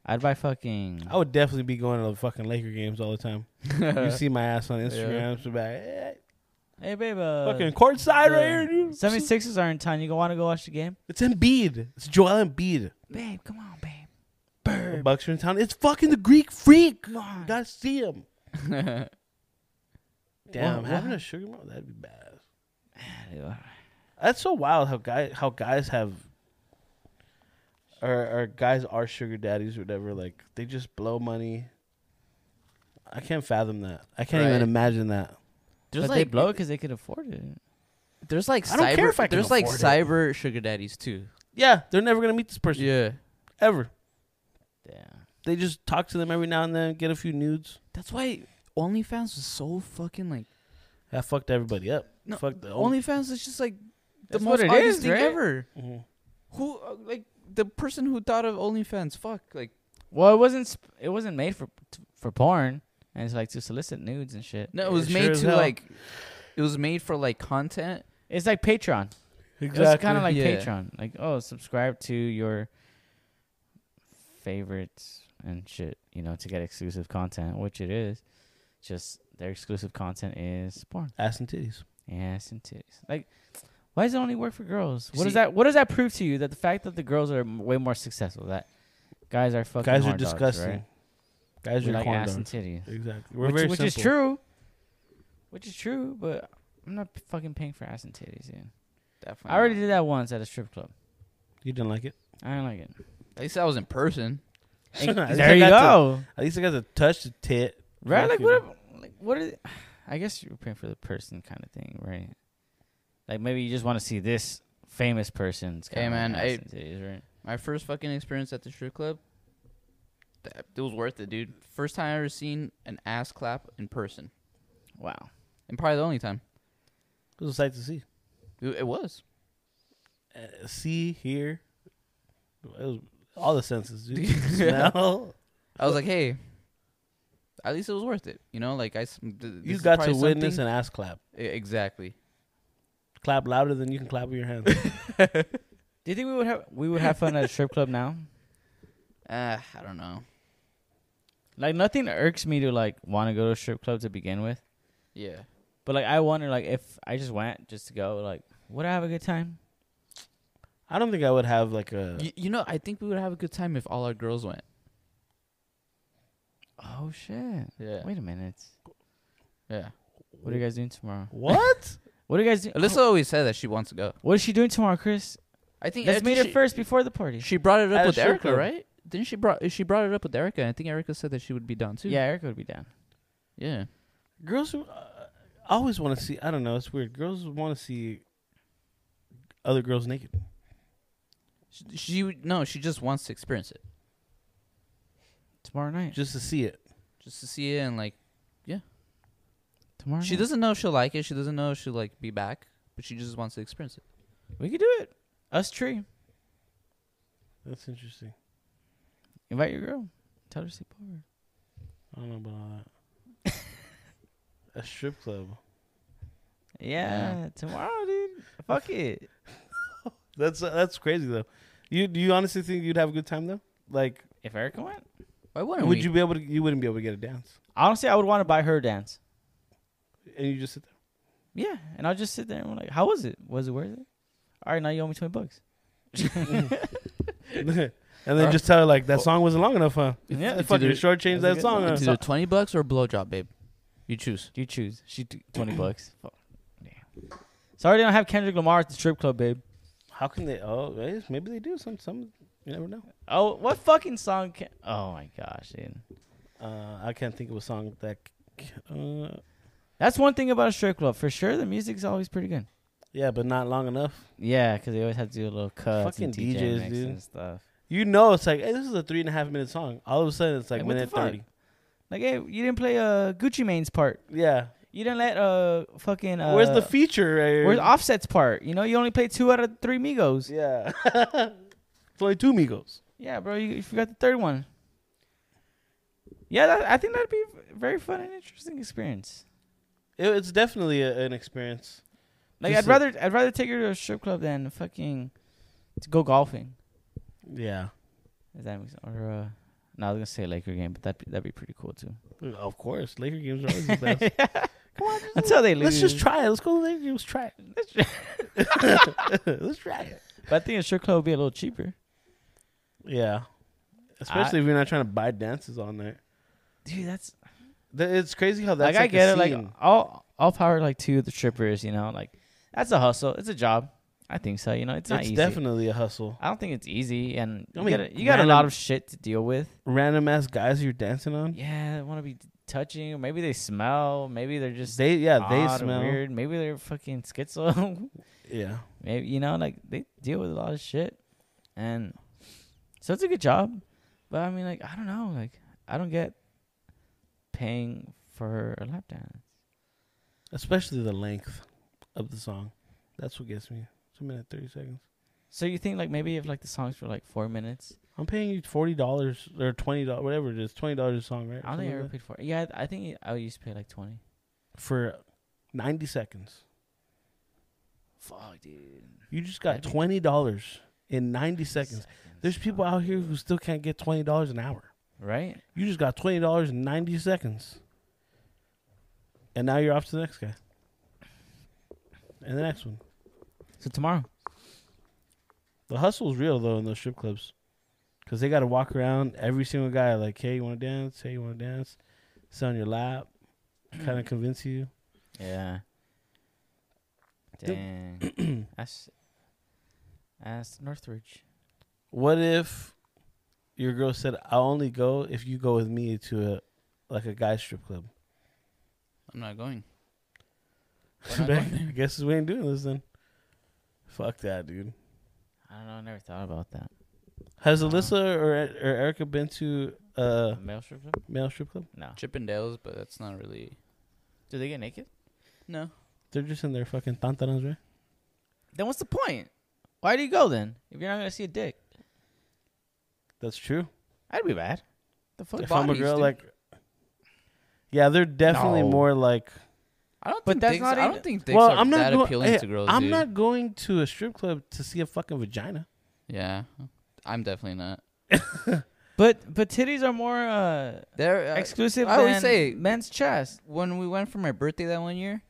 I'd buy fucking
I would definitely be going to the fucking Laker games all the
(laughs)
time. you see my ass on Instagram. so bad. eh,
Hey babe, uh,
fucking courtside right here, dude.
76ers are in town. You gonna want to go watch the game?
It's Embiid. It's Joel Embiid.
Babe, come on, babe.
The Bucks are in town. It's fucking the Greek freak. You gotta see him.
(laughs)
Damn,
Wha-
having
what?
a sugar mama, that'd be badass.
Yeah.
That's so wild how guy how guys have or or guys are sugar daddies or whatever. Like they just blow money. I can't fathom that. I can't even
Right.
imagine that.
There's
but they
like
blow it because they could afford it.
there's like
I don't
cyber
care if I can
there's like
afford it.
cyber sugar daddies too.
Yeah, they're never gonna meet this person
Yeah,
ever.
Yeah.
They just talk to them every now and then, get a few nudes.
that's why OnlyFans was so fucking like
That fucked everybody up.
No,
Fuck the only.
OnlyFans is just like the
That's
most
what it
obvious
is,
thing
right?
ever.
Mhm.
Who uh, like the person who thought of OnlyFans? Fuck, like
Well, it wasn't. Sp- it wasn't made for t- for porn, and it's like to solicit nudes and shit.
no,
Yeah,
it was
sure
made
as
to
hell.
like it was made for like content.
It's like Patreon.
Exactly.
It's kind of like
Yeah.
Patreon. Like, oh, subscribe to your favorites and shit, you know, to get exclusive content, which it is. Just their exclusive content is porn.
ass and titties.
Ass and titties. Like, why does it only work for girls? What does
See-
that What does that prove to you? That the fact that the girls are m- way more successful, that guys are fucking
Guys are
horn dogs,
disgusting.
right?
Guys
We
are
like
corn
ass and
dogs.
titties,
Exactly. We're
which,
very
which is
simple.
true. Which is true, but I'm not p- fucking paying for ass and titties, dude.
Definitely.
I already did that once at a strip club.
You didn't like it.
I don't like it.
At least I was in person.
(laughs)
(laughs)
At least I
there you
got to-
go.
At least I got to touch the tit.
right? Like
Fucking-
what? if- Like what is? (sighs) I guess you're praying for the person kind of thing, right? Like maybe you just want to see this famous person's.
Hey,
kinda
man,
ass
I-
and titties, right?
My first fucking experience at the strip club. That, it was worth it, dude. First time I ever seen an ass clap in person,
Wow.
and probably the only time.
It was a sight to see.
It, it was.
Uh, see, hear. It was all the senses. (laughs) Dude. Smell.
I was like, hey. At least it was worth it, you know. Like I, s- th- this
You
is
got to
probably
witness
something-
an ass clap.
E- exactly.
Clap louder than you can clap with your (laughs) hands.
Do you think we would have we would have
(laughs)
fun at a strip club now?
Uh, I don't know.
Like nothing irks me to like want to go to a strip club to begin with,
Yeah,
but like I wonder like if I just went just to go like would I have a good time?
I don't think I would have like a.
you, you know, I think we would have a good time if all our girls went.
Oh shit!
Yeah,
Wait a minute.
yeah.
What are you guys doing tomorrow?
What?
(laughs) What are you guys doing?
Alyssa always said that she wants to go.
What is she doing tomorrow, Chris?
I think I
Let's
think
meet her
uh, she-
first before the party.
She brought it
At
up
a
with
strip
Erica,
club.
right? Didn't she brought she brought it up with Erica? I think Erica said that she would be down too.
Yeah, Erica would be down.
yeah.
Girls who, uh, always want to see. I don't know. It's weird. Girls want to see other girls naked.
She, she would- no, she just wants to experience it,
Tomorrow night.
just to see it.
just to see it and like
Tomorrow.
she
night.
doesn't know if she'll like it. She doesn't know if she'll like be back, but she just wants to experience it.
We could do it. Us tree.
That's interesting.
Invite your girl. Tell her to sleep over.
I don't know about (laughs) all that. a strip club.
Yeah, tomorrow, dude. Fuck it.
That's uh, that's crazy though. You do you honestly think you'd have a good time though? Like,
If Erica went,
Why wouldn't
would
we?
you be able to? You wouldn't be able to get a dance,
honestly, I would want to buy her a dance.
and you just sit there.
Yeah, and I'll just sit there and we're like, "How was it? Was it worth it?" All right, now you owe me twenty bucks.
and then just tell her like that song wasn't long enough, huh?
Yeah,
Yeah,
it's
fucking
either-
shortchanged that
that's a good
song.
song.
huh?
It's either twenty bucks or a blowjob, babe. You choose.
You choose. She t- twenty (clears throat) bucks. Fuck. Damn. Sorry, they don't have Kendrick Lamar at the strip club, babe.
How can they? Oh, eh, maybe they do. Some some. You never know.
Oh, what fucking song? Can- oh my gosh, dude.
Uh, I can't think of a song that. c- Uh,
That's one thing about a strip club for sure. The music's always pretty good.
yeah, but not long enough.
Yeah, because they always have to do a little cuts
Fucking
and DJ
DJs,
mix
dude.
and stuff.
You know, it's like hey, this is a three and a half minute song. All of a sudden, it's like
Like, what the
minute
fuck?
thirty.
Like, hey, you didn't play uh Gucci Mane's part.
Yeah,
You didn't let uh fucking uh,
where's the feature? eh?
where's Offset's part? You know, you only played two out of three Migos. Yeah,
Yeah. (laughs) it's only two Migos.
bro, you, you forgot the third one. Yeah, that, I think that'd be a very fun and interesting experience.
It, it's definitely a, an experience.
Like,
Just
I'd
a-
rather I'd rather take her to a strip club than fucking to go golfing.
Yeah.
If that makes or uh, no, I was gonna say Laker game, but that that'd be pretty cool too. (laughs)
Of course. Laker games are always the best. Come on. Just,
Until they lose,
let's just try it. Let's go to the Laker games. Try it. let's try it.
But I think a strip club would be a little cheaper.
Yeah. Especially if you're not trying to buy dances all night.
Dude, that's
Th- It's crazy how that's
like, I get
a
it. Like
scene.
I'll I'll power like two of the strippers. You know, like that's a hustle. It's a job. I think so. You know, it's
it's,
not easy.
definitely a hustle.
I don't think it's easy, and
I
you,
mean,
got a, you got a lot of shit to deal with.
Random ass guys you're dancing on.
Yeah, they want to be touching. Or maybe they smell. Maybe they're just
They yeah
odd
they
or
smell
weird. Maybe they're fucking schizo. (laughs)
yeah
maybe you know, like they deal with a lot of shit, and so it's a good job. But I mean, like I don't know, like I don't get paying for a lap dance.
especially the length of the song that's what gets me it's a minute 30 seconds
So you think like maybe if like the songs were like four minutes,
I'm paying you forty dollars or twenty dollars, whatever it is, twenty dollars a song, right?
I don't
Something
think I ever
like
paid for. It. Yeah, I I think I used to pay like twenty
that. for ninety seconds.
fuck, dude.
You just got
That'd be-
twenty dollars in ninety seconds. There's people
fuck,
out here
dude.
who still can't get twenty dollars an hour.
right.
You just got twenty dollars in ninety seconds, and now you're off to the next guy, and the next one.
So tomorrow,
The hustle's real though in those strip clubs, because they got to walk around every single guy like, "Hey, you want to dance? Hey, you want to dance?" Sit on your lap, kind of convince you.
yeah.
Dude. (clears throat)
Dang, that's that's Northridge.
What if your girl said, "I'll only go if you go with me to a like a guy strip club"? (laughs)
I'm not going. Why not
I
going there?
guess we ain't doing this then. Fuck that, dude.
I don't know. I never thought about that.
Has
Uh-huh.
Alyssa or, or Erica been to a
A male strip club?
male strip club?
No.
Chippendales, but that's not really.
Do they get naked?
No.
They're just in their fucking tantanas, right?
Then what's the point? Why do you go then if you're not gonna see a dick?
That's true.
That'd be bad. The fuck.
if I'm a
bodies,
girl,
dude.
like, yeah, they're definitely
No.
more like.
I don't
But
think
that's
dicks,
not
I
even-
don't think dicks
well,
are
I'm not
that
going.
appealing
hey,
to girls.
I'm
dude.
not going to a strip club to see a fucking vagina.
Yeah, I'm definitely not.
But but titties are more uh,
There, uh,
exclusive.
I always
than
say-
men's chest.
when we went for my birthday that one year,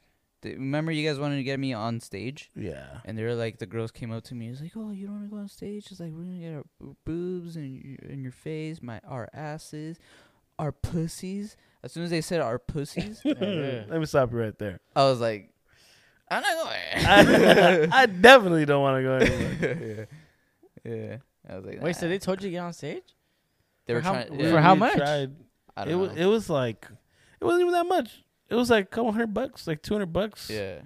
th- remember you guys wanted to get me on stage,
Yeah.
and they were like, the girls came up to me, was like, "Oh, you don't want to go on stage? It's like we're gonna get our bo- boobs and y- and your face, my our asses, our pussies." As soon as they said our
(laughs)
pussies,
Yeah.
Hmm. Let me stop you right there.
I was like, "I'm not going." (laughs)
(laughs)
I, (laughs) I definitely don't want to go anywhere.
yeah, I was like,
Wait, so
"Nah."
they told you to get on stage?
they were
for how-
trying.
for how
We
much?
tried-
I
It
don't
was,
know.
it was like it wasn't even that much. It was like a couple hundred bucks, like two hundred bucks.
yeah,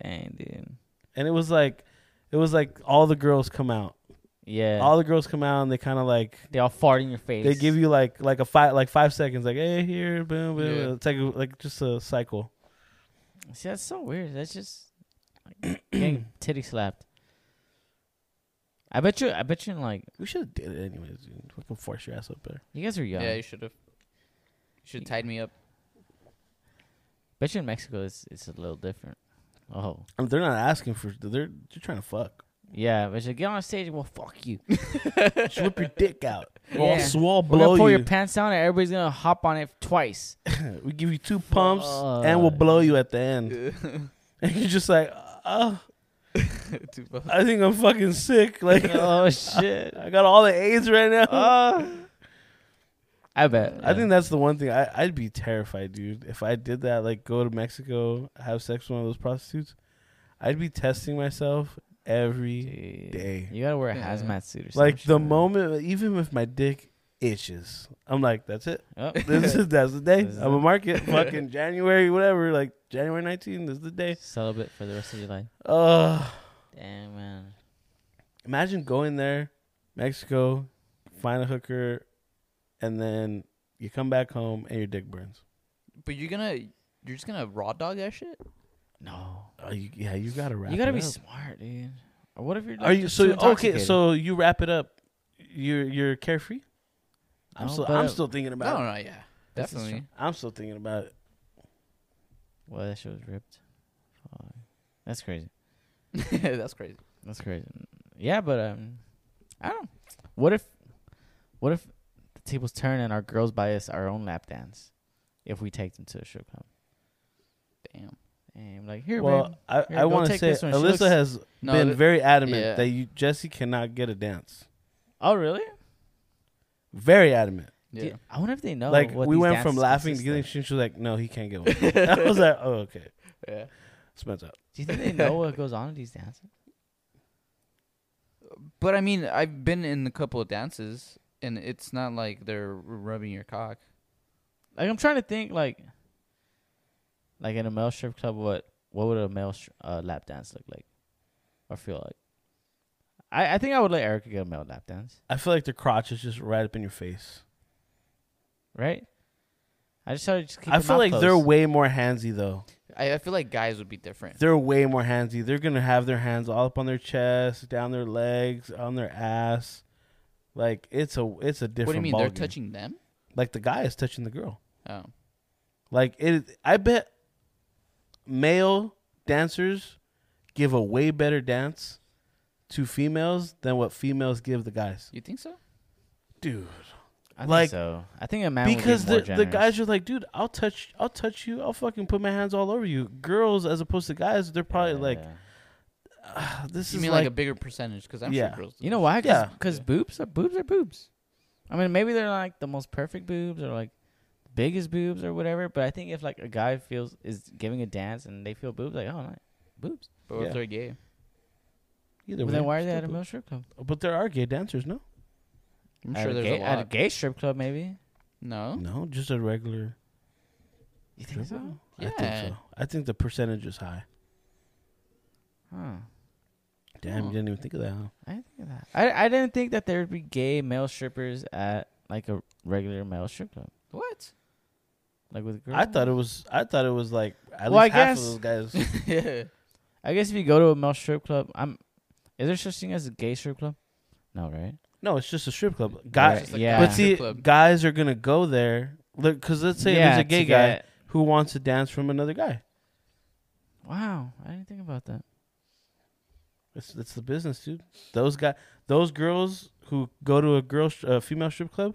Dang, dude.
and it was like it was like all the girls come out
Yeah.
all the girls come out and they kind of like
they all fart in your face.
they give you like like a five like five seconds like hey here boom boom
Yeah.
it's like a- like just a cycle
See, that's so weird.
(clears throat)
That's just like, getting titty slapped. I bet you. I bet you. Like
we should have did it anyways dude. fucking force your ass up there
you guys are young.
yeah. You should have. Should tied me up. (laughs)
bet you in Mexico it's it's a little different. Oh
I mean, they're not asking for they're they're trying to fuck
yeah, but you get on stage. Well,
(laughs)
fuck you.
just whip your dick out
(laughs) Yeah.
we'll, swole
We're gonna
blow
pull
you
your pants down, and everybody's gonna hop on it
(laughs)
twice. (laughs)
we give you two pumps and we'll blow you at the end
(laughs)
and you're just like oh
Too fucking-
I think I'm fucking sick like
oh (laughs) shit. Uh,
I got all the AIDS right now
I bet.
I think that's the one thing I, I'd be terrified, dude. If I did that, like go to Mexico, have sex with one of those prostitutes, I'd be testing myself every day.
You gotta wear a
Yeah.
hazmat suit or something.
Like the moment, even if my dick itches, I'm like, that's it. (laughs)
Oh.
This is that's the day.
This is
I'm a
it.
market. Fucking January, whatever. Like January 19th, this is the day.
(laughs) celibate for the rest of your life.
Ugh.
Damn man.
imagine going there, Mexico, find a hooker, and then you come back home and your dick burns.
But you're gonna, you're just gonna raw dog that shit.
No.
Oh, you, yeah, you gotta wrap.
You gotta
it
be
up.
smart, dude. Or what if you're? Like,
Are you
just
so
too
okay?
intoxicated?
So you wrap it up. You're you're carefree. I'm
No,
still
but-
I'm still thinking
No,
about.
no,
it.
yeah,
This is
definitely.
I'm still thinking about it.
Well, that shit was ripped. Fuck. That's crazy.
That's crazy.
That's crazy. Yeah, but um, I don't. What if, what if the tables turn and our girls buy us our own lap dance, if we take them to a strip club?
Damn.
And I'm like, here,
well,
babe.
I,
Here,
I
go
want to
take
say
this one. She
Alyssa
looks-
has
No,
been
th-
very adamant
yeah.
that you Jesse cannot get a dance.
Oh, really?
Very adamant.
Yeah.
Dude, I wonder if they know.
like
Oh, what
we
these
went from
dances
laughing to
consist
getting
of.
shit. She was like, "No, he can't
(laughs)
get one." I was like, "Oh, okay."
yeah.
Spence out.
Do you think they know what goes on in these dances?
But I mean, I've been in a couple of dances, and it's not like they're rubbing your cock.
Like I'm trying to think, like, like in a male strip club, what what would a male str- uh, lap dance look like, or feel like? I I think I would let Erica get a male lap dance.
I feel like the crotch is just right up in your face.
right? I just started just keep.
I
your
feel
mouth
like they're
closed.
way more handsy though.
I, I feel like guys would be different.
they're way more handsy. They're gonna have their hands all up on their chest, down their legs, on their ass. Like it's a it's a different.
what do you mean?
ball
They're
game.
touching them?
Like the guy is touching the girl.
Oh,
Like it. I bet male dancers give a way better dance to females than what females give the guys.
You think so?
Dude.
I think
Like-
so. I think a man would be
Because
more
the, the
generous.
guys are like, dude, I'll touch I'll touch you, I'll fucking put my hands all over you. Girls as opposed to guys, they're probably like
Yeah.
"Ah, this
You
is
mean like,
like,
a bigger percentage? Because I'm
Yeah.
sure girls. do
you know
that
why? Because
Yeah.
boobs are boobs are boobs. I mean, maybe they're not like the most perfect boobs or like the biggest boobs or whatever. But I think if like a guy feels is giving a dance and they feel boobs, like oh, nice. boobs.
shit. But what
Yeah.
if they're gay?
either
But
way,
then why are they
still
at a
bu-
male strip club?
But there are gay dancers, no?
I'm
at
sure
a
there's
gay,
a
at a
lot.
gay strip club, maybe.
No.
No, just a regular
You think
strip
so?
club. I think
Yeah.
so. I think the percentage is high.
Huh.
Damn,
Oh.
you didn't even think of that, huh?
I didn't think of that. I I didn't think that there would be gay male strippers at like a regular male strip club,
What?
like with girls.
I thought it was. I thought it was like at
Well,
least
I
half
guess-
of those guys.
(laughs) yeah.
I guess if you go to a male strip club, I'm. Is there such thing as a gay strip club? No, right?
no, it's just a strip club. Guys,
just like
yeah.
a
but
strip
see,
club.
guys are gonna go there. Look, because let's say there's a
to
gay guy
get-
who wants to dance from another guy.
Wow, I didn't think about that.
It's it's the business, dude. Those guy, those girls who go to a girl, str- a female strip club,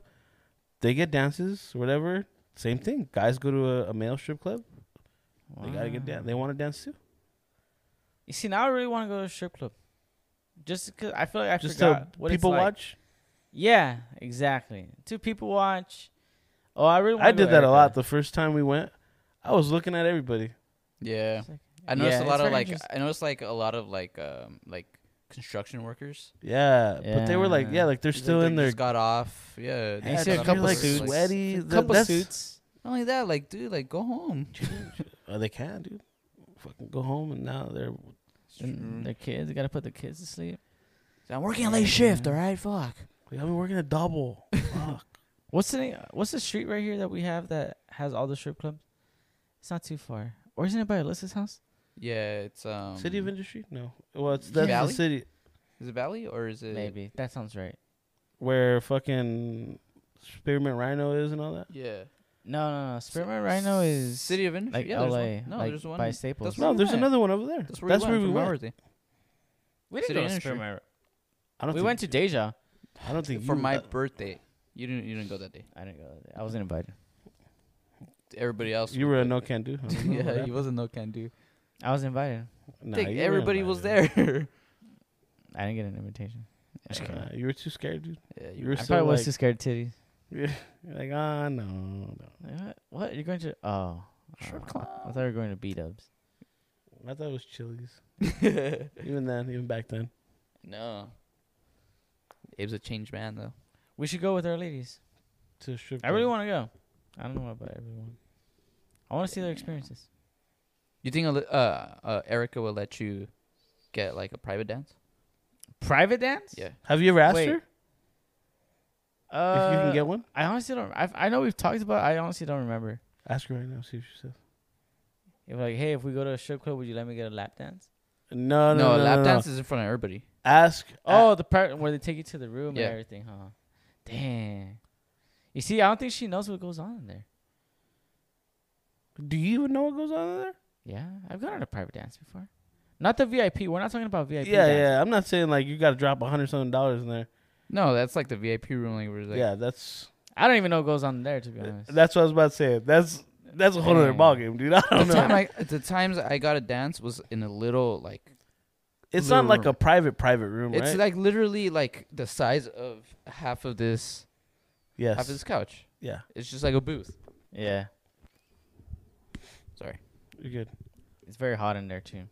they get dances, whatever. Same thing. Guys go to a, a male strip club. They gotta get
Wow.
dan- They want to dance too.
You see, now I really want to go to a strip club, just because I feel like I
Just to
forgot what
people
it's like.
watch.
Yeah, exactly. Two people watch. Oh, I really.
I
wanna go
did that a
Erica.
lot the first time we went. I was looking at everybody.
Yeah.
It's like-
I noticed a
Yeah,
lot
it's
of
very
like uh,
interesting.
I noticed like a lot of like um like construction workers.
Yeah, but they were like,
Yeah.
yeah, like they're
Like,
still
they
in their
just got off. Yeah. they
you
Yeah,
just
see a
got
dude, you're,
off
couple
work,
like
suits.
sweaty.
a couple
that's-
suits.
Not only that, like dude, like go
(laughs)
home.
Oh, they can, dude. Fucking go home and now they're.
And
Mm.
their kids. They gotta put the kids to sleep.
I'm working a
late shift, all
right? Fuck.
Like, I've been working a double. Fuck.
What's the name- What's the street right here that we have that has all the strip clubs? It's not too far. Or isn't it by Alyssa's house?
Yeah, it's um.
city of Industry? No. Well, it's that's
Valley?
the city
Is it Valley or is it
Maybe that sounds right.
where fucking Spearmint Rhino is and all that.
Yeah.
No, no, no. Spearmint Rhino is
City of Industry.
like
yeah, there's
LA,
one. No,
like
there's one.
by Staples.
That's where
No,
we
there's
went.
another one over there.
That's where
that's
we
where
went.
we
for my
went.
birthday.
we
didn't City go to Industry.
Rhino.
I don't
We
think,
went to Deja.
I don't think
For
you-
my
uh,
birthday, you didn't. You didn't go that day.
I didn't go. that day. I wasn't invited.
Everybody else.
you
would
were a
go.
no can
(laughs)
do. I don't know what
yeah, he
happened.
wasn't no can do.
I was invited.
Nah,
Think
you were
everybody was
invited.
there.
I didn't get an invitation. Just kidding.
Uh,
Nah, you were too scared, dude.
(laughs) yeah,
You
you
were
I
so
probably was
like-
too scared of titties.
You're like, ah, no, no.
Like, what? What? You're going to? Oh,
Strip
oh,
club.
I thought you were going to B Dubs.
I thought it was Chili's.
(laughs)
even then, even back then.
no. Abe's a changed man though.
We should go with our ladies.
To a strip
I really
club.
want to go. I don't know about everyone. I want to see their experiences.
You think Ale- uh, uh Erica will let you get like a private dance?
Private dance?
Yeah.
Have you ever asked
Wait.
her
Uh,
if you
uh,
can get one?
I honestly don't. i I know we've talked about. it, I honestly don't remember.
Ask her right now. See if she says.
If like, hey, if we go to a strip club, would you let me get a lap dance?
No,
No,
no, no, no,
lap
no.
dance Uh, is in front of everybody.
Ask.
Oh, the part where they take you to the room
Yeah.
and everything, huh? Damn. You see, I don't think she knows what goes on in there.
do you even know what goes on in there?
Yeah, I've gone on a private dance before. Not the VIP. We're not talking about VIP.
yeah,
dance.
yeah. I'm not saying like you got to drop a hundred something dollars in there.
No, that's like the VIP room, like where it's like,
yeah, that's
I don't even know what goes on there to be honest.
that's what I was about to say. That's that's a whole other
Dang.
ballgame, dude. (laughs) I don't
The time
know.
I, the times I got a dance was in a little like
It's not like
Room.
a private private room,
it's
right?
like literally like the size of half of this half of
yes.
this couch.
Yeah,
It's just like a booth.
yeah,
Sorry.
you're good.
it's very hot in there too.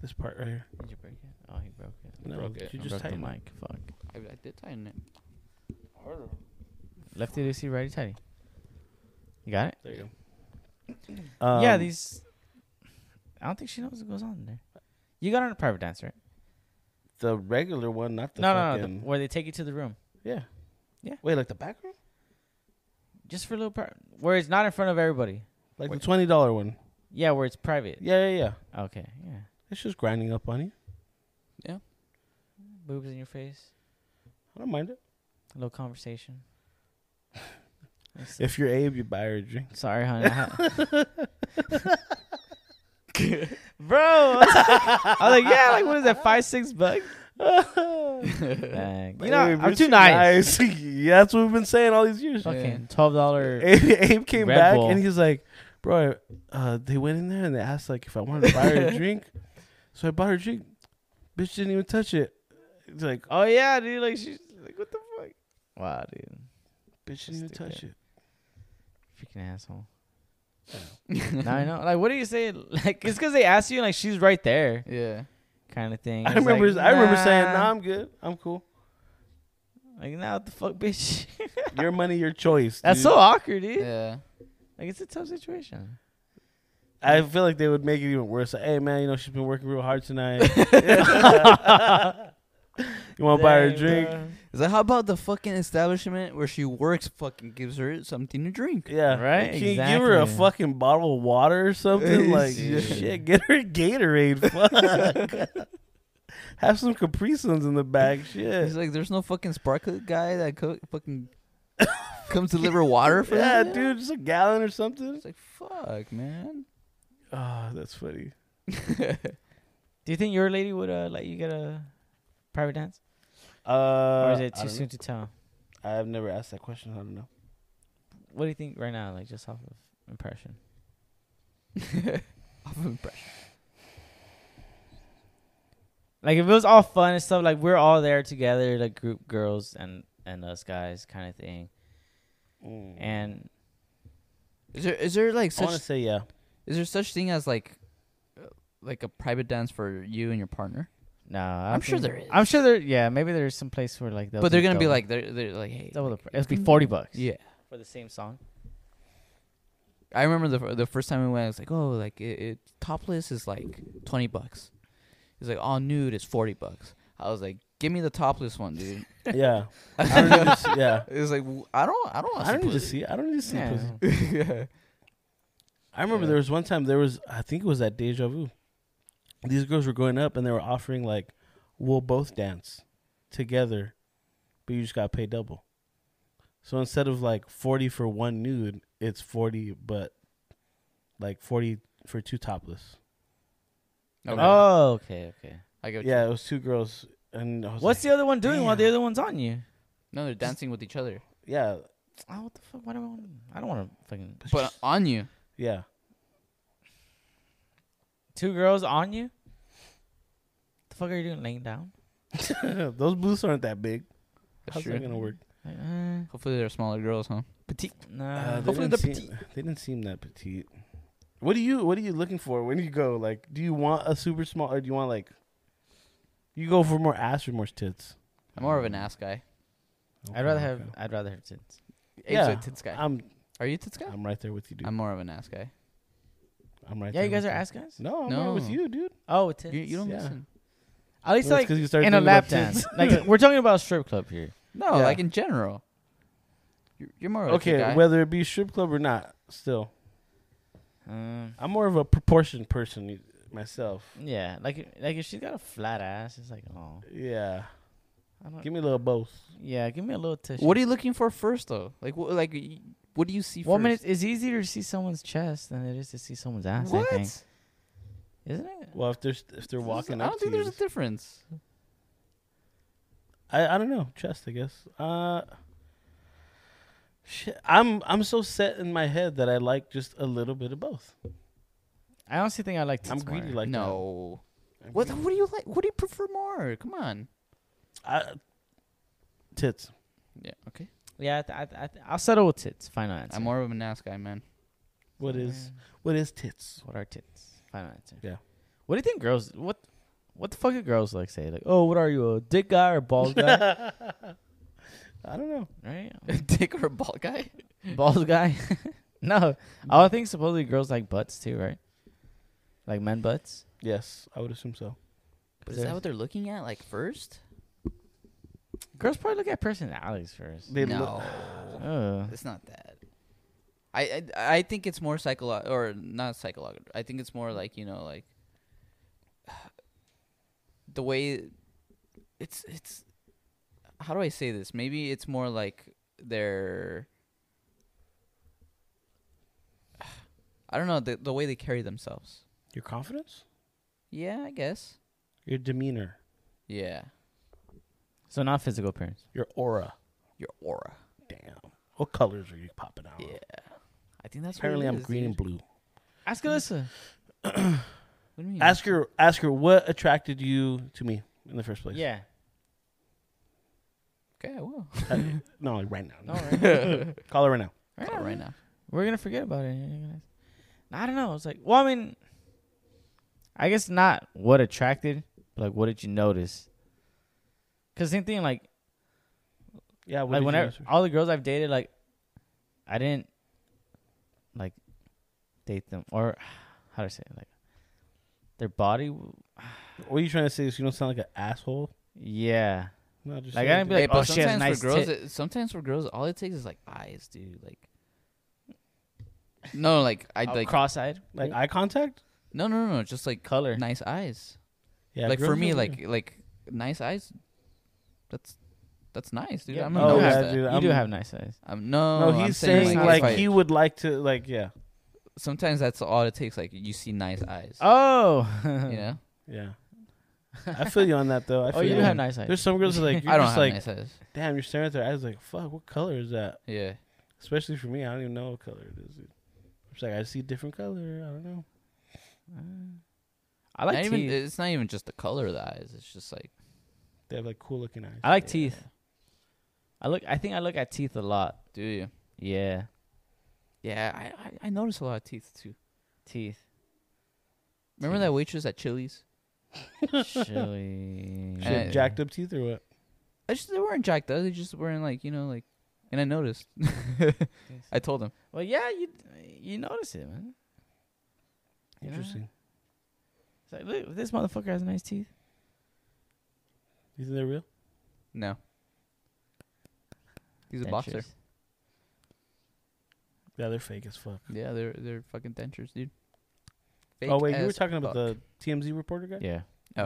This part right here.
Did you break it? Oh, he broke it.
No,
broke it.
you
I
just
broke the
tighten it.
mic. Fuck.
I, I did tighten it.
Lefty loosey, righty tighty. You got it.
There you go. Um,
yeah, these. I don't think she knows what goes on in there. You got on a private dance, right?
the regular one, not the
no, no, no,
fucking.
the- where they take you to the room
yeah.
Yeah.
Wait, like the back room,
just for a little part, where it's not in front of everybody.
like
Wait.
the twenty dollar one.
Yeah, where it's private.
Yeah, yeah, yeah.
Okay. Yeah.
It's just grinding up on you.
Boobs in your face.
I don't mind it.
A little
(laughs)
conversation. Let's-
If (laughs) you're Abe, you buy her a drink.
Sorry, honey. I ha- bro. I was like, I was like, yeah, like what is that, five, six bucks?
(laughs)
Dang. You know,
Hey,
I'm
we're
too nice.
(laughs) yeah, that's what we've been saying all these years.
Fucking twelve dollar.
Abe, Abe came
Red
back
Bull.
and he's like, "Bro, uh, they went in there and they asked like if I wanted to buy
(laughs)
her a drink, so I bought her a drink. Bitch didn't even touch it. It's like,
Oh yeah, dude. Like she's like, what the fuck? Wow, dude,
bitch didn't even touch it.
freaking asshole. now I know. Like, what do you say? (laughs) Like, it's because they asked you, like, she's right there,
yeah.
kind of thing.
I
It's
remember,
like,
I remember saying,
nah.
"Nah, I'm good. I'm cool.
Like, nah, what the fuck, (laughs) bitch?
Your money, your choice."
That's
dude.
so awkward, dude.
Yeah.
Like, it's a
(laughs)
tough situation.
I feel like they would make it even worse. Like, hey man, you know she's been working real hard tonight.
(laughs)
you want to buy her a
Dang,
drink?
bro.
Is that how about the fucking establishment where she works fucking gives her something to drink?
Yeah,
Right,
Can you give her a
exactly.
fucking bottle of water or something? Like,
Yeah.
shit, get her a Gatorade. (laughs) Fuck. Have some Capri Suns in the bag.
It's
Shit.
like there's no fucking sparkle guy that co- (laughs) fucking comes to deliver water for
yeah,
that.
dude, just a gallon or something.
It's like fuck, man.
Ah,
Oh, that's funny.
Do you think your lady would uh, let you get a private dance,
Uh,
or is it
I
too
don't
soon to tell?
know. I've never asked that question. I don't know.
What do you think right now? Like, just off of impression.
Off of impression.
Like if it was all fun and stuff, like we're all there together, like group girls and and us guys kind of thing. Mm. And
Is there is there like
I want to
such
say
(laughs)
yeah.
is there such thing as like uh, like a private dance for you and your partner?
no, I
I'm
don't
sure
think-
there
I'm sure there. Yeah, maybe there's some place where like. they'll
but they're
do
gonna be
double-
like they're they're like hey
double the. Pr- it'll be forty bucks.
mm-hmm. yeah.
for the same song.
I remember the fir- the first time we went, I was like, oh, like it, it topless is like twenty bucks. He's like, all nude is forty bucks. I was like, give me the topless one, dude.
Yeah. I don't need to see,
(laughs)
yeah.
It was like, w- I don't, I don't want.
I don't need to see. I don't need to see
Yeah.
pussy.
yeah. (laughs)
I remember
Yeah.
there was one time there was I think it was at Deja Vu. These girls were going up and they were offering like, "We'll both dance together, but you just got to pay double." So instead of like forty for one nude, it's forty, but like forty for two topless.
Okay.
Oh, okay, okay.
I go.
Yeah, it was two girls, and I was
What's
like,
the other one doing while the
damn.
other one's on you?
No, they're dancing with
(laughs)
each other,
yeah,
Oh, what the fuck? Why do I want? I don't want to fucking
but on you.
yeah. (laughs)
two girls on you. The fuck are you doing? Laying down?
Those booths aren't that big. How's
true.
that gonna work?
Like, uh,
Hopefully, they're smaller girls, huh? Petite.
nah.
they
hopefully
didn't
they're
seem- They didn't seem that petite. What do you What are you looking for when you go? Like, do you want a super small, or do you want like? You go for more ass or more tits?
I'm more of an ass guy.
I'd rather
Okay,
have.
okay.
I'd rather have tits.
Abe's
Yeah.
a tits guy.
I'm
Are you a tits guy? I'm,
I'm right there with you, dude. I'm,
more of an ass guy.
right.
Yeah,
there
you guys
with
are ass guys.
No, I'm right with
No.
you, dude.
Oh, with tits.
You, you don't
Yeah.
listen.
At least like
you started
in a
thinking about
lap
tits.
dance.
(laughs)
like we're talking about a strip club here.
No,
Yeah.
like in general. You're, you're more of a tit
okay,
guy.
whether it be strip club or not, still,
Um,
I'm more of a proportion person myself.
yeah, like like if she's got a flat ass, it's like oh,
Yeah,
I don't.
give me a little both.
yeah, give me a little tissue.
What are you looking for first, though? Like, wh- like, y- what do you see
Well, I
first?
mean, it's, it's easier to see someone's chest than it is to see someone's ass. I think,
what?
isn't it?
Well, if they're if they're walking
I
up
don't
to
think
you,
there's a difference.
I, I don't know chest I guess. Uh, shit, I'm I'm so set in my head that I like just a little bit of both.
I honestly think I like. Tits
I'm greedy
more.
like uh,
no.
that. I'm
What?
greedy.
What do you like? What do you prefer more? Come on.
I- tits.
Yeah. Okay.
Yeah, I th- I th- I th- I'll settle with tits. Final answer.
I'm more of an ass guy, man.
What is what is
(laughs)
tits?
What are tits? Final answer.
Yeah.
What do you think girls? What? What the fuck do girls like say? Like, oh, what are you, a dick guy or a
(laughs)
bald guy?
I don't know.
right?
Dick or a ball guy?
bald guy. (laughs) no, I would think supposedly girls like butts too, right? Like men butts.
Yes, I would assume so.
But is that what they're looking at, like first?
Girls probably look at personalities first.
They
no,
look-
Ugh.
it's not that. I, I I think it's more psychological, or not psychological. I think it's more like you know, like (sighs) the way it's it's. How do I say this? Maybe it's more like their. (sighs) I don't know the the way they carry themselves.
your confidence.
Yeah, I guess.
Your demeanor,
Yeah,
So not physical appearance.
your aura.
your aura.
Damn. What colors are you popping out?
Yeah,
of?
I think that's.
Oh. Apparently,
what it
I'm
is,
green
dude.
and blue.
Ask Alyssa.
What do you mean?
Ask her. Ask her what attracted you to me in the first place.
Yeah.
(laughs)
Okay, well,
Uh, (laughs) no, like right now.
All right.
Call her right now.
call right now.
We're gonna forget about it. You're gonna- I don't know. It's like, well, I mean, I guess not what attracted, but like, what did you notice? Cause same thing, like,
Yeah. What
like
did you
whenever
answer?
all the girls I've dated, like, I didn't like date them or (sighs) how do I say it? like their body. w-
what are you trying to say? Is you don't sound like an asshole?
Yeah,
No, just
Like,
say
I
it,
didn't be
dude.
like,
Hey,
oh,
but
she has
sometimes
nice
for girls,
tit-
it, sometimes for girls, all it takes is like eyes, dude. Like, no, like I
Oh,
like
cross-eyed
like eye contact.
no, no, no, no, just like
color.
nice eyes.
Yeah.
like for
girls
me,
don't
like
do-
like nice eyes. That's that's nice, dude.
Yeah.
I'm
Oh,
gonna notice
yeah,
that.
dude.
you do
I'm-
have nice eyes.
I'm, no,
No, he's
I'm
saying, like,
if I-
he would like to like yeah
sometimes that's all it takes. Like you see nice eyes.
Oh, (laughs)
You know,
yeah. I feel you on that
(laughs)
though. I feel
oh, you do
on
have
that.
nice eyes.
There's some girls that, like you're
I don't
just
have
like
nice eyes.
damn. You're staring at their eyes like fuck. What color is that?
Yeah,
Especially for me, I don't even know what color it is. Dude. I'm just like, I see a different color. I don't know.
I like
not
teeth.
even it's not even just the color of the eyes. It's just like
They have like cool looking eyes.
I like
Yeah.
teeth. I look. I think I look at teeth a lot.
do you?
Yeah,
Yeah, I I, I notice a lot of teeth too.
teeth.
Remember that waitress at Chili's?
Chili.
(laughs) She have
Uh,
jacked up teeth or what?
I just they weren't jacked up. They just weren't like you know like. And I noticed. (laughs) I told him.
Well, yeah, you you notice it, man. You know?
Interesting.
It's like, look, this motherfucker has nice teeth.
You think they're real?
No. He's a boxer.
Dentures.
Yeah, they're fake as fuck.
Yeah, they're they're fucking dentures, dude.
oh
Fake
wait, you were
as
talking about
fuck.
the TMZ reporter guy.
Yeah.
Oh,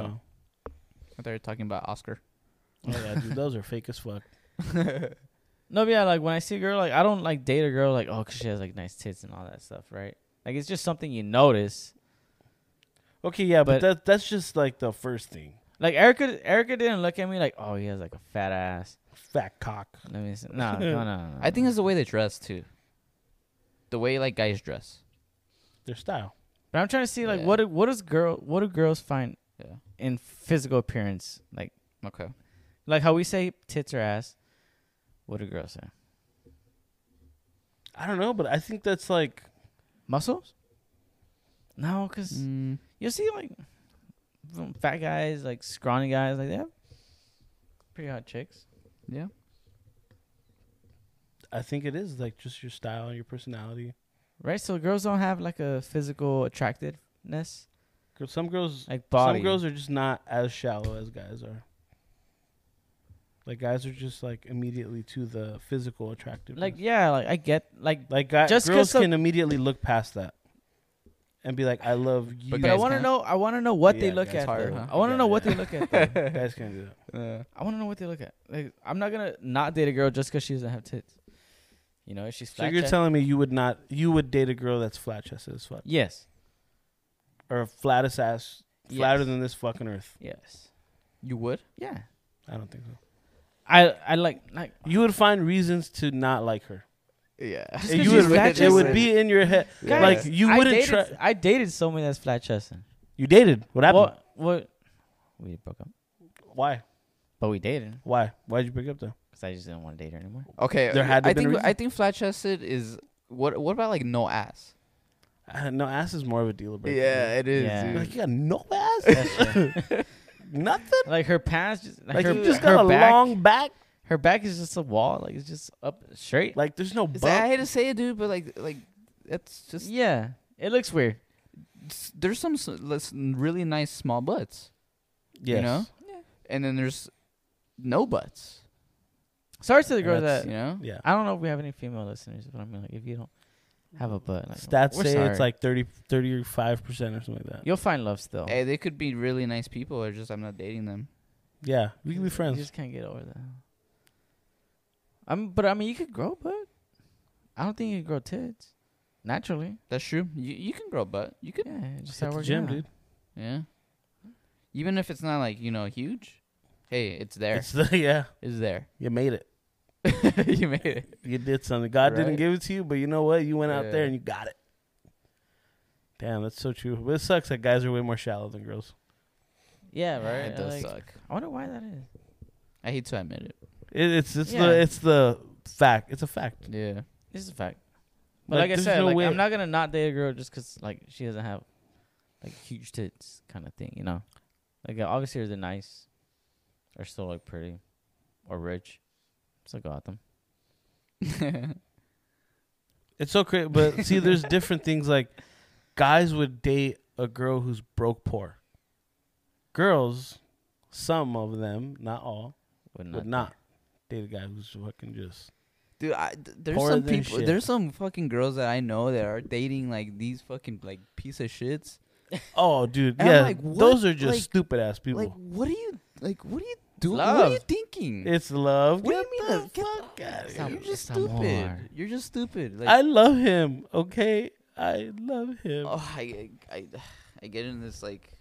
I thought you were talking about Oscar.
Oh yeah, dude, those are fake as fuck.
No, but yeah, like when I see a girl, like I don't like date a girl, like oh, 'cause she has like nice tits and all that stuff, right? Like it's just something you notice.
Okay, yeah, but,
But-
that that's just like the first thing.
Like Erica, Erica didn't look at me like, oh, he has like a fat ass.
Fat cock.
Let me see. No, no, no, no.
(laughs) I think it's the way they dress too. The way like guys dress.
Their style.
But I'm trying to see like
Yeah.
what do, what does girl what do girls find
Yeah.
in physical appearance like
Okay.
like how we say tits or ass. What do girls say?
I don't know, but I think that's like
Muscles? No, because
Mm.
Mm,
you'll see like some fat guys, like scrawny guys, like that. Pretty hot chicks.
yeah.
I think it is like just your style and your personality.
Right? So girls don't have like a physical attractiveness.
'Cause Some girls
Like body.
Some girls are just not as shallow as guys are. Like guys are just like immediately to the physical attractiveness.
like yeah, like I get like
like guys,
just 'cause
girls
some-
can immediately look past that and be like, "I love you."
But
but I
guys
wanna
can't.
know I wanna know what they
Yeah,
look
guys
at.
hard,
though.
huh?
I wanna
Yeah,
know what
yeah.
they look
(laughs)
at though. (laughs)
guys can do that.
I want to know what they look at. Like, I'm not gonna not date a girl just because she doesn't have tits. You know, if she's
So
flat.
you're
chest-
telling me you would not, you would date a girl that's flat chested as fuck
yes,
or flat as ass,
Yes.
flatter than this fucking earth?
yes,
you would?
yeah.
I don't think so.
I I like like
You would find reasons to not like her.
Yeah.
Just 'cause
You
she's
would,
flat
it would
chested.
be in your head,
Yeah.
like you
I
wouldn't.
dated,
Try,
I dated someone that's flat chested.
you dated. What happened?
What what? We broke up,
Why?
but we dated
Why? Why'd you break up though?
because I just didn't want to date her anymore.
Okay.
There had to
I
been a
think
reason.
I think flat chested is what what about like no ass?
Uh, no, ass is more of a deal breaker.
it
is, Yeah.
You're
dude.
Like you got no ass, (laughs) nothing.
like her pants, just like,
Like
her,
you just
her
got a
back,
long back.
Her back is just a wall. Like it's just up straight.
Like there's no bump.
It's like, I hate to say it, dude, but like like that's just
yeah, it looks weird.
s- there's some s- less- really nice small butts,
yes.
you know, and then there's no butts,
Sorry to the girl
That's-
that
you know.
Yeah.
I don't know if we have any female listeners, but I mean, like, if you don't have a butt, like,
Stats
we're
say
sorry.
it's like 30, 35 percent or something like that.
you'll find love still.
Hey, they could be really nice people. Or just I'm not dating them.
Yeah, we can be
You
friends.
just can't get over that. I'm, but I mean, you could grow a butt. I don't think you could grow tits naturally.
That's true. You you can grow a butt. You could.
Yeah, just
Hit
start
the
working
gym,
out.
dude.
Yeah. even if it's not like you know huge. Hey, it's there.
It's
It's,
the, (laughs) yeah,
there. (laughs)
you made it.
you made it.
You did something. God didn't
Right.
give it to you, but you know what? You went out there
Yeah.
and you got it. Damn, that's so true. But it sucks that guys are way more shallow than girls.
Yeah, right.
It does
like,
suck.
I wonder why that is.
I hate to admit it.
It, it's it's
Yeah.
the it's the fact. It's a fact.
Yeah.
This is a fact. But like, I
there's
said,
no
like,
way-
I'm not gonna not date a girl just 'cause like she doesn't have like huge tits kind of thing, you know. Like uh, obviously they're nice, or still like pretty, or rich. So go at them.
It's so crazy, but see, there's (laughs) different things. Like guys would date a girl who's broke poor. Girls, some of them, not all,
Would not.
would not date a guy who's fucking just.
(laughs) Dude, I, th- there's
Poorer
some
than
people.
shit.
There's some fucking girls that I know that are dating like these fucking like piece of shits.
Oh, dude,
And I'm
yeah,
like, what?
those are just
Like-
stupid ass people.
Like, what are you? Like, what are you doing? What are
love.
you thinking?
it's love.
what do
Get
you mean?
the
like, get
fuck
the-
outta
Some-
here.
You're just
some
stupid.
whore.
You're just stupid. Like,
I love him. Okay, I love him.
Oh, I, I, I get in this like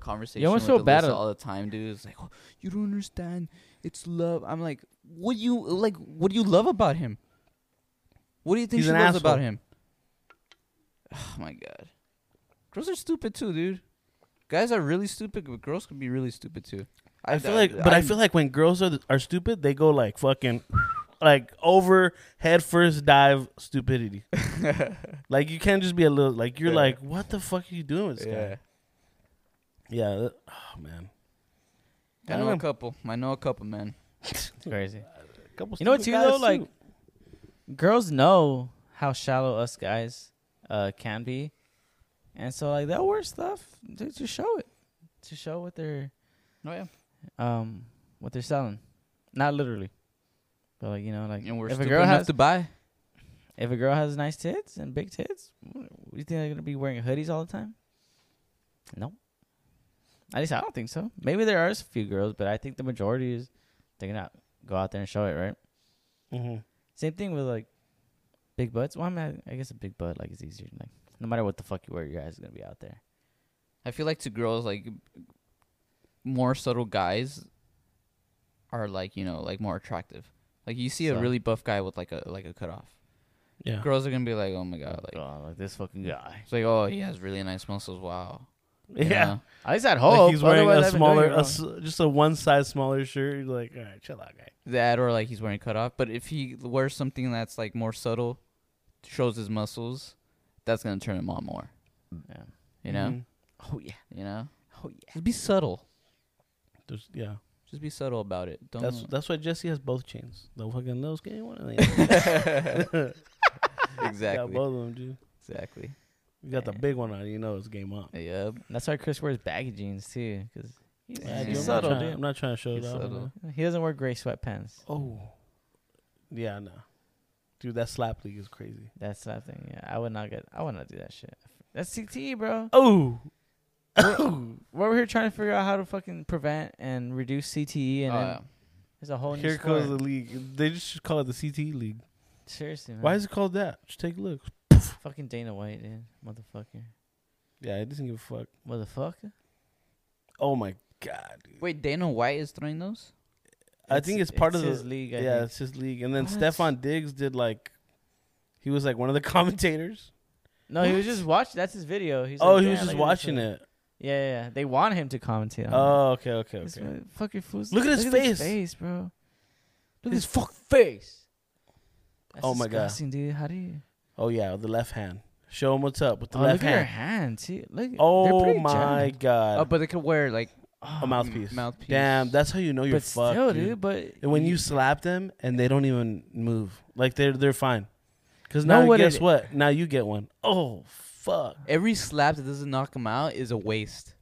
conversation.
You almost
with
feel bad
Alyssa
at-
all the time, dude. It's like "Oh, you don't understand. It's love. I'm like, what do you like? What do you love about him? What do you think
He's
she
an
loves about
asshole.
him? Oh my god, girls are stupid too, dude. Guys are really stupid, but girls can be really stupid too.
I feel like, but i
I'm-
feel like when girls are are stupid, they go like fucking, like over head first dive
(laughs)
stupidity. like you can't just be a little like you're
Yeah.
like what the fuck are you doing with this
yeah.
guy? Yeah. that- Oh man.
I know a
Damn.
couple. I know a couple, man.
It's crazy.
Couple
You know what,
stupid
too, though?
guys,
Like, Girls know how shallow us guys uh, can be, and so like they'll wear stuff to, to show it, to show what they're
Oh yeah.
um what they're selling, not literally, but like you know like
And we're
if a
stupid
girl
enough
has
to buy.
If a girl has nice tits and big tits, w- you think they're gonna be wearing hoodies all the time? No. At least I don't think so. Maybe there are a few girls, but I think the majority is they're gonna go out there and show it, right?
mhm.
Same thing with like big butts. Well, I mean, I, I guess a big butt like is easier. Like no matter what the fuck you wear, your ass is gonna be out there.
I feel like to girls, like more subtle guys are like you know like more attractive. Like you see a
So-
really buff guy with like a like a cutoff.
yeah.
Girls are gonna be like, oh my god, like
oh, like this fucking guy.
it's like oh he has really nice muscles. Wow.
Yeah.
You know?
At least at
Like
Oh,
home,
he's wearing a smaller, a s just a one size smaller shirt. You're like, all right, chill out, guy.
that or like he's wearing a cutoff. But if he wears something that's like more subtle, shows his muscles, that's gonna turn him on more.
yeah.
You know.
Mhm.
Oh yeah.
You know.
Oh yeah.
Just be subtle.
There's- yeah.
Just be subtle about it. Don't.
That's that's why Jesse has both chains. The fucking nose game one.
(laughs)
and the other. Got
exactly.
both of them, dude.
Exactly.
You got the
Yeah.
big one on. You know it's game on.
Yep.
And that's why Chris wears baggy jeans too, because he's,
Yeah,
Yeah.
dude,
he's
I'm,
subtle,
not trying,
dude.
I'm not trying to show
He's
it off.
subtle.
man.
He doesn't wear gray sweatpants.
Oh, yeah, no, dude, that slap league is crazy.
That's that thing. Yeah, I would not get. I would not do that shit. That's CTE,
(coughs)
bro.
Oh,
We're over here trying to figure out how to fucking prevent and reduce CTE,
Oh,
and then
yeah.
there's a whole new
here
sport.
goes the league. They just should call it the CT league.
Seriously, man.
Why is it called that? Just take a look.
fucking Dana White, dude? Motherfucker.
Yeah, it doesn't give a fuck.
Motherfucker.
Oh my god, dude.
Wait, Dana White is throwing those?
I think it's part of
his
the
league. I
yeah,
think.
it's his league. And then
What?
Stefan Diggs did like, he was like one of the (laughs) commentators.
No, he was just watching. That's his video. He's
oh,
like,
he was
"Yeah,
just
look at this
watching
one."
it.
Yeah, yeah, yeah. They want him to commentate. On
Oh, okay, okay,
it. This
okay.
motherfucker fool's.
Look at his face.
face, bro. Look at
His
his fuck face. That's
Oh my God.
disgusting, dude. How do you?
Oh yeah, the left hand. Show him what's up with the
oh,
left
look at her
hand.
hand too. Look. they're
Oh
pretty
my
jacked.
god,
Oh, but they could wear like
Uh, a mouthpiece.
Mm, mouthpiece.
Damn, that's how you know you're
But
fucked,
still,
dude.
dude. But
And when you slap them and they don't even move, like they're they're fine. Because
Know
now
what
guess
it-
what? Now you get one. Oh fuck.
Every slap that doesn't knock him out is a waste.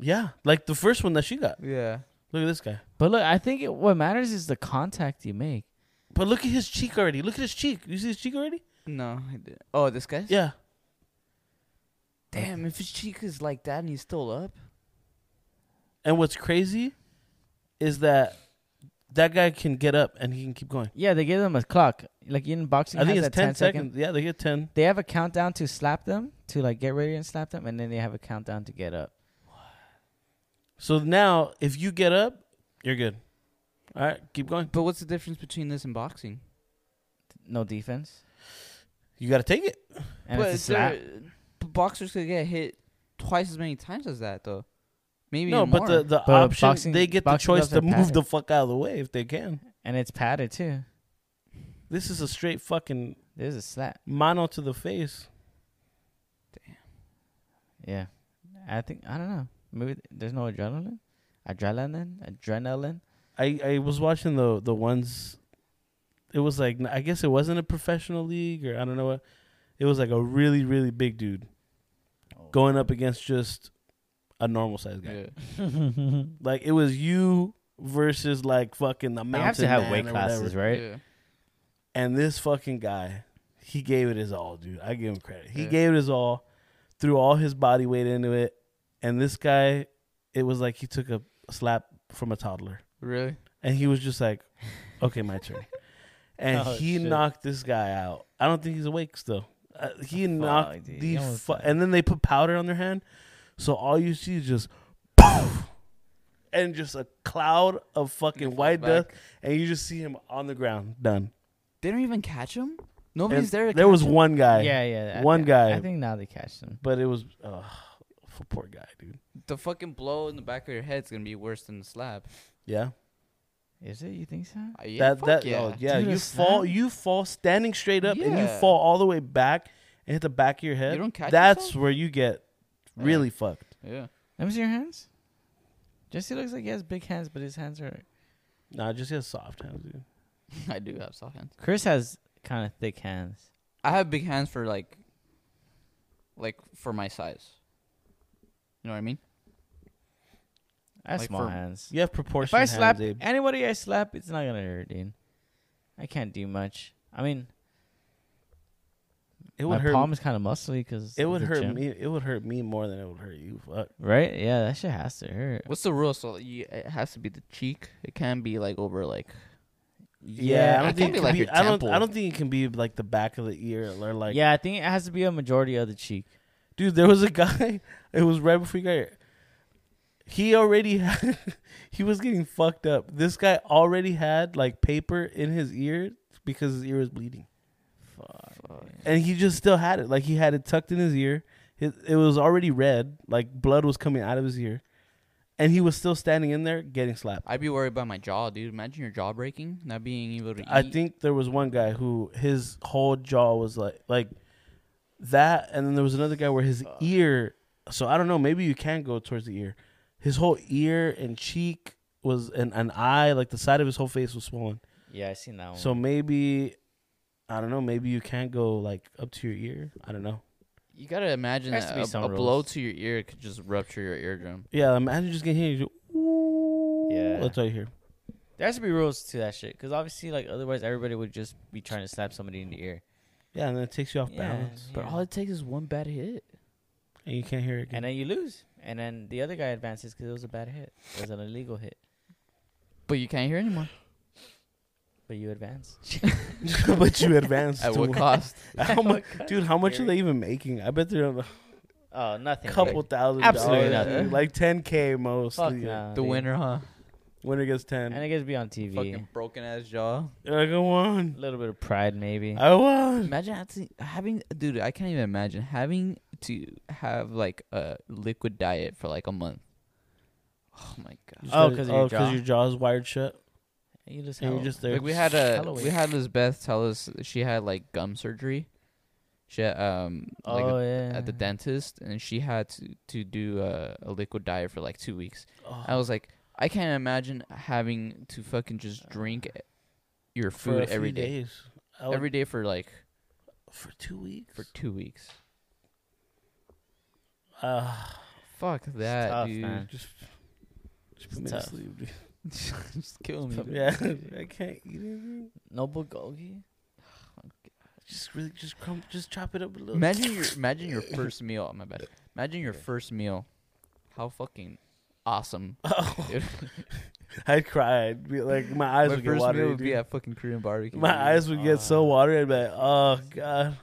Yeah, like the first one that she got.
Yeah.
Look at this guy.
but look, I think it, what matters is the contact you make.
But look at his cheek already. Look at his cheek. You see his cheek already?
No. I did- Oh, this guy?
Yeah.
Damn, if his cheek is like that and he's still up.
And what's crazy is that that guy can get up and he can keep going.
Yeah, they give them a clock. Like in boxing,
I think
has
it's
that
10 seconds.
second-
Yeah, they get 10.
They have a countdown to slap them to like get ready and slap them, and then they have a countdown to get up.
So now, if you get up, you're good. All right, keep going.
But what's the difference between this and boxing?
No defense.
You got to take it.
And
but
it's a slap.
they're- but boxers could get hit twice as many times as that, though. Maybe
no,
more.
but the, the
But
option,
boxing-
they get the
boxing
choice
gloves
to
are
move the
padded.
fuck out of the way if they can.
And it's padded too.
This is a straight fucking
There's a slap.
mono to the face.
Yeah. I think I don't know. Maybe th- there's no adrenaline. Adrenaline. Adrenaline.
I, I was watching the the ones. It was like I guess it wasn't a professional league or I don't know what. It was like a really really big dude going up against just a normal sized guy.
yeah.
Like it was you versus like fucking the
They
mountain.
have to have
man
weight
or
classes,
whatever.
right?
yeah.
And this fucking guy, he gave it his all, dude. I give him credit. He
Yeah.
gave it his all, threw all his body weight into it. And this guy, it was like he took a slap from a toddler.
Really?
And he was just like, okay, my
(laughs)
turn. And
Oh,
he
shit.
knocked this guy out. I don't think he's awake still. Uh, he
Fuck,
knocked
dude.
the
You almost
fu-
died.
and then they put powder on their hand, so all you see is just, and just a cloud of fucking
fall
white
back.
dust, and you just see him on the ground, done.
They don't even catch him.
And
Nobody's there. To
there
catch
was
him?
one guy,
Yeah, yeah. I-
One
I-
guy.
I think now they catch them.
but it was uh, f- poor guy, dude.
The fucking blow in the back of your head's gonna be worse than the slap.
Yeah,
Is it? You think so?
Uh, yeah,
that
fuck
that
yeah.
oh, yeah.
Dude, a
you fall,
slap?
you fall standing straight up, and you
Yeah.
fall all the way back and hit the back of your head.
You don't catch
That's
yourself?
where you get really fucked.
Yeah.
Let me see your hands. Jesse looks like he has big hands, but his hands are.
Nah, just get soft hands, dude.
(laughs) I do have soft hands.
Chris has kind of thick hands.
I have big hands for like, like for my size. You know what I mean?
I have
Like
small
for-
hands.
You have proportion
If I
hands,
slap
Abe.
anybody, I slap. It's not gonna hurt, dude. I can't do much. I mean,
It
my
would hurt.
palm is kind of muscly because
it would hurt me. It would hurt me more than it would hurt you. Fuck.
Right? Yeah, that shit has to hurt.
What's the rule? So you, it has to be the cheek. It can't be like over like.
Yeah, I
it
don't
can't
think
be
it can
like
be,
your
I don't.
temple.
I don't think it can be like the back of the ear or like.
yeah, I think it has to be a majority of the cheek.
dude, there was a guy. (laughs) It was right before you got here. He already (laughs) had. he was getting fucked up. This guy already had like paper in his ear because his ear was bleeding.
Fuck.
and he just still had it. Like he had it tucked in his ear. It, it was already red. Like blood was coming out of his ear, and he was still standing in there getting slapped.
I'd be worried about my jaw, dude. Imagine your jaw breaking, not being able to.
I
eat.
think there was one guy who his whole jaw was like like that, and then there was another guy where his
Uh.
ear. So I don't know. Maybe you can go towards the ear. His whole ear and cheek was and an eye, like the side of his whole face was swollen.
Yeah, I seen that one.
So maybe I don't know. Maybe you can't go like up to your ear. I don't know.
you gotta imagine
There has
that
to be
a,
some
a blow
rules.
to your ear could just rupture your eardrum.
Yeah, imagine just getting hit. You do, ooh,
Yeah.
that's right here.
there has to be rules to that shit because obviously, like, otherwise everybody would just be trying to slap somebody in the ear,
Yeah, and then it takes you off
Yeah.
balance,
But all it takes is one bad hit.
and you can't hear it
and
again.
then you lose, and then the other guy advances because it was a bad hit, it was an illegal hit,
But you can't hear anymore. (laughs)
but you advance.
(laughs) but you
(laughs)
advance.
At
to
what
win.
(laughs) cost?
How much, dude? How much are they even making? I bet they're on
Oh,
a
nothing.
couple thousand
Absolutely
dollars,
nothing.
dude. like ten k mostly.
Fuck
yeah.
nah,
the
dude.
winner, huh?
Winner gets ten.
and it gets to be on TV.
Fucking broken ass jaw.
You're like, I won.
A little bit of pride, maybe.
I won.
Imagine having, having, dude. I can't even imagine having to have like a liquid diet for like a month. Oh my god.
Oh, 'cause of your jaw.
your jaw's wired shut,
you just
and
have
you're just there.
Like
(sighs)
we had a, (sighs)
Halloween.
we had Liz Beth tell us she had like gum surgery. She had, um like
oh
a-
yeah
at the dentist, and she had to to do a, a liquid diet for like two weeks.
Oh,
I was like, I can't imagine having to fucking just drink your
Uh, for a
food
few
every day,
days. I would-
every day for like
for two weeks.
for two weeks.
uh,
Fuck that,
tough,
dude.
man.
just, just put me to
tough.
sleep, dude.
(laughs) just kill me. dude.
(laughs) Yeah, I can't eat anything.
no bulgogi.
Just really, just crumb, just chop it up a little.
Imagine your imagine your first meal. Oh, my bad. Imagine your first meal. How fucking awesome.
(laughs) Oh, (laughs)
dude.
I'd cry. I'd be like, my eyes
my
would
first
get watery.
meal would be
dude.
at fucking Korean barbecue.
my
dude.
eyes would get so watery. I'd be like, oh god.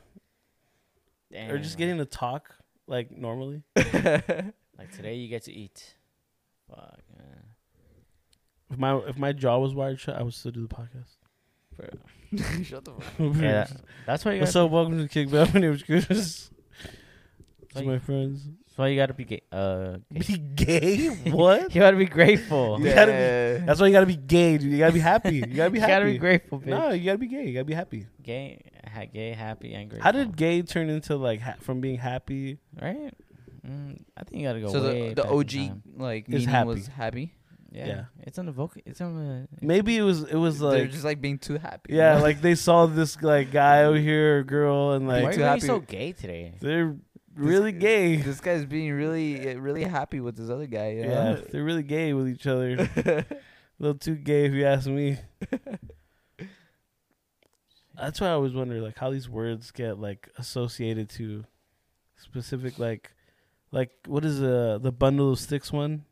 Damn.
Or just getting to talk like normally.
like today, you get to eat. Fuck, man.
If my if my jaw was wired shut, I would still do the podcast. (laughs)
(laughs) Shut the fuck.
Yeah, that- that's why you
What's
gotta,
up? Welcome to Kick Back. My name is (laughs) Chris. This is my friends.
that's why you gotta be gay. Uh, (laughs)
(laughs) Be
gay.
gay? What?
you gotta be grateful.
You gotta be, (laughs) that's why you gotta be gay, dude. You gotta be happy. You gotta be
(laughs) you
happy.
gotta be grateful, bitch.
No, you gotta be gay. You gotta be happy.
Gay, ha- gay, happy, and grateful.
How did gay turn into like ha- from being happy?
right? Mm, I think you gotta go.
So
way
the, the
back in
OG
time.
like
Is
meaning
happy.
was happy.
Yeah.
Yeah.
it's on the vocal. It's on the.
Maybe it was it was
They're
like
just like being too happy.
(laughs)
you (laughs)
yeah,
know?
like they saw this like guy over here or girl and
Why are
like
you being
happy.
so gay today?
they're really
This-
gay.
This guy's being really
(laughs)
uh, really happy with this other guy. You
Yeah,
know?
they're really gay with each other. a little too gay, if you ask me. That's why I always wonder, like, how these words get like associated to specific, like, like what is uh the bundle of sticks one?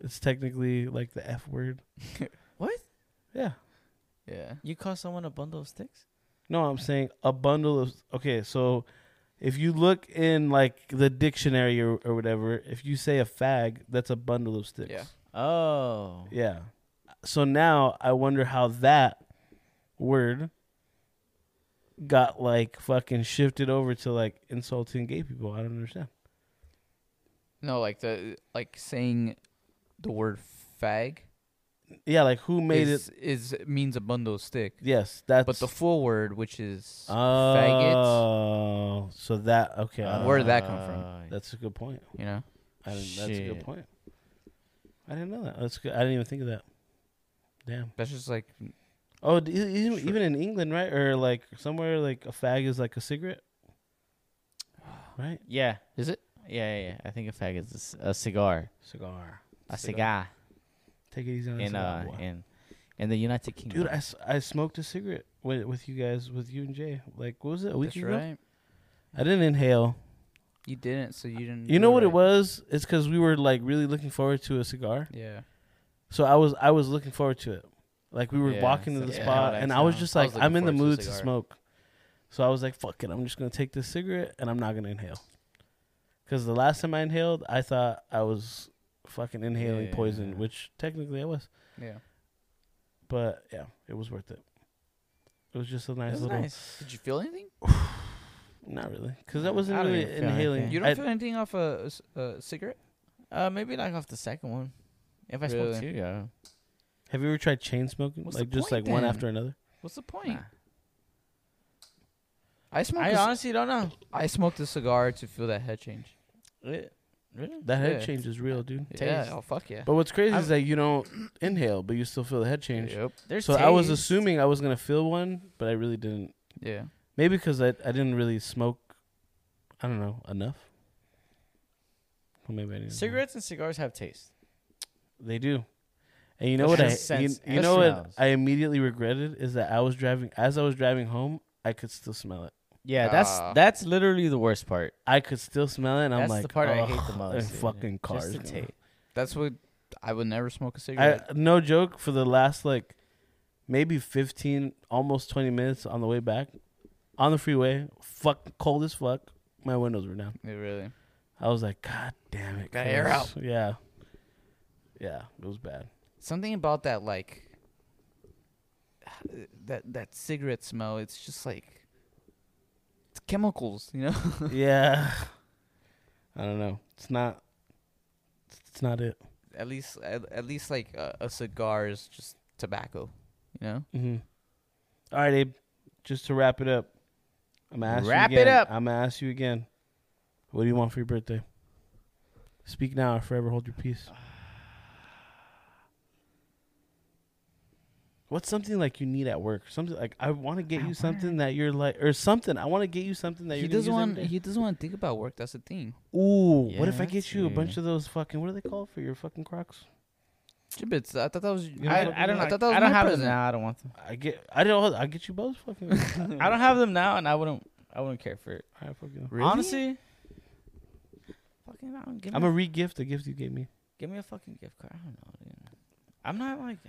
It's technically like the F word.
What?
Yeah.
yeah.
You call someone a bundle of sticks?
No, I'm saying a bundle of. Okay, so if you look in like the dictionary or, or whatever, if you say a fag, that's a bundle of sticks.
Yeah.
Oh,
Yeah. So now I wonder how that word got like fucking shifted over to like insulting gay people. I don't understand.
No, like the like saying the word fag
Yeah, like who made
is,
it?
is means a bundle of stick.
Yes, that's
But the full word, which is faggots,
oh, so that okay. I don't-
Where did that come from?
Uh,
that's a good point.
you know.
I didn't, that's a good
Shit.
point. I didn't know that. That's good. I didn't even think of that. Damn.
That's just like
Oh, d- e- even,
Sure.
even in England, right, or like somewhere, like a fag is like a cigarette, right?
Yeah,
is it?
yeah, yeah, yeah. I think a fag is a c- a, cigar,
Cigar.
a cigar,
Cigar.
Take it easy on the
in
cigar,
uh
boy.
in in the United Kingdom.
Dude, I, s- I smoked a cigarette with, with you guys, with you and Jay. Like, what was it, a week
That's
ago?
right.
I didn't inhale.
You didn't, so you didn't.
You know
were
what it
right.
was? It's because we were, like, really looking forward to a cigar.
Yeah.
So I was I was looking forward to it. Like, we were
Yeah,
walking to
so
the
yeah,
spot,
how
and
that
I was
sounds.
just
I
like,
was looking
I'm in the
forward
mood
to a
to,
cigar.
smoke. So I was like, fuck it, I'm just going to take this cigarette, and I'm not going to inhale. Because the last time I inhaled, I thought I was fucking inhaling poison,
Yeah.
which technically I was.
Yeah.
But, yeah, it was worth it. It was just a nice
That's
little...
nice.
Did you feel anything?
Not really, because that
Mm,
wasn't
I don't
really
even feel
inhaling.
anything.
You don't
I-
feel anything off a, s- a cigarette?
Uh, maybe like off the second one. If I spoke
Really?
to you, yeah.
have you ever tried chain smoking?
What's the
like just like
point
one
then?
after another.
What's the point?
Nah.
I smoked.
I
a c-
honestly don't know.
I smoked a cigar to feel that head change.
It- really?
That head
Yeah.
change is real, dude.
Yeah.
Taste.
Oh fuck yeah.
But what's crazy
I'm-
is that you don't inhale, but you still feel the head change.
Yep.
There's
So I was
taste.
assuming I was gonna feel one, but I really didn't.
Yeah.
Maybe because I I didn't really smoke. I don't know enough. Well, maybe I didn't. know.
cigarettes and cigars have taste.
They do. And you know
It
what I
has
you,
sense
you
and
know what
smells.
I immediately regretted is that I was driving as I was driving home, I could still smell it.
Yeah, that's
Ah.
that's literally the worst part.
I could still smell it, and I'm
that's
like,
the part I
"Ugh."
hate the most.
and
dude.
fucking
Just
cars,
the
man.
taste.
That's what I would never smoke a
I
cigarette.
no joke for the last like maybe 15 almost 20 minutes on the way back on the freeway fuck cold as fuck my windows were down
Yeah, really.
i was like god damn it
Gotta air
Chris." yeah yeah it was
(laughs)
bad
Something about that like (sighs) that that cigarette smell. It's just like it's chemicals. You know.
yeah i don't know it's not it's not it
at least at, at least like a, a cigar is just tobacco. You know.
mm-hmm. all right abe just to wrap it up i'm gonna ask
Wrap
you again.
it up.
i'm gonna ask you again what do you want for your birthday speak now or forever hold your peace What's something like you need at work? Something like I want to get
At
you something that you're like, or something. I want to get you something that
He
you're gonna use
doesn't want.
every day.
He doesn't want to think about work. That's the thing.
Ooh, what if I
Yeah,
get you a bunch
dude.
of those fucking? What are they called for your fucking Crocs?
Gibbets. I thought that was.
You know what
I, I don't know.
I
I,
thought that was
don't
my
have them
present.
now. I don't want them.
I get. I don't. I get you both. Fucking.
(laughs)
I,
I don't have them now, and I wouldn't. I wouldn't care for it.
I fucking.
Really?
Honestly, fucking, I don't, give, me
I'm a re-gift the gift you gave me.
give me a fucking gift card. I don't know. Dude. I'm not like (sighs)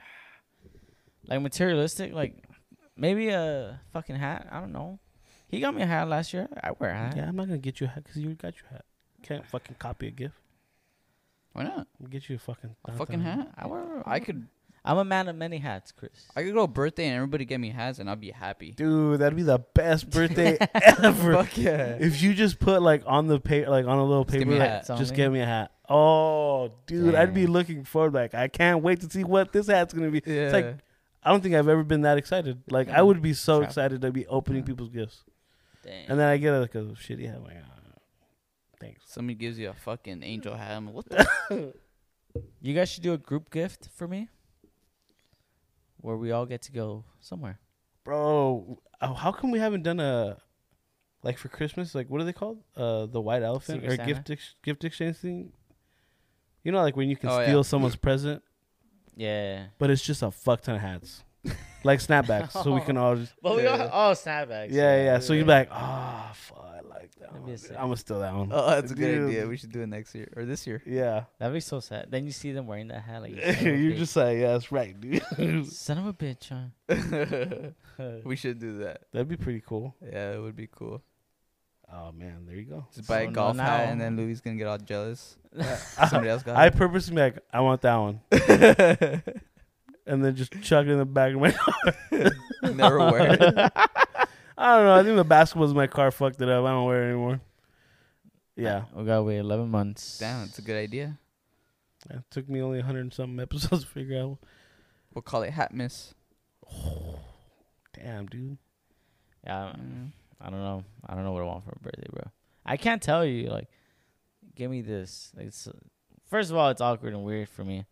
like materialistic. Like maybe a fucking hat. I don't know. He got me a hat last year. I wear a hat.
Yeah, I'm not gonna get you a hat because you got your hat. Can't fucking copy a gift.
Why not?
I'll Get you a fucking
A fucking hat. I, wear- I could
I'm a man of many hats, Chris.
I could go birthday and everybody get me hats and I'd be happy.
dude. That'd be the best birthday ever.
(laughs) Fuck yeah.
If you just put like on the paper, like on a little paper,
give me a
like,
hat.
just give me a hat. Oh, dude, I'd be
Dang.
looking forward. Like, I can't wait to see what this hat's gonna be.
Yeah.
(laughs) It's like I don't think I've ever been that excited. Like,
Mm.
I would be so
Travel.
excited to be opening
Yeah.
people's gifts,
Damn.
and then I get like a shitty hat. Like, ah, thanks.
Somebody gives you a fucking angel hat. I'm like, what the?
you guys should do a group gift for me, where we all get to go somewhere.
bro oh, how come we haven't done a like for christmas like what are they called uh the white elephant
Secret
or
Santa?
gift ex- gift exchange thing you know like when you can
Oh, yeah.
steal someone's present
Yeah.
but it's just a fuck ton of hats like snapbacks so
(laughs)
we can all just
Well, we all all snapbacks.
yeah yeah so you'd be like oh fuck I like that
That'd
one.
be a
I'm
sick-
gonna steal that one.
Oh, that's a good
Dude.
idea. We should do it next year
(laughs)
or this year.
yeah
that'd be so sad. Then you see them wearing
(laughs)
that hat, like you son of a
you're
bitch.
just like yeah that's right dude (laughs)
son of a bitch. Huh?
(laughs) we should do that.
that'd be pretty cool
Yeah, it would be cool.
oh man there you
(laughs)
go
Just buy
So
a golf
now-
hat and then Louis gonna get all jealous. Somebody else
(laughs)
got
I
it.
purposely be like I want that
(laughs)
one and then just chuck it in the back of my (laughs)
Never wear it.
(laughs)
I don't know. I think the basketballs in my car fucked it up. I don't wear it anymore. Yeah.
we gotta wait eleven months.
Damn, it's a good idea.
It took me only 100 and something episodes to figure out.
We'll call it hat miss.
Damn, dude.
Yeah, I- I don't know. I don't know what I want for a birthday, bro. I can't tell you. Like, give me this. It's first of all, it's awkward and weird for me.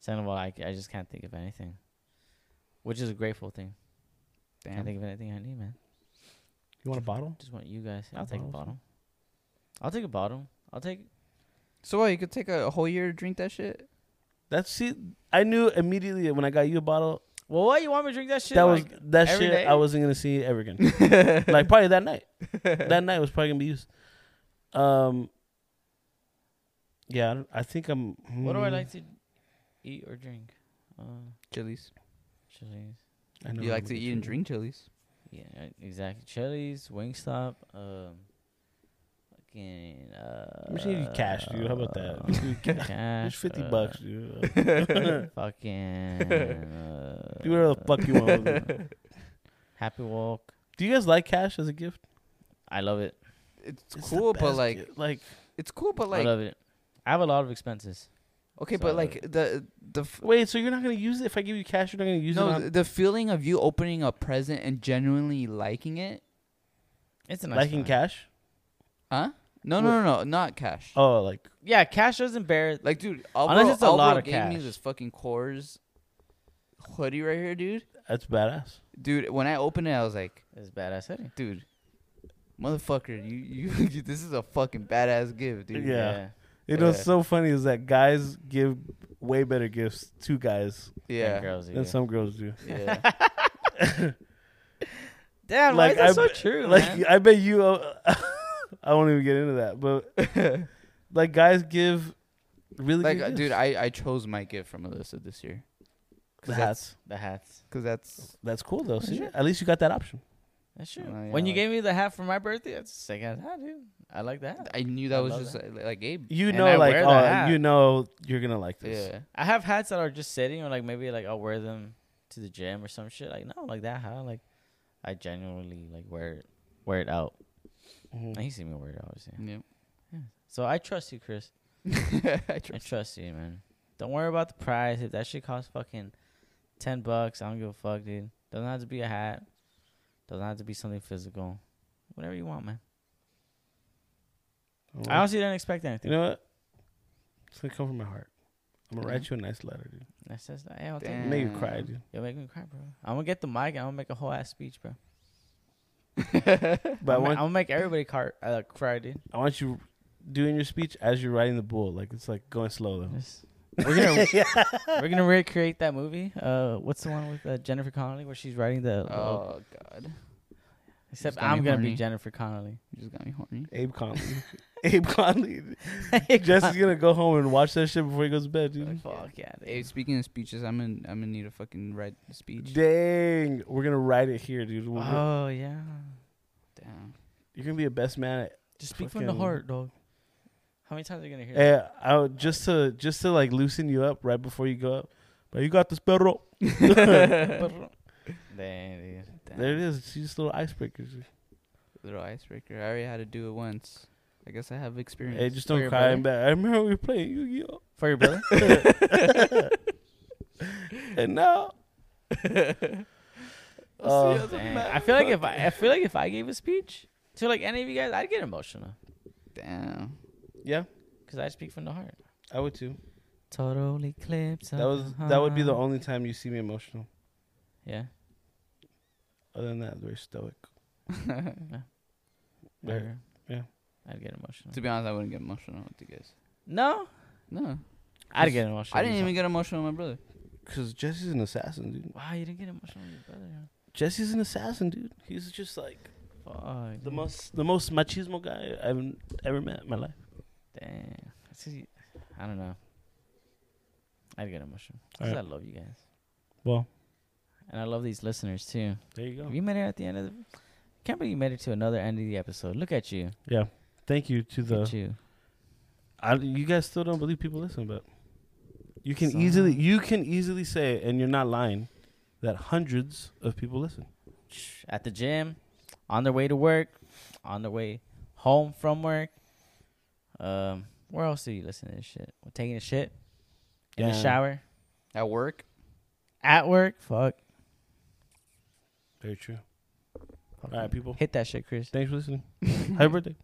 Second of all, I, I just can't think of anything, which is a grateful thing. Can't
Damn.
think of anything I need, man.
You want a bottle?
Just want you guys.
Yeah,
I'll take a
bottles,
bottle. I'll take a bottle. I'll take.
So what? You could take a whole year to drink that shit.
That's see. I knew immediately when I got you a bottle.
Well, what you want me to drink that shit?
that
like,
was that shit.
every day?
I wasn't gonna see ever
(laughs)
again. like probably that night. That night was probably gonna be used. Um. Yeah, I, don't- I think I'm.
what do I
hmm,
like to eat or drink? Uh,
Chilies.
chilies.
mm, I know
You
I'm
like
a
to
big
eat and
foodie.
drink chilies.
Yeah, right, exactly. Chili's, Wingstop, um, fucking. Uh,
I'm just gonna give you cash, dude. How about that? Just (laughs) give you ca-
cash.
Here's fifty
uh,
bucks, dude. (laughs)
Fucking. Uh,
Do whatever the fuck you want with it.
Happy Walk.
Do you guys like cash as a gift?
I love it.
It's,
It's the
cool, but
best
like,
gift. like
it's cool, but
I
like,
love it. I have a lot of expenses.
okay,
so I
but
love
like the the f-
Wait, so you're not gonna use it? If I give you cash, you're not gonna use
no
it? On,
th- the feeling of you opening a present and genuinely liking it.
It's a nice
liking
feeling.
cash?
Huh? No, no, no, no, not cash.
Oh, like
Yeah, cash doesn't bear. it.
Like, dude, Alvaro,
Unless it's a
Alvaro
lot of
gave me
cash.
this fucking Coors hoodie right here, dude.
that's badass.
Dude, when I opened it, I was like,
It's badass hoodie.
dude, motherfucker, you, you, (laughs) you this is a fucking badass gift, dude.
Yeah. You know, what's
Yeah.
so funny is that guys give way better gifts to guys
Yeah.
Yeah.
Girls,
than
yeah.
some girls do.
yeah.
Damn,
like,
like, that's
I-
so true.
Like,
man.
I bet you. Uh, (laughs) I won't even get into that, (laughs) but
(laughs)
like guys give really
like,
good
uh,
gifts.
dude, I, I chose my gift from Alyssa this year.
The
that's-
hats.
The hats.
Because that's.
That's cool though. See,
shit.
at least you got that option.
That's true.
Oh, yeah,
when you
like-
gave me the hat for my birthday, that's a sick ass hat, dude. I like that.
I knew that
I
was
love
just uh,
that.
like, like Gabe.
You
And
know,
I
like
wear the
oh,
hat.
you know, you're gonna like this.
Yeah.
I have hats that are just sitting, or like maybe like I'll wear them to the gym or some shit. Like no, like that hat. Like I genuinely like wear it, wear it out.
Mhm.
Now, You see me wear it out, obviously.
Yep.
So I trust you, Chris.
(laughs) I
I
(laughs)
trust.
trust you, man. Don't worry about the price. If that shit costs fucking ten bucks, I don't give a fuck, dude. Doesn't have to be a hat. Doesn't have to be something physical. Whatever you want, man. I honestly didn't expect anything.
You know what? It's gonna come from my heart. I'm gonna write you a nice letter, dude.
That's just hey, I'll take it.
Damn.
Make you cry, dude.
You'll make me cry, bro. I'm gonna get the mic. and I'm gonna make a whole ass speech, bro.
But I
I'm,
want,
gonna make everybody car- uh, cry, dude.
I want you doing your speech as you're riding the bull. Like it's like going slow though.
Just-
(laughs)
We're gonna we're gonna recreate that movie. Uh, what's the one with uh, Jennifer Connelly where she's writing the? Oh,
Oh, God.
except
gonna be
I'm gonna
horny.
be
(laughs)
Jennifer Connelly. (laughs)
You just got me horny.
Abe Conley. Abe Conley. (laughs) Jesse's gonna go home and watch that shit before he goes to bed, dude.
Fuck yeah, dude.
Hey, speaking of speeches, I'm in. I'm gonna need a fucking right speech.
Dang, we're gonna ride it here, dude. We're-
Oh yeah.
Damn.
(laughs) You're gonna be a best man. At,
Just speak from the
Fucking-
heart, dog. How many times are you gonna hear? that?
Yeah, I would- just to just to like loosen you up right before you go up. But you got this perro.
(laughs)
Damn, dude.
There it is. It's just little icebreakers.
Little icebreaker. I already had to do it once. I guess I have experience.
Hey, just
For
don't
your
cry. I'm bad. I remember we were playing Yu-Gi-Oh,
For your
(laughs) uh,
(laughs) brother?
and now
I'll see
uh,
you as a
Damn.
man.
I feel like if I, I feel like if I gave a speech to like any of you guys, I'd get emotional
Damn. (laughs)
yeah,
because I speak from the heart.
I would too.
Total eclipse.
That was that would be the only time you see me emotional.
Yeah.
Other than that, very stoic.
I
Yeah.
agree.
Yeah.
I'd get emotional.
To be honest, I wouldn't get emotional with you guys.
No,
No,
I'd get emotional.
I didn't
with
even
you.
get emotional with my brother.
Cause Jesse's an assassin, dude.
Wow, you didn't get emotional with your brother. huh?
Jesse's an assassin, dude. He's just like
Fuck.
the
dude.
most the most machismo guy I've ever met in my life.
Damn. That's 'cause you- I don't know. I'd get emotional.
All
'Cause
right.
I love you guys.
Well,
And I love these listeners too.
there you go.
You made it at the end of the. Can't believe you made it to another end of the episode. Look at you.
Yeah. Thank you to
Look
the.
at you.
I, you guys still don't believe people listen, but you can
So-
easily you can easily say, and you're not lying, that hundreds of people listen.
At the gym, on their way to work, on their way home from work. Um, where else do you listen to this shit? We're taking a shit in the
Yeah.
shower
At work,
at work. Fuck.
Very true.
Fucking
All right, people.
Hit that shit, Chris.
Thanks for listening. Happy birthday.